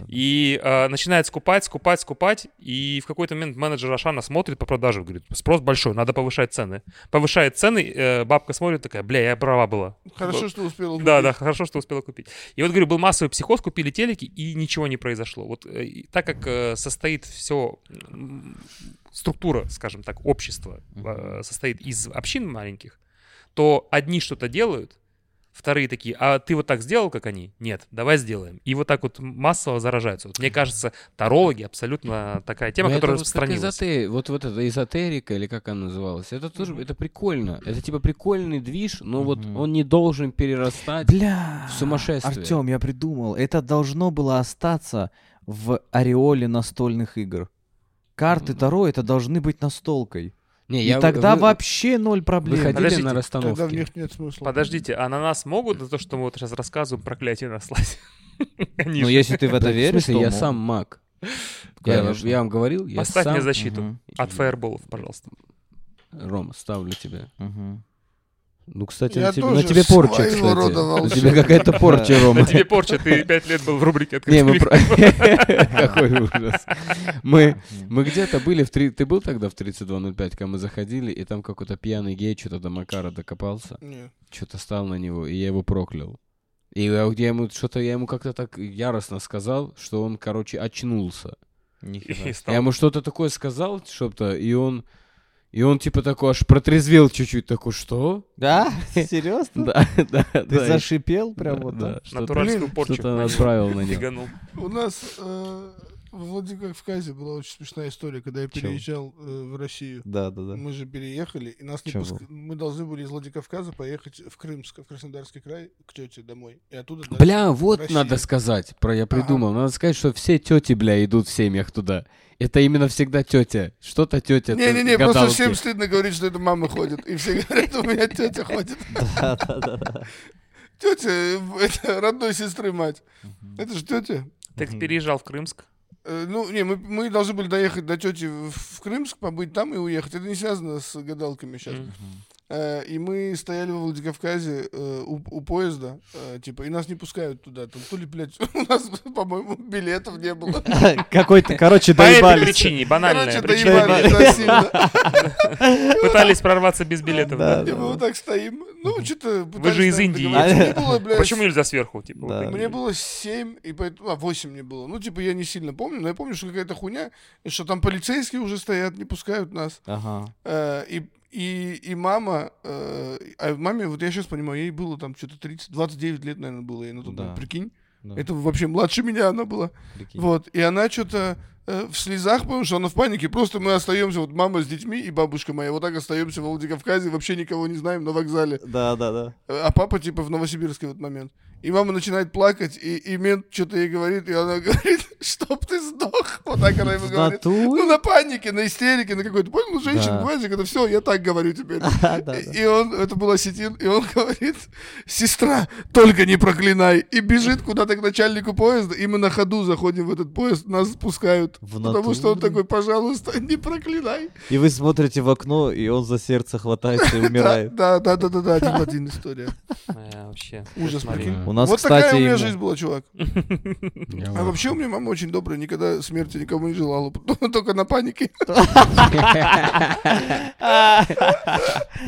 [SPEAKER 4] И э, начинает скупать, скупать, скупать. И в какой-то момент менеджер Ашана смотрит по продажам, говорит, спрос большой, надо повышать цены. Повышает цены, э, бабка смотрит такая, бля, я права была.
[SPEAKER 3] Хорошо, что успел.
[SPEAKER 4] Да, да, хорошо, что успела купить. И вот, говорю, был массовый психоз, купили телеки, и ничего не произошло. Вот э, и так как э, состоит все, структура, скажем так, общества э, состоит из общин маленьких, то одни что-то делают, вторые такие, а ты вот так сделал, как они? Нет, давай сделаем. И вот так вот массово заражаются. Вот мне кажется, тарологи абсолютно такая тема,
[SPEAKER 1] Ну, это
[SPEAKER 4] которая
[SPEAKER 1] вот как
[SPEAKER 4] распространилась.
[SPEAKER 1] эзоте- Вот, вот эта эзотерика, или как она называлась, это тоже,
[SPEAKER 4] Мгм.
[SPEAKER 1] это прикольно. Это типа прикольный движ, но вот
[SPEAKER 2] Мгм.
[SPEAKER 1] он не должен перерастать.
[SPEAKER 2] Бля,
[SPEAKER 1] в сумасшествие.
[SPEAKER 2] Артем, я придумал. Это должно было остаться в ореоле настольных игр. Карты
[SPEAKER 1] М.
[SPEAKER 2] Таро это должны быть настолкой.
[SPEAKER 1] Не,
[SPEAKER 2] И
[SPEAKER 1] я-
[SPEAKER 2] тогда
[SPEAKER 1] вы-
[SPEAKER 2] вообще ноль
[SPEAKER 1] Вы
[SPEAKER 2] проблем.
[SPEAKER 1] ходили
[SPEAKER 4] Подождите,
[SPEAKER 1] на
[SPEAKER 4] тогда
[SPEAKER 1] расстановки?
[SPEAKER 3] Тогда в них нет смысла.
[SPEAKER 4] Подождите, а на нас могут за то, что мы вот сейчас рассказываем проклятие наслать? Они
[SPEAKER 2] Ну,
[SPEAKER 4] же-
[SPEAKER 2] если ты в это
[SPEAKER 1] Да, в
[SPEAKER 2] веришь,
[SPEAKER 1] смысле,
[SPEAKER 2] то
[SPEAKER 1] я
[SPEAKER 2] мог.
[SPEAKER 1] сам маг. Я, вам-
[SPEAKER 2] Конечно.
[SPEAKER 1] я вам говорил, я
[SPEAKER 4] Поставь мне
[SPEAKER 1] сам...
[SPEAKER 4] защиту.
[SPEAKER 2] Мгм,
[SPEAKER 4] От фаерболов, пожалуйста.
[SPEAKER 1] Ром, ставлю тебя.
[SPEAKER 2] мгм.
[SPEAKER 1] Ну, кстати,
[SPEAKER 3] Я
[SPEAKER 1] на тебе, на
[SPEAKER 3] тоже
[SPEAKER 1] тебе порча,
[SPEAKER 3] своего
[SPEAKER 1] кстати.
[SPEAKER 3] рода
[SPEAKER 1] У
[SPEAKER 3] волшебник.
[SPEAKER 1] тебя какая-то порча, Рома.
[SPEAKER 4] На тебе порча, ты пять лет был в рубрике
[SPEAKER 1] Не, мы...
[SPEAKER 4] «Открытый
[SPEAKER 1] про- Какой ужас. Мы... Мы где-то были в... три- Ты был тогда в 32.05, когда мы заходили, и там какой-то пьяный гей что-то до Макара докопался,
[SPEAKER 3] Не.
[SPEAKER 1] что-то стал на него, и я его проклял. И я, я ему что-то, я ему как-то так яростно сказал, что он, короче, очнулся.
[SPEAKER 4] лифт». И стал.
[SPEAKER 1] Я ему что-то такое сказал, что-то, и он... И он типа такой аж протрезвел чуть-чуть, такой, что?
[SPEAKER 2] Да? Серьезно?
[SPEAKER 1] Да, да, да.
[SPEAKER 2] Ты зашипел прям вот
[SPEAKER 1] да,
[SPEAKER 2] так?
[SPEAKER 1] что-то-
[SPEAKER 4] Натуральскую порчу.
[SPEAKER 1] Что-то он отправил на него.
[SPEAKER 4] Фиганул.
[SPEAKER 3] У нас э, во Владикавказе была очень смешная история, когда я
[SPEAKER 2] Чего?
[SPEAKER 3] переезжал э, в Россию.
[SPEAKER 2] Да, да, да.
[SPEAKER 3] Мы же переехали, и нас не
[SPEAKER 2] Чего?
[SPEAKER 3] пуск- Мы должны были из Владикавказа поехать в Крымск, в Краснодарский край, к тете домой. И оттуда дальше
[SPEAKER 1] Бля, вот
[SPEAKER 3] Россия.
[SPEAKER 1] надо сказать, про я придумал. Надо сказать, что все тети, бля, идут в семьях туда. Это именно всегда тетя. Что-то тетя.
[SPEAKER 3] Не-не-не, просто всем стыдно говорить, что это мама ходит. И все говорят, у меня тетя ходит. Тетя, э, это родной сестры мать. Это же тетя.
[SPEAKER 4] Ты переезжал в Крымск.
[SPEAKER 3] Э, Ну, не, мы, мы должны были доехать до тети в в Крымск, побыть там и уехать. Это не связано с гадалками сейчас.
[SPEAKER 4] М.
[SPEAKER 3] Э, И мы стояли во Владикавказе э, у, у поезда, э, типа, и нас не пускают туда. Там то ли, блядь, у нас, по-моему, билетов не было.
[SPEAKER 2] Какой-то, короче,
[SPEAKER 4] По этой
[SPEAKER 2] доебались.
[SPEAKER 4] причине, банальная
[SPEAKER 3] Короче,
[SPEAKER 4] причина.
[SPEAKER 3] доебали нас сильно.
[SPEAKER 4] Пытались прорваться без билетов.
[SPEAKER 2] Да,
[SPEAKER 4] да.
[SPEAKER 3] И мы Типа, вот так стоим. Ну, что-то...
[SPEAKER 4] же из Индии. А
[SPEAKER 3] Мне было, блядь,
[SPEAKER 4] Почему нельзя сверху? типа, вот
[SPEAKER 2] Да.
[SPEAKER 4] такие?
[SPEAKER 3] Мне было 7, и поэтому, а, 8 мне было. Ну, типа, я не сильно помню, но я помню, что какая-то хуйня, и что там полицейские уже стоят, не пускают нас.
[SPEAKER 2] Ага.
[SPEAKER 3] Э, и, и, и мама, э, а маме, вот я сейчас понимаю, ей было там что-то 30, 29 лет, наверное, было ей на тот
[SPEAKER 2] Да.
[SPEAKER 3] момент, прикинь.
[SPEAKER 2] Да,
[SPEAKER 3] Это вообще младше меня она была.
[SPEAKER 2] Ну, прикинь.
[SPEAKER 3] Вот, и она что-то в слезах, потому что она в панике. Просто мы остаемся, вот мама с детьми и бабушка моя, вот так остаемся в Владикавказе, вообще никого не знаем на вокзале.
[SPEAKER 2] Да, да, да.
[SPEAKER 3] Э, А папа, типа, в Новосибирске в этот момент. И мама начинает плакать, и, и мент что-то ей говорит, и она говорит, чтоб ты сдох. Вот так она ему
[SPEAKER 2] В
[SPEAKER 3] говорит.
[SPEAKER 2] натуре?
[SPEAKER 3] Ну, на панике, на истерике, на какой-то. Понял, женщин,
[SPEAKER 2] Да.
[SPEAKER 3] мальчик, это все, я так говорю теперь.
[SPEAKER 2] Да, да, да.
[SPEAKER 3] И он, это был осетин, и он говорит, сестра, только не проклинай. И бежит куда-то к начальнику поезда, и мы на ходу заходим в этот поезд, нас спускают.
[SPEAKER 2] В
[SPEAKER 3] Потому что он
[SPEAKER 2] натуре?
[SPEAKER 3] такой, пожалуйста, не проклинай.
[SPEAKER 2] И вы смотрите в окно, и он за сердце хватается и умирает.
[SPEAKER 3] Да, да, да, да, да, один в один история.
[SPEAKER 4] Э, Вообще.
[SPEAKER 3] Ужас,
[SPEAKER 4] кошмар.
[SPEAKER 3] прикинь.
[SPEAKER 2] У нас,
[SPEAKER 3] вот
[SPEAKER 2] кстати,
[SPEAKER 3] такая у меня
[SPEAKER 2] именно-
[SPEAKER 3] А жизнь была, чувак. А вообще у меня мама очень добрая, никогда смерти никому не желала, только на панике.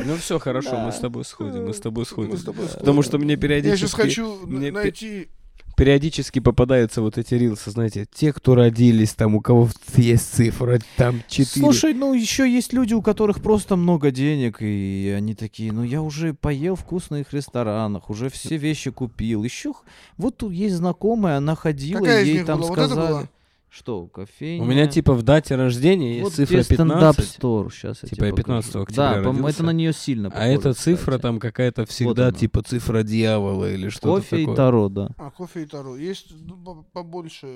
[SPEAKER 1] Ну все, хорошо, мы с тобой сходим, мы с тобой сходим.
[SPEAKER 3] Мы с тобой
[SPEAKER 1] Потому что мне
[SPEAKER 3] Я
[SPEAKER 1] периодически...
[SPEAKER 3] сейчас хочу
[SPEAKER 1] мне
[SPEAKER 3] н- найти...
[SPEAKER 1] периодически попадаются вот эти рилсы, знаете, те, кто родились, там у кого есть цифра, там 4.
[SPEAKER 2] Слушай, ну еще есть люди, у которых просто много денег, и они такие, ну я уже поел в вкусных ресторанах, уже все вещи купил. Еще х- вот тут есть знакомая, она ходила,
[SPEAKER 3] Какая из
[SPEAKER 2] ей
[SPEAKER 3] них
[SPEAKER 2] там
[SPEAKER 3] была? Вот это
[SPEAKER 2] сказали.
[SPEAKER 3] была?
[SPEAKER 2] Что, кофейня?
[SPEAKER 1] у меня типа в дате рождения есть
[SPEAKER 2] вот
[SPEAKER 1] цифра
[SPEAKER 2] тебе стендап
[SPEAKER 1] 15,
[SPEAKER 2] стор. Сейчас я
[SPEAKER 1] Типа
[SPEAKER 2] тебе
[SPEAKER 1] я
[SPEAKER 2] покажу.
[SPEAKER 1] 15 октября
[SPEAKER 2] Да, по-моему,
[SPEAKER 1] родился.
[SPEAKER 2] это на нее сильно
[SPEAKER 1] а
[SPEAKER 2] похоже,
[SPEAKER 1] эта цифра
[SPEAKER 2] кстати.
[SPEAKER 1] там какая-то всегда
[SPEAKER 2] она.
[SPEAKER 1] типа цифра дьявола или что-то
[SPEAKER 2] Кофе
[SPEAKER 1] такое.
[SPEAKER 2] и Таро, да.
[SPEAKER 3] А, кофе и таро. Есть ну, по- побольше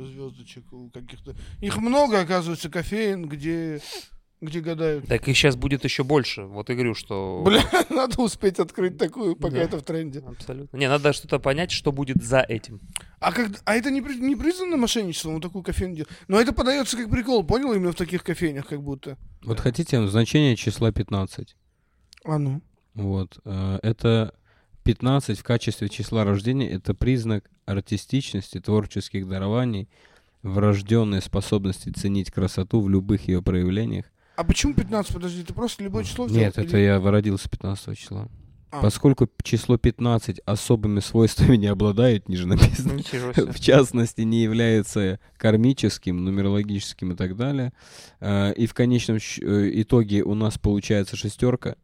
[SPEAKER 3] звездочек у каких-то. Их много, оказывается, кофеин, где, где гадают.
[SPEAKER 4] Так и сейчас будет еще больше. Вот и говорю, что...
[SPEAKER 3] Бля, надо успеть открыть такую, пока
[SPEAKER 4] Да.
[SPEAKER 3] это в тренде.
[SPEAKER 4] Абсолютно. Не, надо что-то понять, что будет за этим.
[SPEAKER 3] А, как, а это не, при- не признано мошенничеством, вот такую кофейню делать? Но это подается как прикол, понял? Именно в таких кофейнях как будто.
[SPEAKER 1] Вот хотите ну, значение числа 15?
[SPEAKER 3] А ну.
[SPEAKER 1] Вот. э, Это 15 в качестве числа рождения это признак артистичности, творческих дарований, врожденной способности ценить красоту в любых ее проявлениях.
[SPEAKER 3] А почему 15? Подожди, ты просто любое число взял?
[SPEAKER 1] Нет,
[SPEAKER 3] Или-
[SPEAKER 1] это я родился 15 числа.
[SPEAKER 3] А.
[SPEAKER 1] Поскольку п- число 15 особыми свойствами не обладает, ниже написано,
[SPEAKER 3] Ну,
[SPEAKER 4] Ничего себе.
[SPEAKER 1] в частности, не является кармическим, нумерологическим и так далее, э, и в конечном щ- э, итоге у нас получается шестерка.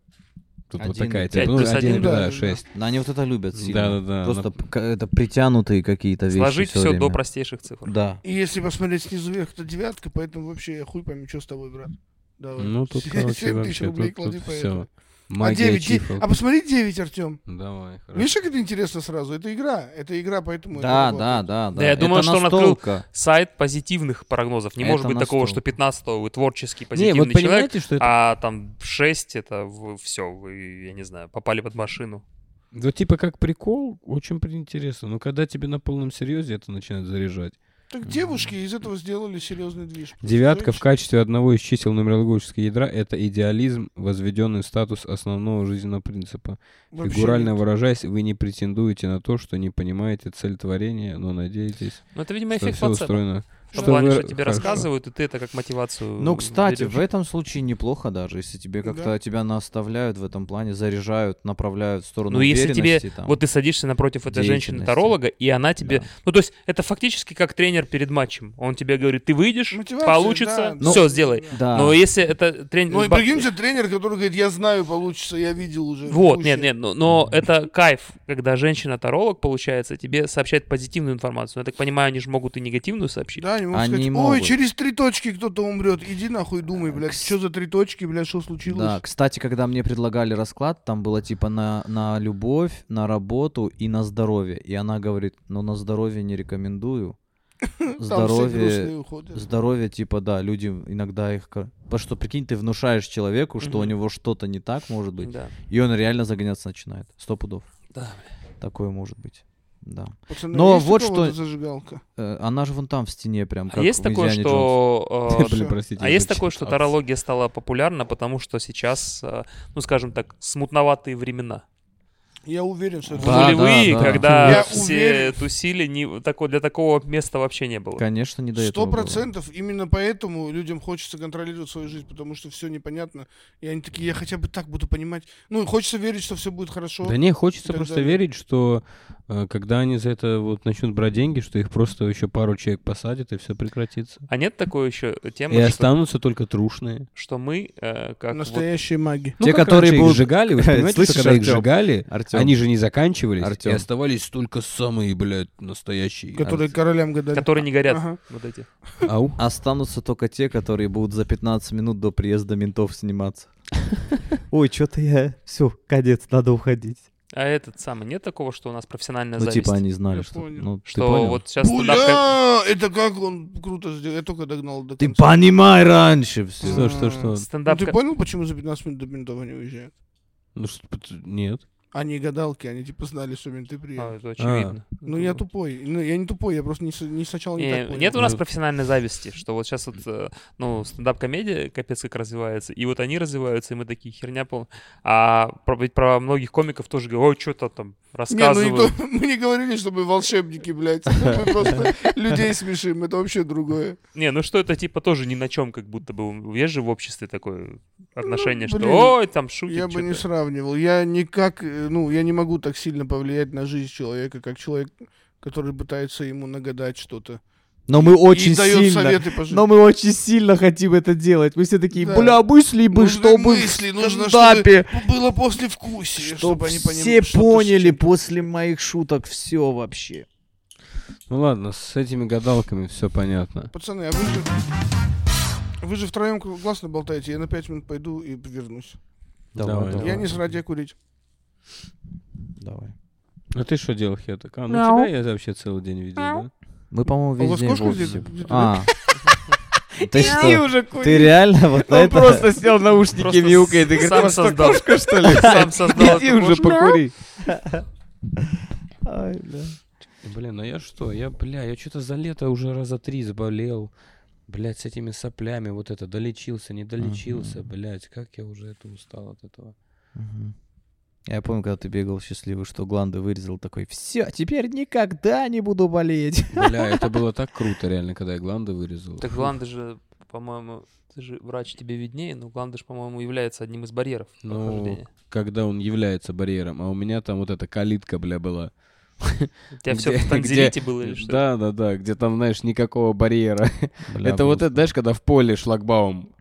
[SPEAKER 1] Тут вот
[SPEAKER 2] Один,
[SPEAKER 1] такая
[SPEAKER 4] пять
[SPEAKER 1] ну,
[SPEAKER 4] плюс
[SPEAKER 1] один,
[SPEAKER 4] один.
[SPEAKER 1] да,
[SPEAKER 3] Да, да,
[SPEAKER 1] шесть.
[SPEAKER 2] Но они вот это любят сильно.
[SPEAKER 1] Да-да-да.
[SPEAKER 2] Просто п- ка- это притянутые какие-то вещи.
[SPEAKER 4] Сложить
[SPEAKER 2] всё
[SPEAKER 4] все до
[SPEAKER 2] время.
[SPEAKER 4] простейших цифр.
[SPEAKER 2] Да.
[SPEAKER 3] И если посмотреть снизу вверх, это девятка, поэтому вообще я хуй пойми, что с тобой, брат. Давай.
[SPEAKER 1] Ну, тут,
[SPEAKER 3] Семь
[SPEAKER 1] короче,
[SPEAKER 3] тысяч
[SPEAKER 1] вообще,
[SPEAKER 3] рублей
[SPEAKER 1] тут,
[SPEAKER 3] клади,
[SPEAKER 1] все.
[SPEAKER 3] поэтому. а,
[SPEAKER 1] Магия
[SPEAKER 3] 9,
[SPEAKER 1] чифов.
[SPEAKER 3] а посмотри 9, Артем.
[SPEAKER 1] Давай, хорошо.
[SPEAKER 3] Видишь, как это интересно сразу? Это игра. Это игра, поэтому...
[SPEAKER 2] Да,
[SPEAKER 3] это
[SPEAKER 2] да,
[SPEAKER 3] работает.
[SPEAKER 2] да,
[SPEAKER 4] Да, я
[SPEAKER 2] Это
[SPEAKER 4] думаю, что он открыл
[SPEAKER 2] настолка.
[SPEAKER 4] Сайт позитивных прогнозов.
[SPEAKER 1] А
[SPEAKER 4] Не может
[SPEAKER 2] Это
[SPEAKER 4] быть такого, что
[SPEAKER 2] настолько.
[SPEAKER 4] 15-го вы творческий
[SPEAKER 1] Не,
[SPEAKER 4] позитивный
[SPEAKER 1] вот
[SPEAKER 4] человек,
[SPEAKER 1] понимаете, что это...
[SPEAKER 4] а там 6 это все, вы, я не знаю, попали под машину.
[SPEAKER 1] Ну, типа как прикол, очень при- интересно. Но когда тебе на полном серьезе это начинает заряжать.
[SPEAKER 3] Так девушки из этого сделали серьезный движ.
[SPEAKER 1] Девятка в
[SPEAKER 3] Женщины.
[SPEAKER 1] качестве одного из чисел нумерологического ядра — это идеализм, возведенный в статус основного жизненного принципа.
[SPEAKER 3] Вообще
[SPEAKER 1] Фигурально
[SPEAKER 3] нет.
[SPEAKER 1] выражаясь, вы не претендуете на то, что не понимаете цель творения, но надеетесь,
[SPEAKER 4] Ну, это, видимо,
[SPEAKER 1] что
[SPEAKER 4] эффект
[SPEAKER 1] все
[SPEAKER 4] плацебо.
[SPEAKER 1] устроено. Что
[SPEAKER 4] Что, в плане,
[SPEAKER 1] вы-
[SPEAKER 4] что тебе
[SPEAKER 1] хорошо.
[SPEAKER 4] рассказывают, и ты это как мотивацию
[SPEAKER 2] Ну, кстати,
[SPEAKER 4] берёшь.
[SPEAKER 2] в этом случае неплохо даже, если тебе как-то
[SPEAKER 3] Да.
[SPEAKER 2] тебя наставляют в этом плане, заряжают, направляют в сторону
[SPEAKER 4] Ну, если тебе
[SPEAKER 2] уверенности там.
[SPEAKER 4] Вот ты садишься напротив этой женщины-таролога, и она тебе...
[SPEAKER 2] Да.
[SPEAKER 4] Ну, то есть это фактически как тренер перед матчем. Он тебе говорит, ты выйдешь,
[SPEAKER 3] Мотивация,
[SPEAKER 4] получится,
[SPEAKER 3] да, да.
[SPEAKER 4] все, сделай.
[SPEAKER 2] Ну, Да.
[SPEAKER 4] Но если это тренер...
[SPEAKER 3] Ну и прикиньте, тренер, который говорит, я знаю, получится, я видел уже.
[SPEAKER 4] Вот,
[SPEAKER 3] Пусть
[SPEAKER 4] нет,
[SPEAKER 3] я-
[SPEAKER 4] нет, но, но это кайф, когда женщина-таролог, получается, тебе сообщает позитивную информацию. Я так понимаю, они же могут и негативную сообщить.
[SPEAKER 3] Да, они могут
[SPEAKER 2] Они
[SPEAKER 3] сказать, ой,
[SPEAKER 2] могут.
[SPEAKER 3] через три точки кто-то умрет. Иди нахуй думай, блядь, что за три точки, блядь, что случилось?
[SPEAKER 2] Да, кстати, когда мне предлагали расклад, там было типа на, на любовь, на работу и на здоровье. И она говорит, ну на здоровье не рекомендую.
[SPEAKER 3] Там все
[SPEAKER 2] Здоровье,
[SPEAKER 3] грустные уходят.
[SPEAKER 2] здоровье типа, да, люди иногда их... ко- Потому что, прикинь, ты внушаешь человеку, что у
[SPEAKER 4] Мгм.
[SPEAKER 2] него что-то не так может быть,
[SPEAKER 4] Да.
[SPEAKER 2] и он реально загоняться начинает. Сто пудов.
[SPEAKER 4] Да,
[SPEAKER 2] Такое может быть. Да.
[SPEAKER 3] Пацаны,
[SPEAKER 2] Но
[SPEAKER 3] есть у
[SPEAKER 2] вот что-
[SPEAKER 3] кого-то зажигалка.
[SPEAKER 2] Э, Она же вон там в стене прям,
[SPEAKER 4] А
[SPEAKER 2] Ну, как
[SPEAKER 4] есть
[SPEAKER 2] в
[SPEAKER 4] такое,
[SPEAKER 2] «Индиане
[SPEAKER 4] что... э,
[SPEAKER 1] Блин,
[SPEAKER 3] всё.
[SPEAKER 1] простите,
[SPEAKER 4] А
[SPEAKER 1] я
[SPEAKER 4] есть
[SPEAKER 1] зачитался.
[SPEAKER 4] такое, что тарология стала популярна, потому что сейчас, э, ну, скажем так, смутноватые времена.
[SPEAKER 3] Я уверен, что
[SPEAKER 4] В
[SPEAKER 3] это...
[SPEAKER 2] Да,
[SPEAKER 4] нулевые,
[SPEAKER 2] да, да.
[SPEAKER 4] когда
[SPEAKER 3] Я
[SPEAKER 4] все
[SPEAKER 3] уверен.
[SPEAKER 4] тусили, не, такого, для такого места вообще не было.
[SPEAKER 2] Джонс». Конечно, не до этого
[SPEAKER 3] Сто
[SPEAKER 2] было.
[SPEAKER 3] процентов. Именно поэтому людям хочется контролировать свою жизнь, потому что все непонятно. И они такие, я хотя бы так буду понимать. Ну, и хочется верить, что все будет хорошо.
[SPEAKER 1] Да не, хочется
[SPEAKER 3] так
[SPEAKER 1] просто
[SPEAKER 3] далее.
[SPEAKER 1] верить, что э, когда они за это вот начнут брать деньги, что их просто еще пару человек посадят и все прекратится.
[SPEAKER 4] А нет такой еще
[SPEAKER 1] И
[SPEAKER 4] темы, что,
[SPEAKER 1] останутся только трушные.
[SPEAKER 4] что мы, э,
[SPEAKER 3] Ну,
[SPEAKER 4] как вот-
[SPEAKER 3] Настоящие маги.
[SPEAKER 2] Те, которые
[SPEAKER 1] раньше их
[SPEAKER 2] будут-
[SPEAKER 1] сжигали, вы же понимаете,
[SPEAKER 2] Слышишь,
[SPEAKER 1] что когда их
[SPEAKER 2] Артём?
[SPEAKER 1] сжигали,
[SPEAKER 2] Артём.
[SPEAKER 1] они же не заканчивались,
[SPEAKER 2] Артём.
[SPEAKER 1] и оставались только самые, блядь, настоящие.
[SPEAKER 3] Которые королям гадали.
[SPEAKER 4] которые не горят,
[SPEAKER 3] Ага.
[SPEAKER 4] вот эти.
[SPEAKER 1] Ау.
[SPEAKER 2] Останутся только те, которые будут за 15 минут до приезда ментов сниматься. Ой, что-то я... Все, конец, надо уходить.
[SPEAKER 4] А этот самый, нет такого, что у нас профессиональная
[SPEAKER 2] Ну,
[SPEAKER 4] зависть?
[SPEAKER 2] типа они знали,
[SPEAKER 3] Я
[SPEAKER 2] что...
[SPEAKER 3] понял.
[SPEAKER 2] Ну, ты
[SPEAKER 4] что
[SPEAKER 2] понял?
[SPEAKER 4] вот сейчас стендап...
[SPEAKER 3] Бля, это как он круто сделал. Я только догнал до
[SPEAKER 2] Ты
[SPEAKER 3] конца.
[SPEAKER 2] понимай раньше все.
[SPEAKER 1] Что, что, что?
[SPEAKER 3] Ну,
[SPEAKER 4] стендап
[SPEAKER 3] ты понял, почему за 15 минут до ментов они уезжают?
[SPEAKER 1] Ну, что- пот- нет.
[SPEAKER 3] Они гадалки, они типа знали, что менты
[SPEAKER 4] А,
[SPEAKER 3] приедут.
[SPEAKER 4] это очевидно.
[SPEAKER 3] Ну, я тупой. Ну, я не тупой, я просто не, с- не сначала не,
[SPEAKER 4] Не,
[SPEAKER 3] так понял.
[SPEAKER 4] нет у нас
[SPEAKER 1] Ну.
[SPEAKER 4] профессиональной зависти, что вот сейчас вот, э, ну, стендап-комедия капец как развивается, и вот они развиваются, и мы такие херня пол. А про, ведь про многих комиков тоже говорят, ой, что-то там
[SPEAKER 3] Не, ну
[SPEAKER 4] рассказывают.
[SPEAKER 3] никто- мы не говорили, что мы волшебники, блядь. Мы просто людей смешим, это вообще другое.
[SPEAKER 4] Не, ну что это типа тоже ни на чем, как будто бы есть же в обществе такое отношение, что
[SPEAKER 3] Ну, блин,
[SPEAKER 4] ой, там шутит.
[SPEAKER 3] Я бы не
[SPEAKER 4] чё-то».
[SPEAKER 3] сравнивал. Я никак, э, ну, я не могу так сильно повлиять на жизнь человека, как человек, который пытается ему нагадать что-то.
[SPEAKER 2] Но мы очень
[SPEAKER 3] И дает
[SPEAKER 2] сильно...
[SPEAKER 3] советы по жизни.
[SPEAKER 2] Но мы очень сильно хотим это делать. Мы все такие,
[SPEAKER 3] Да.
[SPEAKER 2] бля, мысли бы,
[SPEAKER 3] Нужны
[SPEAKER 2] чтобы
[SPEAKER 3] мысли,
[SPEAKER 2] в
[SPEAKER 3] нужно,
[SPEAKER 2] стендапе,
[SPEAKER 3] Было после вкусия,
[SPEAKER 2] чтоб
[SPEAKER 3] чтобы они
[SPEAKER 2] все
[SPEAKER 3] понимали, что ты
[SPEAKER 2] поняли
[SPEAKER 3] шутишь.
[SPEAKER 2] после моих шуток все вообще.
[SPEAKER 1] Ну ладно, с этими гадалками все понятно.
[SPEAKER 3] Пацаны, а вы же... Вы же втроем кру- классно болтаете. Я на пять минут пойду и вернусь.
[SPEAKER 1] Давай,
[SPEAKER 3] Я
[SPEAKER 1] давай.
[SPEAKER 3] не с радио курить.
[SPEAKER 2] Давай.
[SPEAKER 1] А ты что делал, Хетак? А, ну тебя я вообще целый день видел, да?
[SPEAKER 2] Мы, по-моему,
[SPEAKER 3] А
[SPEAKER 2] весь
[SPEAKER 3] у вас
[SPEAKER 2] день в
[SPEAKER 3] кошка
[SPEAKER 2] офисе.
[SPEAKER 3] где-то? где-то,
[SPEAKER 2] А.
[SPEAKER 3] да?
[SPEAKER 2] Ты что? Ты реально вот на
[SPEAKER 5] Он
[SPEAKER 2] это...
[SPEAKER 5] просто снял наушники,
[SPEAKER 4] Просто
[SPEAKER 5] мяукает и
[SPEAKER 4] с-
[SPEAKER 5] говорит,
[SPEAKER 4] сам
[SPEAKER 5] «У вас что,
[SPEAKER 4] создал.
[SPEAKER 5] кошка, что ли?
[SPEAKER 4] Сам создал
[SPEAKER 5] Иди
[SPEAKER 4] эту
[SPEAKER 5] уже
[SPEAKER 4] кошку.
[SPEAKER 5] покури.
[SPEAKER 2] Ай, да.
[SPEAKER 1] Блин, а я что? Я, бля, я что-то за лето уже раза три заболел. Блять, с этими соплями вот это, долечился, не долечился, блять, как я уже это устал от этого.
[SPEAKER 2] Мгм. Я помню, когда ты бегал счастливый, что гланды вырезал такой, все, теперь никогда не буду болеть.
[SPEAKER 1] Бля, это было так круто, реально, когда я гланды вырезал.
[SPEAKER 4] Так гланды же, по-моему, ты же врач, тебе виднее, но гланды же, по-моему, является одним из барьеров
[SPEAKER 1] Ну,
[SPEAKER 4] прохождения.
[SPEAKER 1] Когда он является барьером, а у меня там вот эта калитка, бля, была.
[SPEAKER 4] У тебя все
[SPEAKER 1] где-
[SPEAKER 4] в танзелите было или что?
[SPEAKER 1] Да, да, да, где там, знаешь, никакого барьера.
[SPEAKER 2] Бля,
[SPEAKER 1] Это вот
[SPEAKER 2] был-
[SPEAKER 1] это, знаешь, когда в поле шлагбаум.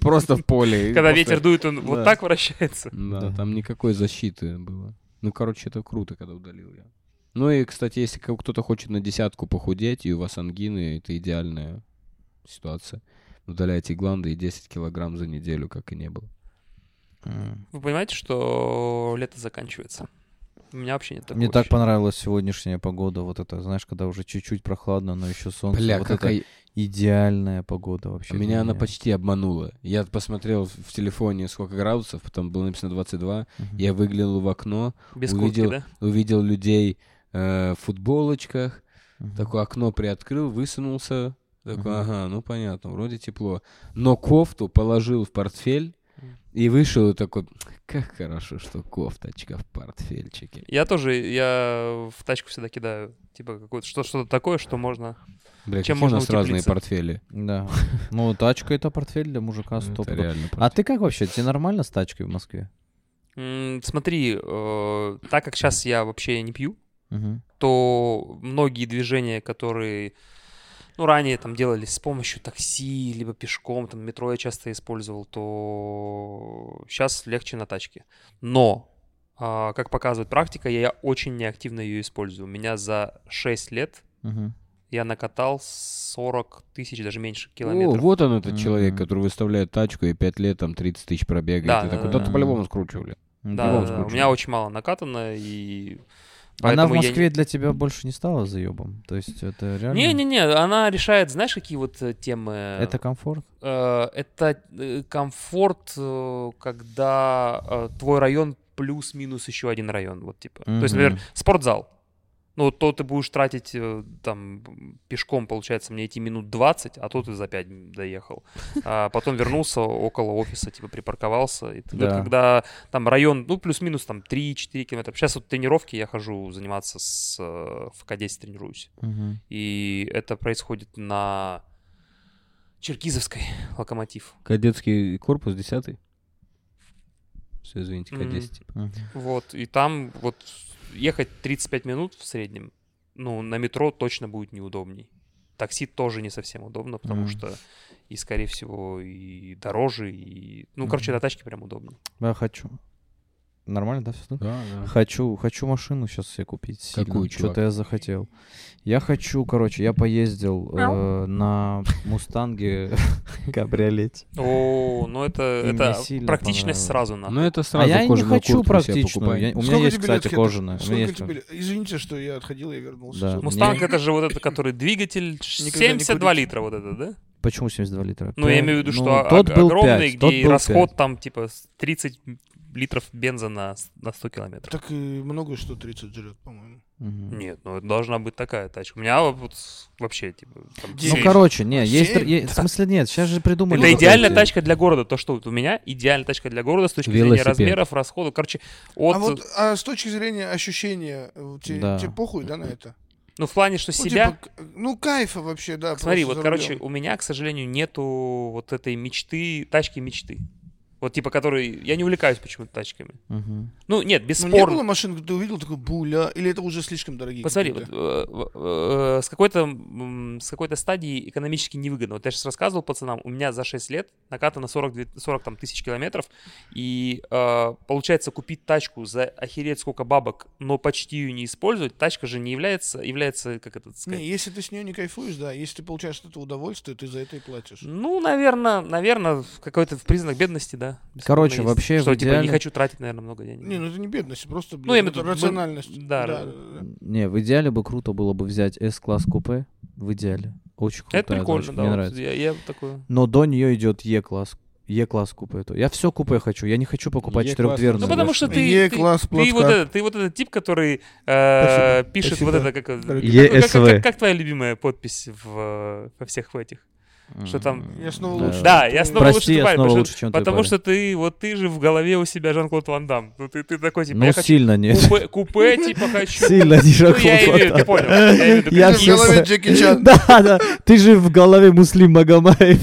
[SPEAKER 1] Просто в поле. И
[SPEAKER 4] Когда
[SPEAKER 1] просто-
[SPEAKER 4] ветер дует, он
[SPEAKER 1] Да.
[SPEAKER 4] вот так вращается.
[SPEAKER 1] Да,
[SPEAKER 2] Да.
[SPEAKER 1] там никакой защиты было. Ну, короче, это круто, когда удалил я. Ну и, кстати, если ко- кто-то хочет на десятку похудеть, и у вас ангины, это идеальная ситуация. Удаляйте гланды и 10 килограмм за неделю, как и не было.
[SPEAKER 2] М.
[SPEAKER 4] Вы понимаете, что лето заканчивается? У меня вообще нет такого.
[SPEAKER 2] Мне так
[SPEAKER 4] ощущения.
[SPEAKER 2] понравилась сегодняшняя погода, вот это, знаешь, когда уже чуть-чуть прохладно, но еще солнце.
[SPEAKER 1] Бля,
[SPEAKER 2] вот
[SPEAKER 1] какая... А
[SPEAKER 2] это идеальная погода вообще. для
[SPEAKER 1] Меня она почти обманула. Я посмотрел в в телефоне, сколько градусов, потом было написано 22.
[SPEAKER 2] Мгм.
[SPEAKER 1] Я выглянул в окно,
[SPEAKER 4] Без
[SPEAKER 1] увидел-
[SPEAKER 4] куртки, да?
[SPEAKER 1] увидел людей э, в футболочках,
[SPEAKER 2] Мгм.
[SPEAKER 1] Такое окно приоткрыл, высунулся. Такой,
[SPEAKER 2] Мгм.
[SPEAKER 1] ага, ну понятно, вроде тепло. Но кофту положил в портфель и вышел и такой, как хорошо, что кофточка в портфельчике.
[SPEAKER 4] Я тоже, я в тачку всегда кидаю, типа, какое-то, что, что-то такое, что можно...
[SPEAKER 1] Бля,
[SPEAKER 4] Чем
[SPEAKER 1] какие
[SPEAKER 4] можно
[SPEAKER 1] у нас разные
[SPEAKER 4] утеплиться?
[SPEAKER 1] портфели.
[SPEAKER 2] Да. Ну, тачка это портфель для мужика
[SPEAKER 1] Ну, это
[SPEAKER 2] 100%.
[SPEAKER 1] реально
[SPEAKER 2] А
[SPEAKER 1] портфель.
[SPEAKER 2] ты как вообще? Тебе нормально с тачкой в Москве?
[SPEAKER 4] М, Смотри, э, так как сейчас я вообще не пью,
[SPEAKER 2] Мгм.
[SPEAKER 4] то многие движения, которые ну, ранее там делались с помощью такси, либо пешком, там метро я часто использовал, то сейчас легче на тачке. Но, а, как показывает практика, я очень неактивно ее использую. У меня за 6 лет
[SPEAKER 2] Мгм.
[SPEAKER 4] я накатал 40 тысяч, даже меньше
[SPEAKER 1] О,
[SPEAKER 4] километров.
[SPEAKER 1] вот он этот человек,
[SPEAKER 2] Мгм.
[SPEAKER 1] который выставляет тачку и пять лет там 30 тысяч пробегает.
[SPEAKER 4] Да,
[SPEAKER 1] и
[SPEAKER 4] да,
[SPEAKER 1] такой,
[SPEAKER 4] да,
[SPEAKER 1] да, ты
[SPEAKER 2] да.
[SPEAKER 1] по-любому скручивали.
[SPEAKER 4] Да,
[SPEAKER 1] любом
[SPEAKER 4] да, да, у
[SPEAKER 1] случае.
[SPEAKER 4] меня очень мало накатано, и
[SPEAKER 2] Она в
[SPEAKER 4] поэтому я не-
[SPEAKER 2] Москве для тебя больше не стала заебом. То есть это реально...
[SPEAKER 4] Не-не-не, она решает, знаешь, какие вот э, темы...
[SPEAKER 2] Это комфорт?
[SPEAKER 4] Э, это э, комфорт, э, когда э, твой район плюс-минус еще один район, вот типа. То есть, например,
[SPEAKER 2] Мгм.
[SPEAKER 4] спортзал. Ну, то ты будешь тратить э, там м, пешком, получается, мне идти минут 20, а то ты за 5 доехал. А потом вернулся около офиса, типа припарковался. И ты- ну,
[SPEAKER 2] Да.
[SPEAKER 4] когда там район, ну, плюс-минус там 3-4 километра. Сейчас вот тренировки я хожу заниматься с... э, В К10 тренируюсь.
[SPEAKER 2] Мгм.
[SPEAKER 4] И это происходит на Черкизовской локомотив.
[SPEAKER 1] Кадетский корпус 10 Все, извините,
[SPEAKER 4] Мгм.
[SPEAKER 1] К10.
[SPEAKER 2] Мгм.
[SPEAKER 4] Вот, и там вот ехать 35 минут в среднем, ну, на метро точно будет неудобней. Такси тоже не совсем удобно, потому
[SPEAKER 2] Мгм.
[SPEAKER 4] что и, скорее всего, и дороже, и... Ну, короче,
[SPEAKER 2] Мгм.
[SPEAKER 4] на тачке прям удобно.
[SPEAKER 2] Я хочу. Нормально, да, все?
[SPEAKER 1] Да, да.
[SPEAKER 2] Хочу, хочу машину сейчас себе купить. сильно.
[SPEAKER 1] Какую, чувак?
[SPEAKER 2] Что-то я захотел. Я хочу, короче, я поездил э, на Мустанге кабриолете.
[SPEAKER 4] О, ну это,
[SPEAKER 2] И
[SPEAKER 4] это
[SPEAKER 2] мне сильно
[SPEAKER 4] практичность
[SPEAKER 2] понравилось.
[SPEAKER 4] сразу на.
[SPEAKER 1] Ну это
[SPEAKER 2] А
[SPEAKER 1] сразу
[SPEAKER 2] я не
[SPEAKER 1] кожаную
[SPEAKER 2] хочу
[SPEAKER 1] куртку себе
[SPEAKER 2] практичную.
[SPEAKER 1] покупай.
[SPEAKER 2] Я- У меня
[SPEAKER 3] Сколько
[SPEAKER 2] есть,
[SPEAKER 3] тебе
[SPEAKER 2] кстати,
[SPEAKER 3] лет, Хетер?
[SPEAKER 2] кожаная. У меня
[SPEAKER 3] Сколько
[SPEAKER 2] есть
[SPEAKER 3] тебе
[SPEAKER 2] кожа-
[SPEAKER 3] лет? Извините, что я отходил и вернулся.
[SPEAKER 2] Да.
[SPEAKER 3] Всё.
[SPEAKER 4] Мустанг
[SPEAKER 2] мне-
[SPEAKER 4] это же вот это, который двигатель,
[SPEAKER 3] Никогда не
[SPEAKER 4] 72
[SPEAKER 3] курить.
[SPEAKER 4] литра вот это, да?
[SPEAKER 2] Почему 72 литра?
[SPEAKER 4] Ну, я
[SPEAKER 2] Пять-
[SPEAKER 4] имею в виду,
[SPEAKER 2] ну,
[SPEAKER 4] что о-
[SPEAKER 2] тот
[SPEAKER 4] о-
[SPEAKER 2] был
[SPEAKER 4] огромный,
[SPEAKER 2] пять,
[SPEAKER 4] где
[SPEAKER 2] тот
[SPEAKER 4] и
[SPEAKER 2] был
[SPEAKER 4] расход
[SPEAKER 2] пять.
[SPEAKER 4] там типа с 30 литров бенза на, с- на 100 километров.
[SPEAKER 3] Так и много что 30 жрет, по-моему.
[SPEAKER 5] Мгм.
[SPEAKER 4] Нет, ну это должна быть такая тачка. У меня вот с- вообще, типа,
[SPEAKER 3] Ну,
[SPEAKER 4] там
[SPEAKER 5] Ну,
[SPEAKER 4] серия.
[SPEAKER 5] короче, не, есть...
[SPEAKER 3] Серия,
[SPEAKER 5] др- е- В смысле, нет, сейчас же придумали.
[SPEAKER 4] это
[SPEAKER 5] какую-то
[SPEAKER 4] идеальная
[SPEAKER 5] идею.
[SPEAKER 4] тачка для города. То, что вот у меня идеальная тачка для города с точки зрения
[SPEAKER 5] Велосипед.
[SPEAKER 4] размеров, расходов. Короче, от,
[SPEAKER 3] А вот а с точки зрения ощущения, э, те-
[SPEAKER 5] Да.
[SPEAKER 3] тебе похуй, да, на это?
[SPEAKER 4] ну, в плане, что
[SPEAKER 3] Ну,
[SPEAKER 4] себя...
[SPEAKER 3] типа, к- ну, кайфа вообще, да.
[SPEAKER 4] Смотри,
[SPEAKER 3] просто
[SPEAKER 4] вот,
[SPEAKER 3] за
[SPEAKER 4] короче,
[SPEAKER 3] рулем.
[SPEAKER 4] у меня, к сожалению, нету вот этой мечты, тачки мечты. Вот, типа, которые... Я не увлекаюсь почему-то тачками.
[SPEAKER 5] Мгм.
[SPEAKER 3] Ну,
[SPEAKER 4] Ну, нет,
[SPEAKER 3] не было
[SPEAKER 4] бесспорно.
[SPEAKER 3] машин, где ты увидел, такой, буля, или это уже слишком дорогие?
[SPEAKER 4] Посмотри,
[SPEAKER 3] какие-то?
[SPEAKER 4] вот, э, э, э, с какой-то м, с какой-то стадии экономически невыгодно. Вот я сейчас рассказывал пацанам, у меня за 6 лет накатано 40, 40 там, тысяч километров, и э, получается купить тачку за охереть сколько бабок, но почти ее не использовать, тачка же не является, является, как это сказать,
[SPEAKER 3] Не, если ты с нее не кайфуешь, да, если ты получаешь от этого удовольствие, ты за это и платишь.
[SPEAKER 4] Ну, наверное, наверное, в какой-то в признак бедности, да. бесспорно
[SPEAKER 5] Короче, вообще
[SPEAKER 4] Что,
[SPEAKER 5] в
[SPEAKER 4] типа, не
[SPEAKER 5] идеале-
[SPEAKER 4] хочу тратить, наверное, много денег.
[SPEAKER 3] Не, ну это не бедность, просто, блин,
[SPEAKER 4] Ну, я имею в
[SPEAKER 3] это
[SPEAKER 4] виду, мы-
[SPEAKER 3] рациональность.
[SPEAKER 4] да, да.
[SPEAKER 3] да.
[SPEAKER 5] Не, в идеале бы круто было бы взять S-класс купе. В идеале. Очень круто.
[SPEAKER 4] это прикольно, да.
[SPEAKER 5] Мне
[SPEAKER 4] вот
[SPEAKER 5] нравится.
[SPEAKER 4] Я, я такое.
[SPEAKER 5] Но до нее идет Е-класс. Е-класс купе. то. Я все купе хочу. Я не хочу покупать
[SPEAKER 1] Е-класс,
[SPEAKER 4] Ну,
[SPEAKER 5] четырехдверную.
[SPEAKER 4] потому что ты,
[SPEAKER 3] Е
[SPEAKER 4] ты-
[SPEAKER 3] класс
[SPEAKER 4] ты,
[SPEAKER 3] плацкарт.
[SPEAKER 4] вот этот, ты вот этот тип, который э, пишет
[SPEAKER 3] Спасибо.
[SPEAKER 4] вот это, как, как- как,
[SPEAKER 5] ЕСВ.
[SPEAKER 4] как- как твоя любимая подпись в, э, во всех в этих? что там-
[SPEAKER 3] Я снова
[SPEAKER 5] Да.
[SPEAKER 3] лучше.
[SPEAKER 4] Да, я снова
[SPEAKER 5] Прости,
[SPEAKER 4] лучше
[SPEAKER 5] я
[SPEAKER 4] тупая,
[SPEAKER 5] снова
[SPEAKER 4] потому,
[SPEAKER 5] лучше,
[SPEAKER 4] что-
[SPEAKER 5] чем ты,
[SPEAKER 4] потому
[SPEAKER 5] парень.
[SPEAKER 4] что ты вот ты же в голове у себя Жан-Клод Ван Дам. Ну ты, ты такой типа
[SPEAKER 5] Ну,
[SPEAKER 4] я хочу
[SPEAKER 5] сильно нет.
[SPEAKER 4] купе, купе типа хочу.
[SPEAKER 5] Сильно не
[SPEAKER 4] Ну, я имею в виду, ты понял. Я имею в виду,
[SPEAKER 5] Я
[SPEAKER 4] как-
[SPEAKER 3] В голове
[SPEAKER 5] всё-
[SPEAKER 3] Джеки Чан.
[SPEAKER 5] Да, да. Ты же в голове Муслим Магомаев.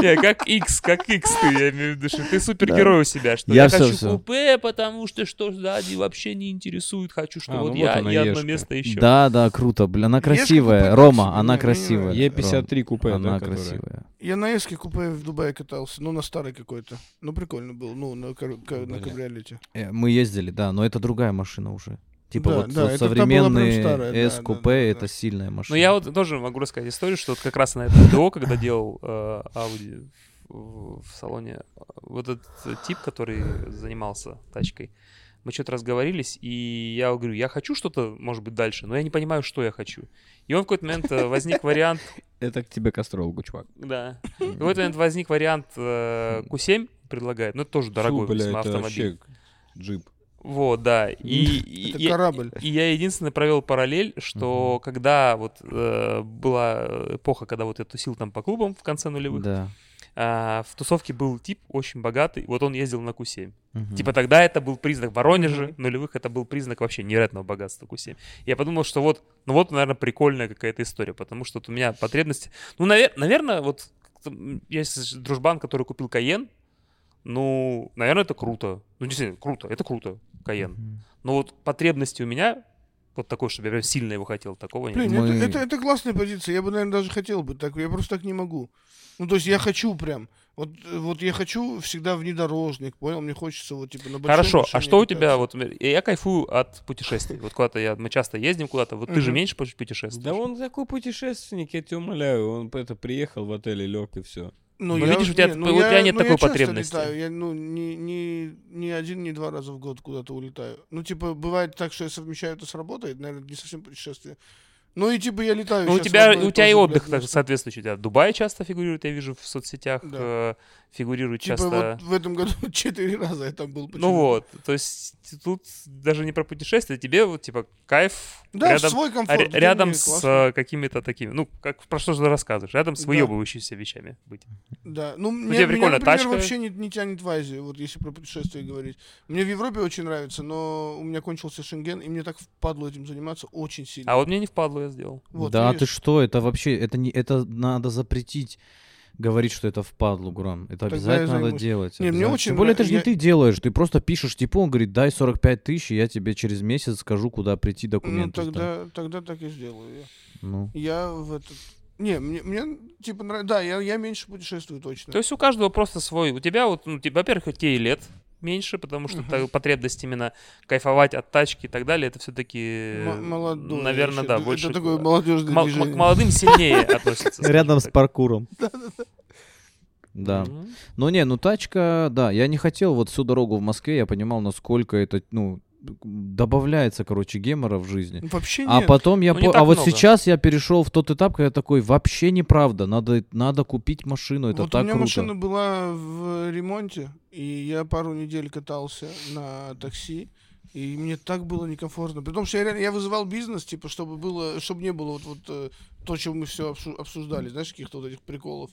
[SPEAKER 4] Не, как X, как X ты, я имею в виду, что ты супергерой у себя, что
[SPEAKER 5] Я
[SPEAKER 4] я,
[SPEAKER 5] всё,
[SPEAKER 4] хочу
[SPEAKER 5] всё.
[SPEAKER 4] купе, потому что что сзади вообще не интересует, хочу, что
[SPEAKER 1] А, ну
[SPEAKER 4] вот
[SPEAKER 1] вот
[SPEAKER 4] я
[SPEAKER 1] она,
[SPEAKER 4] и одно
[SPEAKER 1] Ешка.
[SPEAKER 4] место еще.
[SPEAKER 5] Да, да, круто. Бля, она
[SPEAKER 3] Ешка купе
[SPEAKER 5] красивая.
[SPEAKER 3] так
[SPEAKER 5] Рома,
[SPEAKER 3] себе,
[SPEAKER 5] она
[SPEAKER 3] мне
[SPEAKER 5] красивая.
[SPEAKER 3] нравится.
[SPEAKER 5] Ром,
[SPEAKER 1] Е53 купе, да,
[SPEAKER 5] Она
[SPEAKER 1] которая?
[SPEAKER 5] красивая.
[SPEAKER 3] Я на эске купе в Дубае катался, ну на старой какой-то. Ну прикольно было, ну на, кар- ка- на
[SPEAKER 1] Блин.
[SPEAKER 3] кабриолете.
[SPEAKER 5] Э, Мы ездили, да, но это другая машина уже. Типа
[SPEAKER 3] Да,
[SPEAKER 5] вот,
[SPEAKER 3] да,
[SPEAKER 5] вот
[SPEAKER 3] это та была прям
[SPEAKER 5] современные
[SPEAKER 3] старая, да,
[SPEAKER 5] S-купе,
[SPEAKER 3] да, да,
[SPEAKER 5] это
[SPEAKER 3] да.
[SPEAKER 5] сильная машина.
[SPEAKER 4] Но Ну, я вот тоже могу рассказать историю, что вот как раз на этом ДО, когда делал э, Audi в, в салоне, вот этот тип, который занимался тачкой, мы что-то разговорились, и я говорю, я хочу что-то, может быть, дальше, но я не понимаю, что я хочу. И он в какой-то момент э, возник вариант,
[SPEAKER 1] Это к тебе к астрологу, чувак.
[SPEAKER 4] Да. И В этот момент возник вариант э, Q7 предлагает, но это тоже дорогой
[SPEAKER 1] Фу, бля,
[SPEAKER 4] весьма
[SPEAKER 1] это
[SPEAKER 4] автомобиль.
[SPEAKER 1] вообще джип.
[SPEAKER 4] Вот, да. И, и-
[SPEAKER 3] Это
[SPEAKER 4] и-
[SPEAKER 3] корабль.
[SPEAKER 4] и я единственное провел параллель, что когда вот э, была эпоха, когда вот я тусил там по клубам в конце нулевых,
[SPEAKER 5] Да.
[SPEAKER 4] а, в тусовке был тип очень богатый, вот он ездил на Q7.
[SPEAKER 5] Мгм.
[SPEAKER 4] Типа тогда это был признак в Воронеже,
[SPEAKER 3] Мгм.
[SPEAKER 4] нулевых это был признак вообще невероятного богатства Q7. Я подумал, что вот, ну вот, наверное, прикольная какая-то история, потому что вот у меня потребности... Ну, наверное, вот как-то, м, есть дружбан, который купил Каен, ну, наверное, это круто. Ну, действительно, круто, это круто, Каен.
[SPEAKER 5] Мгм.
[SPEAKER 4] Но вот потребности у меня вот такой, чтобы я прям сильно его хотел, такого нет.
[SPEAKER 3] Блин,
[SPEAKER 5] Мы-
[SPEAKER 3] это, это, это классная позиция. Я бы, наверное, даже хотел бы так. Я просто так не могу. Ну, то есть я хочу прям. Вот, э, вот я хочу всегда внедорожник, понял? Мне хочется вот типа на большой
[SPEAKER 4] Хорошо, а
[SPEAKER 3] машине
[SPEAKER 4] что у
[SPEAKER 3] кататься.
[SPEAKER 4] тебя, вот, например, я кайфую от путешествий. Вот куда-то я, мы часто ездим куда-то, вот ты же
[SPEAKER 3] Мгм.
[SPEAKER 4] меньше путешествуешь.
[SPEAKER 1] Да он такой путешественник, я тебя умоляю. Он это приехал в отель и лег, и все.
[SPEAKER 3] Ну,
[SPEAKER 4] Ну, видишь, у тебя
[SPEAKER 3] не,
[SPEAKER 4] т- вот у тебя нет
[SPEAKER 3] ну,
[SPEAKER 4] такой
[SPEAKER 3] часто
[SPEAKER 4] потребности.
[SPEAKER 3] летаю. Я, ну, ни, ни, ни один, ни два раза в год куда-то улетаю. Ну, типа, бывает так, что я совмещаю это с работой, это, наверное, не совсем путешествие. Ну, и типа я летаю.
[SPEAKER 4] Ну, у
[SPEAKER 3] щас в
[SPEAKER 4] тебя,
[SPEAKER 3] одно
[SPEAKER 4] у тебя и
[SPEAKER 3] тоже, блядь,
[SPEAKER 4] отдых так,
[SPEAKER 3] место.
[SPEAKER 4] соответствующий. У тебя Дубай часто фигурирует, я вижу в соцсетях,
[SPEAKER 3] Да.
[SPEAKER 4] э, фигурирует
[SPEAKER 3] Типа
[SPEAKER 4] часто.
[SPEAKER 3] вот в этом году четыре раза я там был.
[SPEAKER 4] ну
[SPEAKER 3] почему-то.
[SPEAKER 4] вот, то есть тут даже не про путешествие, тебе вот типа кайф
[SPEAKER 3] Да, в
[SPEAKER 4] рядом,
[SPEAKER 3] свой
[SPEAKER 4] а,
[SPEAKER 3] комфорт.
[SPEAKER 4] ря-
[SPEAKER 3] это
[SPEAKER 4] рядом
[SPEAKER 3] мне
[SPEAKER 4] с
[SPEAKER 3] классно.
[SPEAKER 4] э, какими-то такими, ну, как про что же ты рассказываешь, рядом с
[SPEAKER 3] Да.
[SPEAKER 4] выебывающимися вещами быть.
[SPEAKER 3] Да, ну, мне,
[SPEAKER 4] тебе
[SPEAKER 3] меня,
[SPEAKER 4] прикольно,
[SPEAKER 3] например,
[SPEAKER 4] тачка?
[SPEAKER 3] вообще не, не тянет в Азию, вот если про путешествия говорить. Мне в Европе очень нравится, но у меня кончился Шенген, и мне так впадло этим заниматься очень сильно.
[SPEAKER 4] А вот мне не впадло я сделал.
[SPEAKER 3] Вот,
[SPEAKER 5] да,
[SPEAKER 3] видишь?
[SPEAKER 5] ты что, это вообще, это не, это надо запретить говорить, что это впадлу, Гром. Это
[SPEAKER 3] Тогда я
[SPEAKER 5] обязательно надо
[SPEAKER 3] займусь.
[SPEAKER 5] делать.
[SPEAKER 3] Не, мне
[SPEAKER 5] обязательно.
[SPEAKER 3] очень
[SPEAKER 5] Тем более, это
[SPEAKER 3] нрав-
[SPEAKER 5] же не
[SPEAKER 3] я-
[SPEAKER 5] ты делаешь, ты просто пишешь типу, он говорит, дай 45 тысяч, и я тебе через месяц скажу, куда прийти
[SPEAKER 3] Ну,
[SPEAKER 5] документы. сдать».
[SPEAKER 3] тогда, тогда так и сделаю. я.
[SPEAKER 5] Ну.
[SPEAKER 3] Я в этот... Не, мне, мне типа нравится... Да, я, я меньше путешествую точно.
[SPEAKER 4] То есть у каждого просто свой. У тебя вот, ну, типа, во-первых, у тебя и лет меньше, потому что
[SPEAKER 3] Мгм.
[SPEAKER 4] та- потребность именно кайфовать от тачки и так далее, это все-таки,
[SPEAKER 3] М- молодой
[SPEAKER 4] наверное,
[SPEAKER 3] ещё.
[SPEAKER 4] да,
[SPEAKER 3] Это
[SPEAKER 4] больше
[SPEAKER 3] такое
[SPEAKER 4] к-
[SPEAKER 3] молодежное
[SPEAKER 4] к мол- к
[SPEAKER 3] движение.
[SPEAKER 4] молодым сильнее относятся. скажем
[SPEAKER 5] Рядом с
[SPEAKER 4] так.
[SPEAKER 5] паркуром. Да.
[SPEAKER 4] Мгм.
[SPEAKER 5] Ну не, ну тачка, да, я не хотел вот всю дорогу в Москве, я понимал, насколько это, ну, добавляется, короче, гемора в жизни.
[SPEAKER 3] Вообще
[SPEAKER 5] А
[SPEAKER 3] нет.
[SPEAKER 5] потом я
[SPEAKER 4] Ну, не
[SPEAKER 5] по-
[SPEAKER 4] так
[SPEAKER 5] а вот
[SPEAKER 4] много.
[SPEAKER 5] сейчас я перешел в тот этап, когда я такой вообще неправда, надо надо купить машину, Ну, это
[SPEAKER 3] вот у
[SPEAKER 5] так
[SPEAKER 3] меня
[SPEAKER 5] круто.
[SPEAKER 3] машина была в ремонте, и я пару недель катался на такси. И мне так было некомфортно. При том, что я реально я вызывал бизнес, типа, чтобы было, чтобы не было вот, вот э, то, чем мы все обсуждали, знаешь, каких-то вот этих приколов.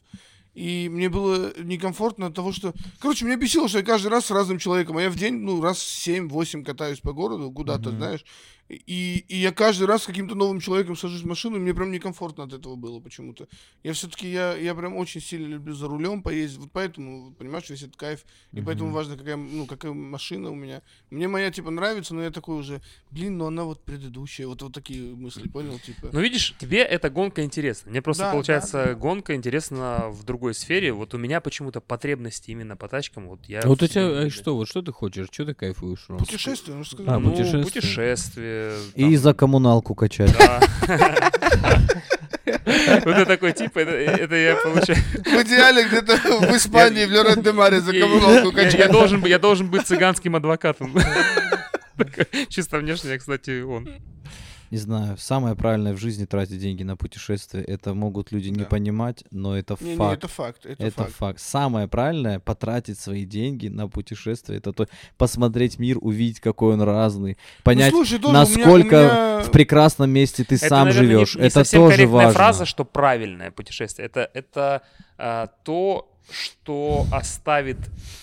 [SPEAKER 3] И мне было некомфортно от того, что... Короче, меня бесило, что я каждый раз с разным человеком, а я в день, ну, раз 7-8 катаюсь по городу, куда-то,
[SPEAKER 5] Мгм.
[SPEAKER 3] знаешь. И, и я каждый раз с каким-то новым человеком сажусь в машину, и мне прям некомфортно от этого было почему-то. Я все-таки, я, я прям очень сильно люблю за рулем поездить, вот поэтому, понимаешь, весь этот кайф. И поэтому
[SPEAKER 5] Мгм.
[SPEAKER 3] важно, какая, ну, какая машина у меня. Мне моя, типа, нравится, но я такой уже, блин, ну она вот предыдущая, вот, вот такие мысли, понял, типа.
[SPEAKER 4] Ну, видишь, тебе эта гонка интересна. Мне просто,
[SPEAKER 3] Да,
[SPEAKER 4] получается,
[SPEAKER 3] да, да.
[SPEAKER 4] гонка интересна в другой сфере. Вот у меня почему-то потребности именно по тачкам. Вот я...
[SPEAKER 1] Вот у
[SPEAKER 4] в-
[SPEAKER 1] тебя, э, что, вот что ты хочешь? Что ты кайфуешь, Ром?
[SPEAKER 3] Путешествие, ну,
[SPEAKER 5] А,
[SPEAKER 3] сказать.
[SPEAKER 4] ну, путешествие.
[SPEAKER 5] путешествие.
[SPEAKER 4] путешествие
[SPEAKER 5] И за коммуналку качать.
[SPEAKER 4] Да. Вот я такой тип, это- это я получаю.
[SPEAKER 3] В идеале где-то в Испании, в Лерон-де-Маре за коммуналку
[SPEAKER 4] Я- я-
[SPEAKER 3] качать.
[SPEAKER 4] Я должен бы- я должен быть цыганским адвокатом. Такой, Чисто внешне, я, кстати, он.
[SPEAKER 5] Не знаю, самое правильное в жизни тратить деньги на путешествия. Это могут люди не
[SPEAKER 3] Да.
[SPEAKER 5] понимать, но это
[SPEAKER 3] Не, не,
[SPEAKER 5] факт.
[SPEAKER 3] это факт, это,
[SPEAKER 5] Это,
[SPEAKER 3] факт.
[SPEAKER 5] факт. Самое правильное потратить свои деньги на путешествие. Это то посмотреть мир, увидеть, какой он разный, понять,
[SPEAKER 3] ну, слушай, тоже у меня-
[SPEAKER 5] насколько
[SPEAKER 3] у меня-
[SPEAKER 5] в прекрасном месте ты сам
[SPEAKER 4] наверное, не-
[SPEAKER 5] живешь.
[SPEAKER 4] не
[SPEAKER 5] это
[SPEAKER 4] совсем
[SPEAKER 5] тоже
[SPEAKER 4] корректная
[SPEAKER 5] важно.
[SPEAKER 4] фраза, что правильное путешествие. Это, это а, то, что оставит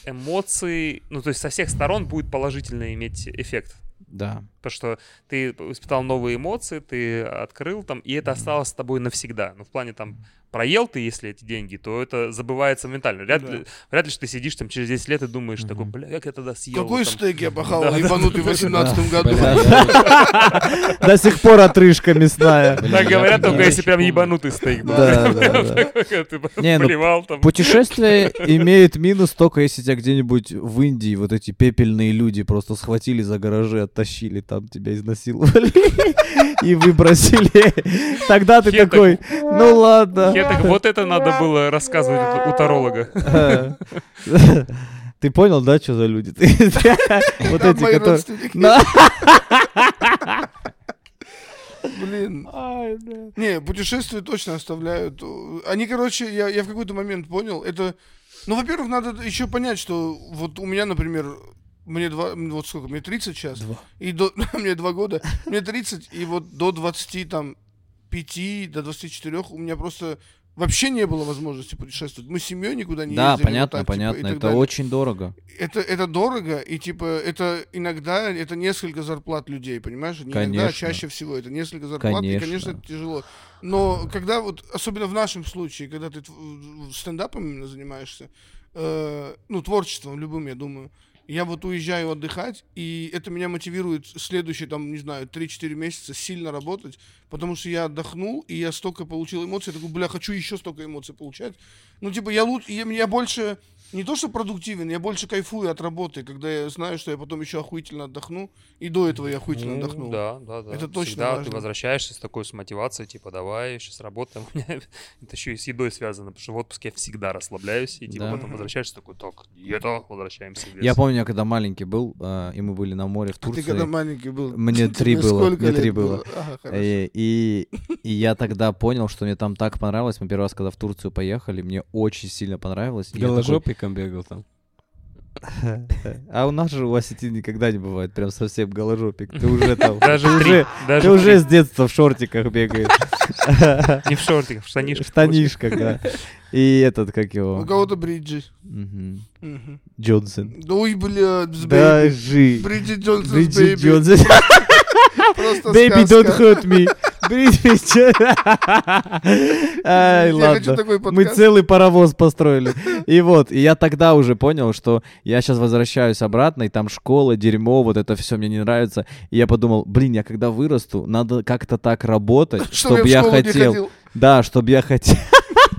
[SPEAKER 4] эмоции, ну, то есть со всех сторон будет положительно иметь эффект.
[SPEAKER 5] Да.
[SPEAKER 4] Потому что ты испытал новые эмоции, ты открыл там, и это осталось с тобой навсегда. Ну, в плане там, проел ты, если эти деньги, то это забывается ментально. Вряд,
[SPEAKER 3] Да.
[SPEAKER 4] ли, вряд ли, что ты сидишь там через 10 лет и думаешь такой, бля, как я тогда съел.
[SPEAKER 3] Какой
[SPEAKER 4] вот там».
[SPEAKER 3] стейк я пахал,
[SPEAKER 4] Да, да,
[SPEAKER 3] ебанутый в 18 году.
[SPEAKER 5] До сих пор отрыжка мясная.
[SPEAKER 4] Так
[SPEAKER 1] я
[SPEAKER 4] говорят, только если
[SPEAKER 1] ещё
[SPEAKER 4] прям
[SPEAKER 1] помню.
[SPEAKER 4] ебанутый стейк. был.
[SPEAKER 5] Да, да, да.
[SPEAKER 4] Ты
[SPEAKER 5] Не, ну,
[SPEAKER 4] типа поливал там.
[SPEAKER 5] Путешествие имеет минус только если тебя где-нибудь в Индии вот эти пепельные люди просто схватили за гаражи, оттащили, там тебя изнасиловали и выбросили. Тогда ты
[SPEAKER 4] Хе так.
[SPEAKER 5] такой, ну ладно.
[SPEAKER 4] Я так, вот это надо было рассказывать у у таролога.
[SPEAKER 5] Э. Ты понял, да, что за люди? Ты- Вот
[SPEAKER 3] Там
[SPEAKER 5] эти,
[SPEAKER 3] мои
[SPEAKER 5] которые...
[SPEAKER 3] родственники.
[SPEAKER 5] На-
[SPEAKER 3] Блин. Не, путешествия точно оставляют. Э, Они, короче, я, я в какой-то момент понял, это... Ну, во-первых, надо еще понять, что вот у меня, например, мне два... м, Вот сколько? Мне 30 сейчас.
[SPEAKER 5] Два.
[SPEAKER 3] И до... мне два года. Мне 30, и вот до 20, там, 5, до 24 у меня просто вообще не было возможности путешествовать. Мы с семьей никуда не
[SPEAKER 5] Да,
[SPEAKER 3] ездили. вот
[SPEAKER 5] понятно,
[SPEAKER 3] так, типа, и
[SPEAKER 5] понятно.
[SPEAKER 3] так
[SPEAKER 5] Это
[SPEAKER 3] далее.
[SPEAKER 5] очень дорого.
[SPEAKER 3] Это, это дорого, и типа это иногда это несколько зарплат людей, понимаешь? Не иногда, а
[SPEAKER 5] Конечно.
[SPEAKER 3] чаще всего это несколько зарплат, и, конечно,
[SPEAKER 5] Конечно.
[SPEAKER 3] это тяжело. Но когда вот, особенно в нашем случае, когда ты тв- стендапом именно занимаешься, э, ну, творчеством любым, я думаю, я вот уезжаю отдыхать, и это меня мотивирует следующие, там, не знаю, 3-4 месяца сильно работать, потому что я отдохнул, и я столько получил эмоций, я такой, бля, хочу еще столько эмоций получать. Ну, типа, я лучше, я, я больше, не то что продуктивен, я больше кайфую от работы, когда я знаю, что я потом еще охуительно отдохну, и до этого я охуительно
[SPEAKER 4] Ну,
[SPEAKER 3] отдохнул.
[SPEAKER 4] Да, да, да.
[SPEAKER 3] Это точно
[SPEAKER 4] Всегда
[SPEAKER 3] важно.
[SPEAKER 4] ты возвращаешься с такой с мотивацией, типа, давай, сейчас работаем. У меня это еще и с едой связано, потому что в отпуске я всегда расслабляюсь, и типа
[SPEAKER 5] Да.
[SPEAKER 4] потом возвращаешься такой, так, еда, возвращаемся в лес.
[SPEAKER 5] Я помню, я когда маленький был, а, и мы были на море в
[SPEAKER 3] Ты
[SPEAKER 5] Турции.
[SPEAKER 3] когда маленький был?
[SPEAKER 5] Мне
[SPEAKER 3] тебе
[SPEAKER 5] три было,
[SPEAKER 3] сколько
[SPEAKER 5] мне три
[SPEAKER 3] лет
[SPEAKER 5] было.
[SPEAKER 3] Ага, хорошо.
[SPEAKER 5] Э, И, и я тогда понял, что мне там так понравилось. Мы первый раз, когда в Турцию поехали, мне очень сильно понравилось. И я такой,
[SPEAKER 1] Голожопиком бегал там.
[SPEAKER 5] А у нас же у осетин никогда не бывает прям совсем голожопик. Ты уже там,
[SPEAKER 4] Даже
[SPEAKER 5] ты
[SPEAKER 4] в три-
[SPEAKER 5] уже,
[SPEAKER 4] даже
[SPEAKER 5] ты
[SPEAKER 4] в
[SPEAKER 5] уже с детства в шортиках бегаешь.
[SPEAKER 4] три- не в шортиках, в штанишках.
[SPEAKER 5] В штанишках, да. И этот, как
[SPEAKER 3] У
[SPEAKER 5] его,
[SPEAKER 3] кого-то бриджи.
[SPEAKER 5] мгм,
[SPEAKER 3] Мгм.
[SPEAKER 5] Джонсон.
[SPEAKER 3] Да ой, блядь, с
[SPEAKER 5] Да,
[SPEAKER 3] бэйби.
[SPEAKER 5] жи.
[SPEAKER 3] Бриджит Джонсон с
[SPEAKER 5] Бриджит
[SPEAKER 3] бэйби.
[SPEAKER 5] Джонсон.
[SPEAKER 3] Просто
[SPEAKER 5] Baby, don't
[SPEAKER 3] сказка.
[SPEAKER 5] hurt me. Бриджит Джонсон. Ай,
[SPEAKER 3] Я хочу
[SPEAKER 5] ладно.
[SPEAKER 3] такой
[SPEAKER 5] Мы
[SPEAKER 3] подкаст.
[SPEAKER 5] целый паровоз построили. И вот, и я тогда уже понял, что я сейчас возвращаюсь обратно, и там школа, дерьмо, вот это все мне не нравится. И я подумал, блин, я когда вырасту, надо как-то так работать, чтобы я
[SPEAKER 3] в школу не
[SPEAKER 5] хотел.
[SPEAKER 3] ходил.
[SPEAKER 5] Да, чтобы я хотел.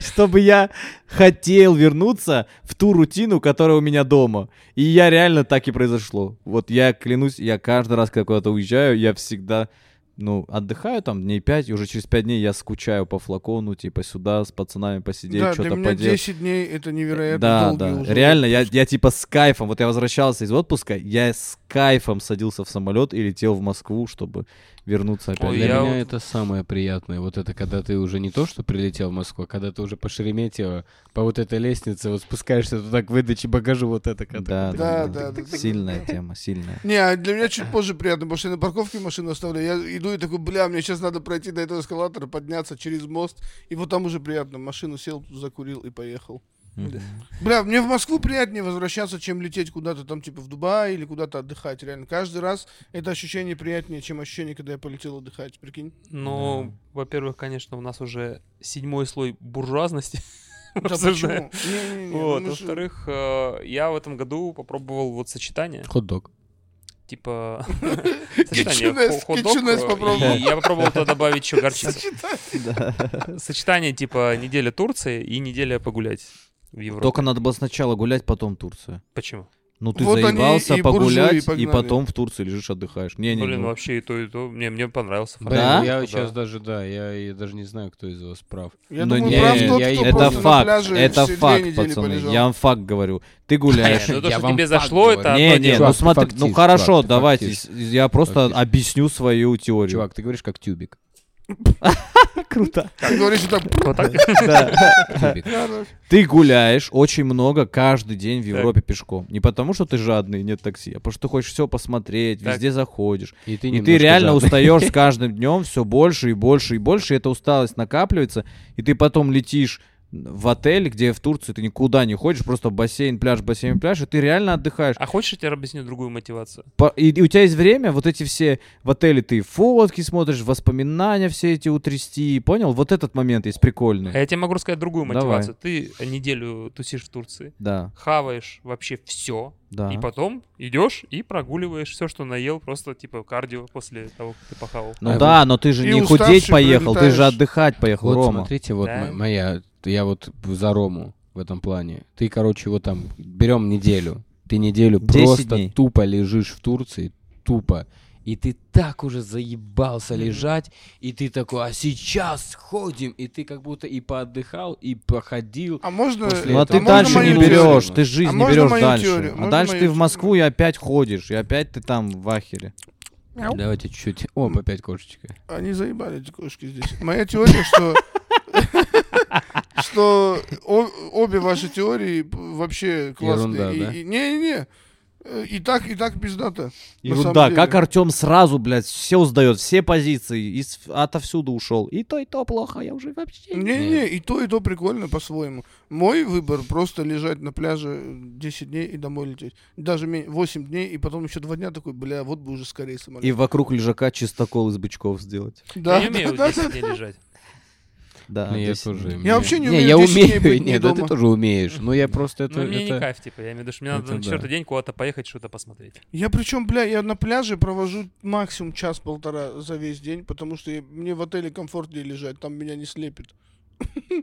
[SPEAKER 5] Чтобы я хотел вернуться в ту рутину, которая у меня дома. И я реально так и произошло. Вот я клянусь, я каждый раз, когда куда-то уезжаю, я всегда, ну, отдыхаю там дней пять, и уже через пять дней я скучаю по флакону, типа сюда с пацанами посидеть,
[SPEAKER 3] Да, для
[SPEAKER 5] что-то
[SPEAKER 3] меня
[SPEAKER 5] поделать.
[SPEAKER 3] 10 дней это невероятно
[SPEAKER 5] Да,
[SPEAKER 3] долгий
[SPEAKER 5] да.
[SPEAKER 3] уже.
[SPEAKER 5] Реально, я, я типа с кайфом. Вот я возвращался из отпуска, я с кайфом садился в самолет и летел в Москву, чтобы вернуться опять.
[SPEAKER 4] Ой,
[SPEAKER 1] Для
[SPEAKER 4] я
[SPEAKER 1] меня
[SPEAKER 4] вот-
[SPEAKER 1] это самое приятное. Вот это когда ты уже не то, что прилетел в Москву, а когда ты уже по Шереметьево, по вот этой лестнице, вот спускаешься туда к выдаче багажу, вот это когда.
[SPEAKER 5] Да, да,
[SPEAKER 3] Да,
[SPEAKER 5] да,
[SPEAKER 3] да, да, да.
[SPEAKER 5] Сильная тема, сильная.
[SPEAKER 3] Не, а для меня чуть позже приятно, потому что я на парковке машину оставляю. Я иду и такой, бля, мне сейчас надо пройти до этого эскалатора, подняться через мост. И вот там уже приятно. Машину сел, закурил и поехал.
[SPEAKER 5] Мгм.
[SPEAKER 3] Бля, мне в Москву приятнее возвращаться, чем лететь куда-то там, типа в Дубай или куда-то отдыхать. Реально, каждый раз это ощущение приятнее, чем ощущение, когда я полетел отдыхать, прикинь.
[SPEAKER 4] Ну, во-первых, конечно, у нас уже седьмой слой буржуазности.
[SPEAKER 3] Да
[SPEAKER 4] обсуждаем.
[SPEAKER 3] почему? Не-не-не, ну
[SPEAKER 4] Вот,
[SPEAKER 3] мы же-
[SPEAKER 4] во-вторых, э, я в этом году попробовал вот сочетание,
[SPEAKER 1] Хот-дог.
[SPEAKER 4] типа
[SPEAKER 3] Кетчунес,
[SPEAKER 4] сочетание хо- хот-дог,
[SPEAKER 3] кетчунес
[SPEAKER 4] э,
[SPEAKER 3] попробовал.
[SPEAKER 4] и я попробовал туда добавить еще горчицу.
[SPEAKER 3] Сочетай.
[SPEAKER 4] Сочетание типа неделя Турции и неделя погулять в Европе.
[SPEAKER 5] Только надо было сначала гулять, потом Турцию.
[SPEAKER 4] Почему?
[SPEAKER 5] Ну ты
[SPEAKER 3] Вот они
[SPEAKER 5] заебался
[SPEAKER 3] и буржуи
[SPEAKER 5] погулять, и
[SPEAKER 3] погнали.
[SPEAKER 5] потом в Турции лежишь, отдыхаешь. Не, не,
[SPEAKER 4] Блин,
[SPEAKER 5] ну,
[SPEAKER 4] вообще и то, и то. Мне, мне понравился
[SPEAKER 1] Блин, ну
[SPEAKER 4] формат.
[SPEAKER 5] Да?
[SPEAKER 1] я
[SPEAKER 4] Да.
[SPEAKER 1] сейчас даже, да, я, я даже не знаю, кто из вас прав.
[SPEAKER 3] Я
[SPEAKER 5] Ну
[SPEAKER 3] думаю,
[SPEAKER 5] не,
[SPEAKER 3] прав
[SPEAKER 1] я-
[SPEAKER 3] тот, кто
[SPEAKER 1] я-
[SPEAKER 5] это
[SPEAKER 3] просто на
[SPEAKER 5] факт,
[SPEAKER 3] пляже
[SPEAKER 5] это
[SPEAKER 3] все две
[SPEAKER 5] факт,
[SPEAKER 3] недели
[SPEAKER 5] пацаны.
[SPEAKER 3] полежал.
[SPEAKER 5] Я вам факт говорю. Ты гуляешь.
[SPEAKER 4] Не, ну то,
[SPEAKER 1] Я
[SPEAKER 4] что
[SPEAKER 1] вам
[SPEAKER 4] тебе
[SPEAKER 1] факт
[SPEAKER 4] зашло,
[SPEAKER 1] говорю.
[SPEAKER 4] это
[SPEAKER 5] Не,
[SPEAKER 4] одно
[SPEAKER 5] не,
[SPEAKER 4] дело.
[SPEAKER 5] ну
[SPEAKER 1] Чувак, ты
[SPEAKER 5] смотри,
[SPEAKER 1] фактист,
[SPEAKER 5] ну хорошо,
[SPEAKER 1] чувак, ты
[SPEAKER 5] давайте,
[SPEAKER 1] фактист.
[SPEAKER 5] с- я просто
[SPEAKER 1] Фактист.
[SPEAKER 5] объясню свою теорию.
[SPEAKER 1] Чувак, ты говоришь как тюбик.
[SPEAKER 5] круто.
[SPEAKER 3] Ты говоришь, что так...
[SPEAKER 4] Вот так?
[SPEAKER 1] Тюбик.
[SPEAKER 5] Ты гуляешь очень много каждый день в Европе пешком. Не потому, что ты жадный, и нет такси, а потому что ты хочешь все посмотреть,
[SPEAKER 4] Так.
[SPEAKER 5] везде заходишь.
[SPEAKER 1] И ты,
[SPEAKER 5] И ты
[SPEAKER 1] немножко
[SPEAKER 5] реально
[SPEAKER 1] жадный.
[SPEAKER 5] устаешь с каждым днем все больше и больше и больше, и эта усталость накапливается, и ты потом летишь в отель, где в Турции ты никуда не ходишь, просто бассейн, пляж, бассейн, пляж, и ты реально отдыхаешь.
[SPEAKER 4] А хочешь, я тебе объясню другую мотивацию?
[SPEAKER 5] По- И, и у тебя есть время, вот эти все в отеле ты фотки смотришь, воспоминания все эти утрясти, понял? Вот этот момент есть прикольный.
[SPEAKER 4] А я тебе могу рассказать другую
[SPEAKER 5] Давай.
[SPEAKER 4] мотивацию. Ты неделю тусишь в Турции,
[SPEAKER 5] Да,
[SPEAKER 4] хаваешь вообще все,
[SPEAKER 5] да.
[SPEAKER 4] и потом идешь и прогуливаешь все, что наел, просто типа кардио после того, как ты похавал.
[SPEAKER 5] Ну
[SPEAKER 1] А,
[SPEAKER 5] да, но ты же
[SPEAKER 3] и
[SPEAKER 5] не
[SPEAKER 3] уставший
[SPEAKER 5] худеть поехал, ты же
[SPEAKER 3] прилетаешь.
[SPEAKER 5] отдыхать поехал,
[SPEAKER 1] Вот
[SPEAKER 5] Рома.
[SPEAKER 1] смотрите, вот
[SPEAKER 4] Да.
[SPEAKER 1] мо- моя, я вот за Рому в этом плане. Ты, короче, вот там берем неделю. Ты неделю
[SPEAKER 5] 10
[SPEAKER 1] просто
[SPEAKER 5] дней.
[SPEAKER 1] тупо лежишь в Турции, тупо. И ты так уже заебался лежать, и ты такой, а сейчас ходим, и ты как будто и поотдыхал, и походил.
[SPEAKER 3] А можно...
[SPEAKER 1] После
[SPEAKER 5] Ну а
[SPEAKER 1] этого.
[SPEAKER 5] ты
[SPEAKER 1] А можно
[SPEAKER 5] дальше не
[SPEAKER 1] мою
[SPEAKER 5] берешь,
[SPEAKER 1] теорию?
[SPEAKER 5] ты жизнь
[SPEAKER 3] А
[SPEAKER 5] не
[SPEAKER 3] можно
[SPEAKER 5] берешь
[SPEAKER 3] мою
[SPEAKER 5] дальше.
[SPEAKER 3] теорию?
[SPEAKER 5] А
[SPEAKER 3] Можно
[SPEAKER 5] дальше ты
[SPEAKER 3] мою
[SPEAKER 5] в Москву и опять ходишь, и опять ты там в ахере.
[SPEAKER 1] Давайте чуть-чуть. О, по пять кошечка.
[SPEAKER 3] Они А заебали эти кошки здесь. Моя теория, что... Что о- обе ваши теории п- вообще
[SPEAKER 1] Ерунда, да?
[SPEAKER 3] классные. И- и- Не-не-не. Э, И так, и так пиздато. На самом
[SPEAKER 5] Ерунда,
[SPEAKER 3] деле.
[SPEAKER 5] как Артем сразу, блядь, все сдает, все позиции, и с- отовсюду ушел. И то, и то плохо, я уже вообще...
[SPEAKER 3] Не-не, и то, и то прикольно по-своему. Мой выбор просто лежать на пляже 10 дней и домой лететь. Даже 8 дней, и потом еще 2 дня такой, бля, вот бы уже скорее
[SPEAKER 5] И
[SPEAKER 3] самолет.
[SPEAKER 5] вокруг лежака чистокол из бычков сделать.
[SPEAKER 3] Да,
[SPEAKER 4] я не умею
[SPEAKER 3] да,
[SPEAKER 4] 10 дней лежать.
[SPEAKER 5] Да,
[SPEAKER 1] Ну, я
[SPEAKER 5] здесь-
[SPEAKER 1] тоже
[SPEAKER 5] да.
[SPEAKER 1] умею.
[SPEAKER 3] вообще не
[SPEAKER 1] я
[SPEAKER 3] умею 10 дней
[SPEAKER 1] умею,
[SPEAKER 3] быть не
[SPEAKER 1] нет, да ты
[SPEAKER 3] дома.
[SPEAKER 1] тоже умеешь. Но я просто это...
[SPEAKER 4] ну, мне не
[SPEAKER 1] это-
[SPEAKER 4] кайф, типа, я имею в виду, что мне надо
[SPEAKER 1] это
[SPEAKER 4] на
[SPEAKER 1] да.
[SPEAKER 4] четвертый день куда-то поехать, что-то посмотреть.
[SPEAKER 3] Я причем, бля, я на пляже провожу максимум час-полтора за весь день, потому что я- мне в отеле комфортнее лежать, там меня не слепит.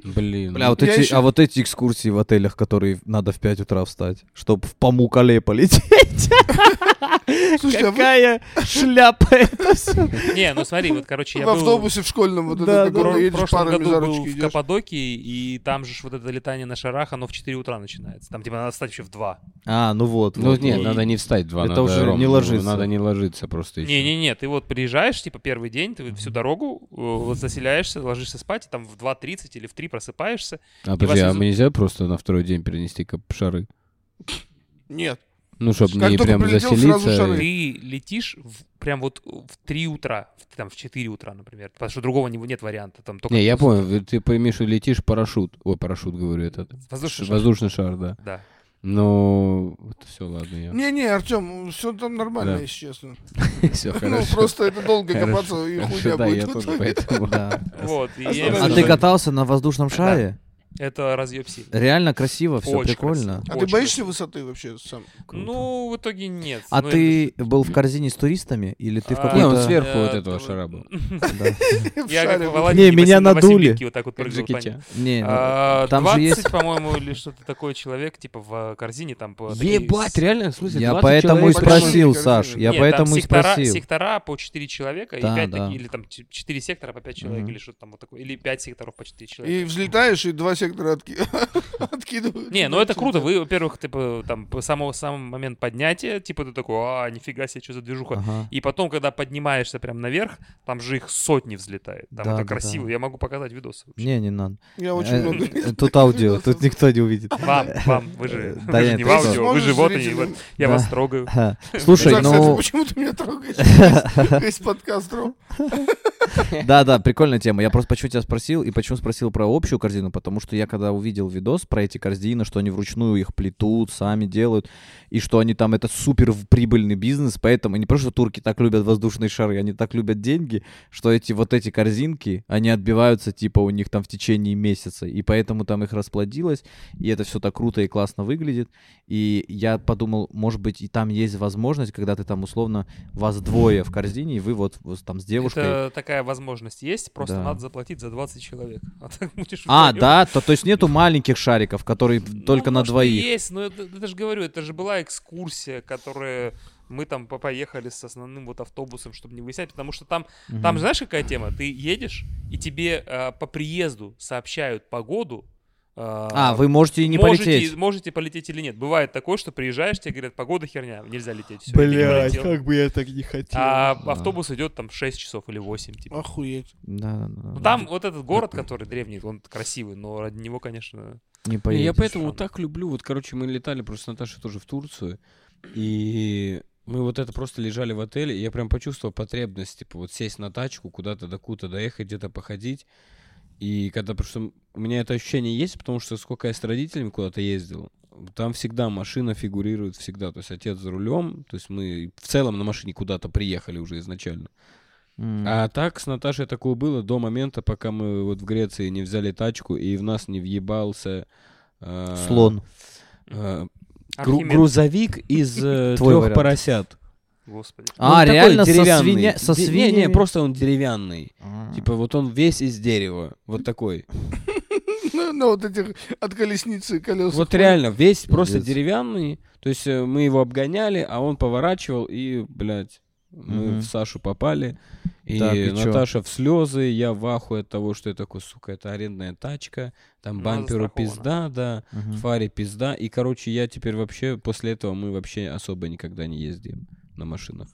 [SPEAKER 1] Блин.
[SPEAKER 5] Бля,
[SPEAKER 1] ну,
[SPEAKER 5] вот
[SPEAKER 3] Я
[SPEAKER 5] эти,
[SPEAKER 3] ещё-
[SPEAKER 5] а вот эти экскурсии в отелях, которые надо в 5 утра встать, чтобы в Памукале полететь.
[SPEAKER 3] Слушай, а вы
[SPEAKER 5] Какая шляпа это все.
[SPEAKER 4] Не, ну смотри, вот, короче, я
[SPEAKER 3] в
[SPEAKER 4] был...
[SPEAKER 3] автобусе в школьном вот
[SPEAKER 5] Да,
[SPEAKER 3] этот,
[SPEAKER 5] да.
[SPEAKER 4] Про-
[SPEAKER 3] который
[SPEAKER 4] в
[SPEAKER 3] едешь
[SPEAKER 4] прошлом
[SPEAKER 3] парами
[SPEAKER 4] году
[SPEAKER 3] за
[SPEAKER 4] был
[SPEAKER 3] ручки
[SPEAKER 4] в
[SPEAKER 3] идешь.
[SPEAKER 4] Каппадокии, и там же ж вот это летание на шарах, оно в 4 утра начинается. Там типа надо встать еще в 2.
[SPEAKER 5] А, ну вот.
[SPEAKER 1] Ну
[SPEAKER 5] вот,
[SPEAKER 1] нет,
[SPEAKER 5] вот.
[SPEAKER 1] надо не встать два.
[SPEAKER 5] Это
[SPEAKER 1] надо,
[SPEAKER 5] уже
[SPEAKER 1] Ром,
[SPEAKER 5] не
[SPEAKER 1] ну,
[SPEAKER 5] ложиться.
[SPEAKER 1] Надо не ложиться просто. ещё.
[SPEAKER 4] Не-не-не, ты вот приезжаешь, типа, первый день, ты всю дорогу э, вот заселяешься, ложишься спать, и там в 2.30 или в 3 просыпаешься.
[SPEAKER 1] А подожди, а
[SPEAKER 4] везут-
[SPEAKER 1] мы нельзя просто на второй день перенести как шары?
[SPEAKER 3] Нет.
[SPEAKER 1] Ну, чтобы
[SPEAKER 3] Как
[SPEAKER 1] не
[SPEAKER 3] только
[SPEAKER 1] прям
[SPEAKER 3] прилетел,
[SPEAKER 1] заселиться.
[SPEAKER 3] сразу шары.
[SPEAKER 4] Ты летишь в- прям вот в 3 утра, в- там в 4 утра, например, потому что другого не- нет варианта. Там только
[SPEAKER 1] Не, я
[SPEAKER 4] воздух-
[SPEAKER 1] понял, ты пойми, что летишь парашют. Ой, парашют, говорю, этот.
[SPEAKER 4] Воздушный шар.
[SPEAKER 1] Воздушный шар, да.
[SPEAKER 4] Да.
[SPEAKER 1] Ну, все, ладно, я...
[SPEAKER 3] Не-не, Артем, все там нормально,
[SPEAKER 1] Да.
[SPEAKER 3] если честно.
[SPEAKER 1] Все,
[SPEAKER 3] Ну,
[SPEAKER 1] хорошо.
[SPEAKER 3] просто это долго копаться, и
[SPEAKER 1] Хорошо,
[SPEAKER 3] хуйня
[SPEAKER 1] да, я
[SPEAKER 3] будет в
[SPEAKER 1] тоже
[SPEAKER 3] итоге.
[SPEAKER 1] поэтому.
[SPEAKER 5] Да.
[SPEAKER 4] Вот, и я
[SPEAKER 3] А
[SPEAKER 4] имею в
[SPEAKER 5] А
[SPEAKER 4] виду,
[SPEAKER 5] ты
[SPEAKER 4] что
[SPEAKER 5] катался на воздушном шаре?
[SPEAKER 4] Это разъеб сильный.
[SPEAKER 5] Реально красиво, все
[SPEAKER 4] Очень
[SPEAKER 5] прикольно.
[SPEAKER 4] красиво.
[SPEAKER 3] А ты
[SPEAKER 4] Очень
[SPEAKER 3] боишься
[SPEAKER 4] красиво.
[SPEAKER 3] высоты вообще сам?
[SPEAKER 1] Круто.
[SPEAKER 4] Ну, в итоге нет.
[SPEAKER 5] А
[SPEAKER 4] Ну,
[SPEAKER 5] ты был в корзине с туристами? Или ты в
[SPEAKER 4] А,
[SPEAKER 1] Не, он
[SPEAKER 5] какой-то...
[SPEAKER 1] сверху вот
[SPEAKER 4] Э,
[SPEAKER 1] этого
[SPEAKER 4] то-
[SPEAKER 1] шара был.
[SPEAKER 3] В
[SPEAKER 4] Я как
[SPEAKER 3] шаре.
[SPEAKER 4] Володин
[SPEAKER 5] Не, меня
[SPEAKER 4] Василь- на
[SPEAKER 5] надули.
[SPEAKER 4] Васильевке вот так вот
[SPEAKER 1] Как
[SPEAKER 4] прыгал,
[SPEAKER 1] Джеки
[SPEAKER 4] понятно.
[SPEAKER 1] Чан.
[SPEAKER 5] Не, ну,
[SPEAKER 4] А,
[SPEAKER 5] там же
[SPEAKER 4] 20,
[SPEAKER 5] есть...
[SPEAKER 4] по-моему, или что-то такое человек, типа в корзине там... по- такие
[SPEAKER 1] Ебать, реально, в смысле,
[SPEAKER 5] ну, Я
[SPEAKER 1] 20
[SPEAKER 5] поэтому и
[SPEAKER 1] человек пришли?
[SPEAKER 3] спроси-
[SPEAKER 5] спросил,
[SPEAKER 3] Корзине,
[SPEAKER 5] Саш,
[SPEAKER 3] корзине.
[SPEAKER 5] я
[SPEAKER 4] Нет,
[SPEAKER 5] поэтому
[SPEAKER 4] там
[SPEAKER 5] и
[SPEAKER 4] сектора,
[SPEAKER 5] спросил.
[SPEAKER 4] Сектора по 4 человека, и
[SPEAKER 5] Да,
[SPEAKER 4] пять
[SPEAKER 5] да.
[SPEAKER 4] такие, или там 4 сектора по 5 человек,
[SPEAKER 5] Мгм.
[SPEAKER 4] или что-то там вот такое, или 5 секторов по 4 человека.
[SPEAKER 3] И взлетаешь, и два сектора отки- откидывают.
[SPEAKER 4] Не, ну это круто. Вы, во-первых, типа, там, по самого сам момент поднятия, типа, ты такой, а, нифига себе, что за движуха.
[SPEAKER 5] Ага.
[SPEAKER 4] И потом, когда поднимаешься прям наверх, там же их сотни взлетает. Там
[SPEAKER 5] Да,
[SPEAKER 4] это
[SPEAKER 5] да,
[SPEAKER 4] красиво.
[SPEAKER 5] да.
[SPEAKER 4] Я могу показать видосы. вообще.
[SPEAKER 5] Не, не надо.
[SPEAKER 3] Я очень
[SPEAKER 5] Э,
[SPEAKER 3] много...
[SPEAKER 5] э, Тут аудио, тут никто не увидит.
[SPEAKER 4] Вам, вам, вы же,
[SPEAKER 5] Да
[SPEAKER 4] вы же
[SPEAKER 5] нет,
[SPEAKER 4] не в
[SPEAKER 5] Э, ты
[SPEAKER 4] аудио, вы
[SPEAKER 3] сможешь
[SPEAKER 4] же вот они,
[SPEAKER 3] зрителям?
[SPEAKER 4] вот я
[SPEAKER 5] Да.
[SPEAKER 4] вас трогаю.
[SPEAKER 5] Ха. Слушай,
[SPEAKER 3] Зак, кстати,
[SPEAKER 5] ну...
[SPEAKER 3] почему ты меня трогаешь? Весь- Весь подкаст трог.
[SPEAKER 5] Да, да, прикольная тема. Я просто почему тебя спросил, и почему спросил про общую корзину, потому что я когда увидел видос про эти корзины, что они вручную их плетут, сами делают, и что они там, это супер в- прибыльный бизнес, поэтому не просто турки так любят воздушные шары, они так любят деньги, что эти вот эти корзинки, они отбиваются типа у них там в течение месяца, и поэтому там их расплодилось, и это все так круто и классно выглядит, и я подумал, может быть, и там есть возможность, когда ты там условно вас двое в корзине, и вы вот, вот там с девушкой...
[SPEAKER 4] Это такая возможность есть, просто
[SPEAKER 5] Да.
[SPEAKER 4] надо заплатить за 20 человек. А, так будешь
[SPEAKER 5] А,
[SPEAKER 4] вдвоём.
[SPEAKER 5] да, то, то есть нету маленьких шариков, которые в-
[SPEAKER 4] Ну,
[SPEAKER 5] только на
[SPEAKER 4] может, и
[SPEAKER 5] двоих.
[SPEAKER 4] Есть, но это, это же говорю, это же была экскурсия, которая мы там по- поехали с основным вот автобусом, чтобы не выяснять, потому что там, там же знаешь какая тема? Ты едешь и тебе э, по приезду сообщают погоду. э,
[SPEAKER 5] А, вы можете и не
[SPEAKER 4] можете,
[SPEAKER 5] полететь.
[SPEAKER 4] Можете полететь или нет. Бывает такое, что приезжаешь, тебе говорят, погода херня, нельзя лететь. всё, и ты не
[SPEAKER 2] Блять,
[SPEAKER 4] полетел.
[SPEAKER 2] как бы я так не хотел.
[SPEAKER 4] А
[SPEAKER 5] Да.
[SPEAKER 4] автобус идет там 6 часов или 8. Типа.
[SPEAKER 3] Охуеть.
[SPEAKER 5] Да, да, да,
[SPEAKER 4] Ну,
[SPEAKER 5] да.
[SPEAKER 4] там вот этот город, который древний, он красивый, но ради него, конечно...
[SPEAKER 5] не
[SPEAKER 1] Не,
[SPEAKER 5] поедешь.
[SPEAKER 1] Я поэтому
[SPEAKER 4] рано.
[SPEAKER 1] так люблю. Вот, короче, мы летали просто с Наташей тоже в Турцию. И мы вот это просто лежали в отеле, и я прям почувствовал потребность, типа, вот сесть на тачку, куда-то до куда-то доехать, где-то походить. И когда, потому что у меня это ощущение есть, потому что сколько я с родителями куда-то ездил, там всегда машина фигурирует всегда. То есть отец за рулем, то есть мы в целом на машине куда-то приехали уже изначально.
[SPEAKER 5] М.
[SPEAKER 1] А так с Наташей такое было до момента, пока мы вот в Греции не взяли тачку и в нас не въебался э,
[SPEAKER 5] Слон.
[SPEAKER 1] э, гру-
[SPEAKER 4] Архимед,
[SPEAKER 1] грузовик из э,
[SPEAKER 5] Твой
[SPEAKER 1] трех
[SPEAKER 5] вариант.
[SPEAKER 1] поросят. Ну,
[SPEAKER 4] Господи.
[SPEAKER 1] Он
[SPEAKER 5] А,
[SPEAKER 1] такой
[SPEAKER 5] реально со
[SPEAKER 1] деревянный.
[SPEAKER 5] свинья... Со
[SPEAKER 1] Де- не, Не,
[SPEAKER 5] свиньями?
[SPEAKER 1] просто он деревянный.
[SPEAKER 5] А.
[SPEAKER 1] Типа вот он весь из дерева, вот такой.
[SPEAKER 3] Ну, на вот этих от колесницы колеса.
[SPEAKER 1] Вот реально весь просто
[SPEAKER 5] Пиздец.
[SPEAKER 1] деревянный. То есть э, мы его обгоняли, а он поворачивал и, блядь, мы
[SPEAKER 5] Мгм.
[SPEAKER 1] в Сашу попали. И,
[SPEAKER 5] Так, и чё?
[SPEAKER 1] Наташа в слезы, я в ахуе от того, что я такой, сука, это арендная тачка, там
[SPEAKER 4] Ну, она
[SPEAKER 1] бамперу
[SPEAKER 4] застрахована.
[SPEAKER 1] пизда, да,
[SPEAKER 5] Мгм.
[SPEAKER 1] фаре пизда. И, короче, я теперь вообще, после этого мы вообще особо никогда не ездим на машинах.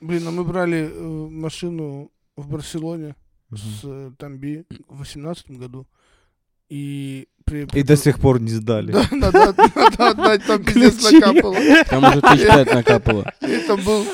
[SPEAKER 3] Блин, а мы брали э, машину в Барселоне с э, Тамби в восемнадцатом году. И... при-
[SPEAKER 5] И до сих пор не сдали.
[SPEAKER 3] Да, надо, от- надо отдать, там пиздец
[SPEAKER 5] Ключи.
[SPEAKER 3] накапало.
[SPEAKER 1] Там уже тысяч пять накапало.
[SPEAKER 3] Это был...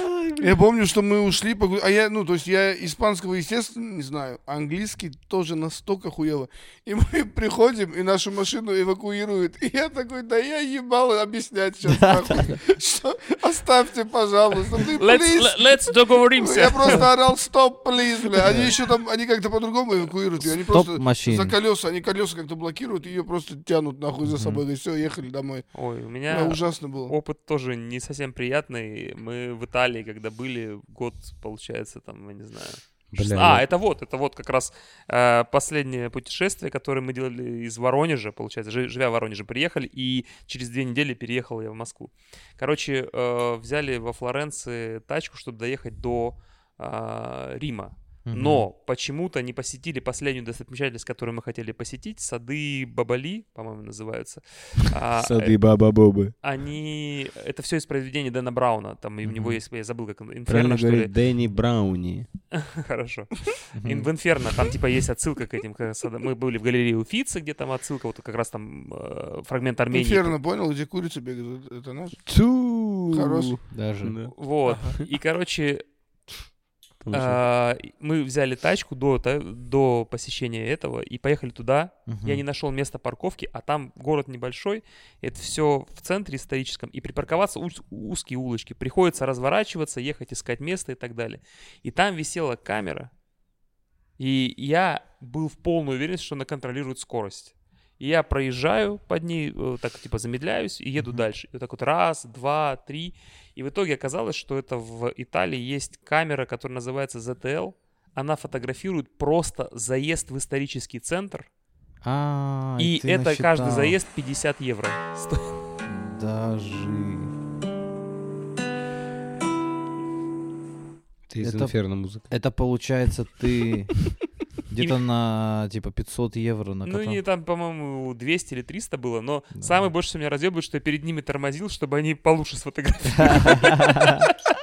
[SPEAKER 3] Я помню, что мы ушли, погу- а я, ну, то есть я испанского, естественно, не знаю, а английский тоже настолько хуево. И мы приходим, и нашу машину эвакуируют. И я такой, да я ебал объяснять сейчас. нахуй. Что? Оставьте, пожалуйста. Ну,
[SPEAKER 4] Let's,
[SPEAKER 3] please.
[SPEAKER 4] let's договоримся.
[SPEAKER 3] Я просто орал, стоп, please, бля. Они еще там, они как-то по-другому эвакуируют ее. Они
[SPEAKER 5] Стоп
[SPEAKER 3] просто
[SPEAKER 5] машин.
[SPEAKER 3] за колеса, они колеса как-то блокируют, ее просто тянут нахуй за собой. И все, ехали домой.
[SPEAKER 4] Ой, у меня
[SPEAKER 3] Да, ужасно было.
[SPEAKER 4] опыт тоже не совсем приятный. Мы в Италии, когда были, год, получается, там, я не знаю.
[SPEAKER 1] Бля,
[SPEAKER 4] шест-
[SPEAKER 1] я-
[SPEAKER 4] а, это вот, это вот как раз э, последнее путешествие, которое мы делали из Воронежа, получается, жи- живя в Воронеже, приехали, и через две недели переехал я в Москву. Короче, э, взяли во Флоренции тачку, чтобы доехать до э, Рима.
[SPEAKER 5] Мгм.
[SPEAKER 4] Но почему-то не посетили последнюю достопримечательность, которую мы хотели посетить. Сады Бабали, по-моему, называются. А, э,
[SPEAKER 1] баба-бобы.
[SPEAKER 4] Они... Это все из произведения Дэна Брауна. Там и у него
[SPEAKER 5] Мгм.
[SPEAKER 4] есть... Я забыл, как... он- Инферно,
[SPEAKER 1] Правильно
[SPEAKER 4] что ли?
[SPEAKER 1] говорит Дэнни Брауни.
[SPEAKER 4] Хорошо.
[SPEAKER 5] Мгм.
[SPEAKER 4] Ин- В Инферно там типа есть отсылка к этим... к садам. Мы были в галерее Уфицы, где там отсылка, вот как раз там э, фрагмент Армении.
[SPEAKER 3] Инферно, понял, где курица бегает. Это наш?
[SPEAKER 1] Тю.
[SPEAKER 3] Хорош.
[SPEAKER 5] Даже.
[SPEAKER 1] Да.
[SPEAKER 4] Вот. И, короче,
[SPEAKER 1] Потому что-
[SPEAKER 4] а, мы взяли тачку до, та- до посещения этого и поехали туда. Я не нашел места парковки, а там город небольшой, это все в центре историческом, и припарковаться уз- узкие улочки. Приходится разворачиваться, ехать искать место и так далее. И там висела камера, и я был в полной уверенности, что она контролирует скорость. И я проезжаю под ней, э, так типа замедляюсь и еду дальше. И вот так вот раз, два, три. И в итоге оказалось, что это в Италии есть камера, которая называется ZTL. Она фотографирует просто заезд в исторический центр.
[SPEAKER 5] А,
[SPEAKER 4] И
[SPEAKER 5] ты
[SPEAKER 4] это каждый
[SPEAKER 5] насчитал.
[SPEAKER 4] заезд 50 евро. стоит.
[SPEAKER 5] Даже.
[SPEAKER 1] Ты из
[SPEAKER 5] Это-
[SPEAKER 1] инферно музыка.
[SPEAKER 5] Это получается ты
[SPEAKER 4] Или-
[SPEAKER 5] где-то на, типа, 500 евро на
[SPEAKER 4] Ну,
[SPEAKER 5] кота.
[SPEAKER 4] не там, по-моему, 200 или 300 было, но
[SPEAKER 5] Да.
[SPEAKER 4] самое больше, что меня разъебывает, что я перед ними тормозил, чтобы они получше сфотографировали.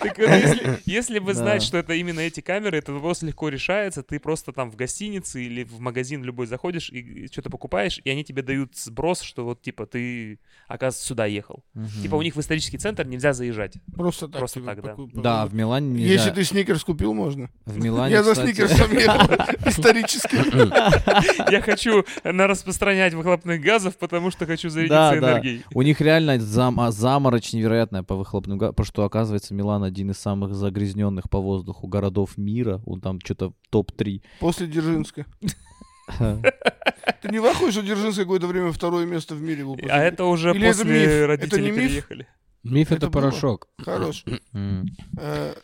[SPEAKER 4] Так вот, если- Если бы знать,
[SPEAKER 5] Да.
[SPEAKER 4] что это именно эти камеры, этот вопрос легко решается. Ты просто там в гостинице или в магазин любой заходишь и что-то покупаешь, и они тебе дают сброс, что вот, типа, ты, оказывается, сюда ехал. Типа, у них в исторический центр нельзя заезжать.
[SPEAKER 3] Просто так.
[SPEAKER 4] Просто
[SPEAKER 3] тебе
[SPEAKER 4] так, да.
[SPEAKER 3] поку-
[SPEAKER 5] Да, в Милане нельзя.
[SPEAKER 3] Если ты сникерс купил, можно.
[SPEAKER 5] В Милане,
[SPEAKER 3] Я за
[SPEAKER 5] кстати,
[SPEAKER 3] сникерсом ехал исторически.
[SPEAKER 4] Я хочу на распространять выхлопных газов, потому что хочу
[SPEAKER 5] Да,
[SPEAKER 4] зарядиться
[SPEAKER 5] да.
[SPEAKER 4] энергией.
[SPEAKER 5] У них реально зам- а, заморочь невероятная по выхлопным газам, потому что, оказывается, Милан один из самых загрязненных по воздуху городов мира. Он там что-то топ-3.
[SPEAKER 3] После Дзержинска. Ты не в ахуе, что Дзержинск какое-то время второе место в мире был?
[SPEAKER 4] А это уже
[SPEAKER 3] Или это миф?
[SPEAKER 4] после
[SPEAKER 3] Это
[SPEAKER 4] родителей
[SPEAKER 3] не миф?
[SPEAKER 4] переехали.
[SPEAKER 1] Миф это,
[SPEAKER 3] Это было?
[SPEAKER 1] порошок.
[SPEAKER 3] Хорош. Э,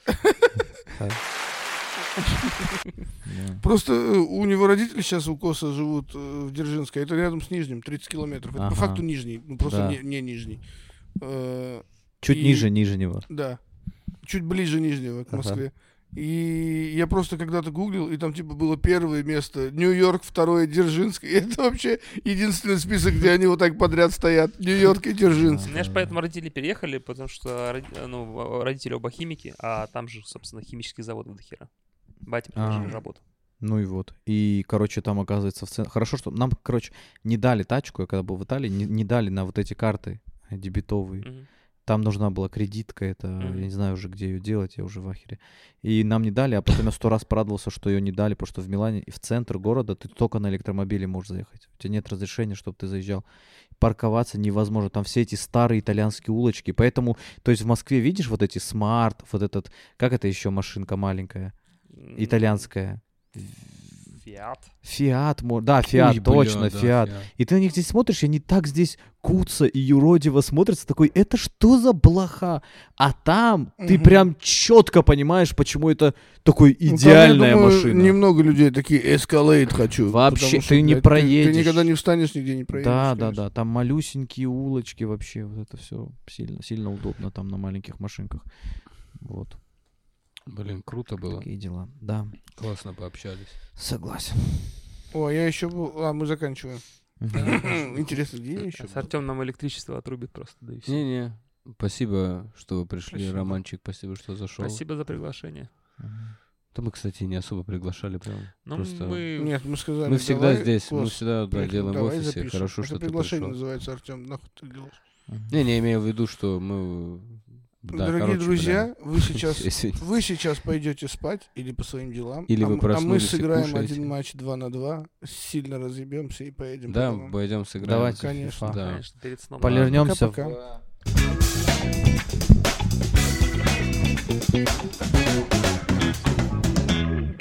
[SPEAKER 3] Просто э, у него родители сейчас у Коса живут э, в Дзержинске, а это рядом с Нижним, 30 километров. Это по
[SPEAKER 5] Ага.
[SPEAKER 3] факту Нижний, ну просто
[SPEAKER 5] Да.
[SPEAKER 3] не, не Нижний. Э,
[SPEAKER 5] Чуть
[SPEAKER 3] И-
[SPEAKER 5] ниже, ниже него.
[SPEAKER 3] да, чуть ближе Нижнего к
[SPEAKER 5] Ага.
[SPEAKER 3] Москве. И я просто когда-то гуглил, и там типа было первое место Нью-Йорк, второе Дзержинск. И это вообще единственный список, где они вот так подряд стоят. Нью-Йорк и Дзержинск.
[SPEAKER 4] У меня же Ну, поэтому родители переехали, потому что роди- ну, о- родители оба химики, а там же, собственно, химический завод до хера. Батя
[SPEAKER 5] А.
[SPEAKER 4] там же работал.
[SPEAKER 5] Ну и вот. И, короче, там оказывается в центре. Хорошо, что нам, короче, не дали тачку, я когда был в Италии, не, не дали на вот эти карты дебетовые.
[SPEAKER 4] Мгм.
[SPEAKER 5] Там нужна была кредитка, это я
[SPEAKER 4] Мгм.
[SPEAKER 5] не знаю уже, где ее делать, я уже в ахере. И нам не дали, а потом я сто раз порадовался, что ее не дали, потому что в Милане и в центр города ты только на электромобиле можешь заехать. У тебя нет разрешения, чтобы ты заезжал. Парковаться невозможно. Там все эти старые итальянские улочки. Поэтому, то есть в Москве видишь вот эти смарт, вот этот, как это еще машинка маленькая,
[SPEAKER 4] М,
[SPEAKER 5] итальянская.
[SPEAKER 4] Фиат.
[SPEAKER 5] Фиат, мо- да, фиат,
[SPEAKER 1] Ой, бля,
[SPEAKER 5] точно,
[SPEAKER 1] да,
[SPEAKER 5] фиат. И ты на них здесь смотришь, и они так здесь кутся и юродиво смотрятся, такой, это что за блоха? А там ты
[SPEAKER 3] Мгм.
[SPEAKER 5] прям четко понимаешь, почему это такой
[SPEAKER 3] Ну, там,
[SPEAKER 5] идеальная
[SPEAKER 3] я думаю,
[SPEAKER 5] машина.
[SPEAKER 3] Немного людей такие эскалейт хочу.
[SPEAKER 5] Вообще,
[SPEAKER 3] потому что,
[SPEAKER 5] ты не
[SPEAKER 3] блядь,
[SPEAKER 5] проедешь.
[SPEAKER 3] Ты, никогда не встанешь, нигде не проедешь.
[SPEAKER 5] Да, да,
[SPEAKER 3] конечно.
[SPEAKER 5] да, там малюсенькие улочки вообще, вот это все сильно, сильно удобно там на маленьких машинках. Вот,
[SPEAKER 1] Блин, круто было.
[SPEAKER 5] такие дела, да,
[SPEAKER 1] Классно пообщались.
[SPEAKER 5] согласен.
[SPEAKER 3] О, я еще был. А, мы заканчиваем.
[SPEAKER 5] Мгм.
[SPEAKER 3] Интересно, где я еще?
[SPEAKER 4] С Артем нам электричество отрубит просто, да и всё.
[SPEAKER 1] Не-не. Спасибо, что вы пришли,
[SPEAKER 3] Спасибо.
[SPEAKER 1] Романчик. Спасибо, что зашел.
[SPEAKER 4] Спасибо за приглашение.
[SPEAKER 1] Да мы, кстати, не особо приглашали прям.
[SPEAKER 4] Ну,
[SPEAKER 1] Просто
[SPEAKER 4] мы...
[SPEAKER 3] Нет, мы сказали.
[SPEAKER 1] мы всегда
[SPEAKER 3] давай,
[SPEAKER 1] здесь, мы
[SPEAKER 3] Кос,
[SPEAKER 1] всегда да,
[SPEAKER 3] блядь,
[SPEAKER 1] делаем в
[SPEAKER 3] давай
[SPEAKER 1] офисе.
[SPEAKER 3] запишем.
[SPEAKER 1] Хорошо,
[SPEAKER 3] Это
[SPEAKER 1] что ты
[SPEAKER 3] приглашение
[SPEAKER 1] пришел.
[SPEAKER 3] называется, Артем. Нахуй ты делаешь?
[SPEAKER 1] Не, не, я имею в виду, что мы... да,
[SPEAKER 3] Дорогие
[SPEAKER 1] короче,
[SPEAKER 3] друзья, вы
[SPEAKER 1] бля,
[SPEAKER 3] сейчас
[SPEAKER 1] извините.
[SPEAKER 3] Вы сейчас пойдете спать или по своим делам,
[SPEAKER 1] Или
[SPEAKER 3] а,
[SPEAKER 1] вы
[SPEAKER 3] м- а мы
[SPEAKER 1] проснулись и
[SPEAKER 3] сыграем
[SPEAKER 1] кушаете.
[SPEAKER 3] один матч 2 на 2, сильно разъебемся и поедем.
[SPEAKER 1] Да,
[SPEAKER 3] по домам.
[SPEAKER 1] пойдем сыграем.
[SPEAKER 5] Давайте,
[SPEAKER 3] Конечно.
[SPEAKER 5] FIFA.
[SPEAKER 1] Да.
[SPEAKER 4] Конечно, перед сном.
[SPEAKER 5] Полирнемся в
[SPEAKER 3] Пока-пока.
[SPEAKER 1] Да.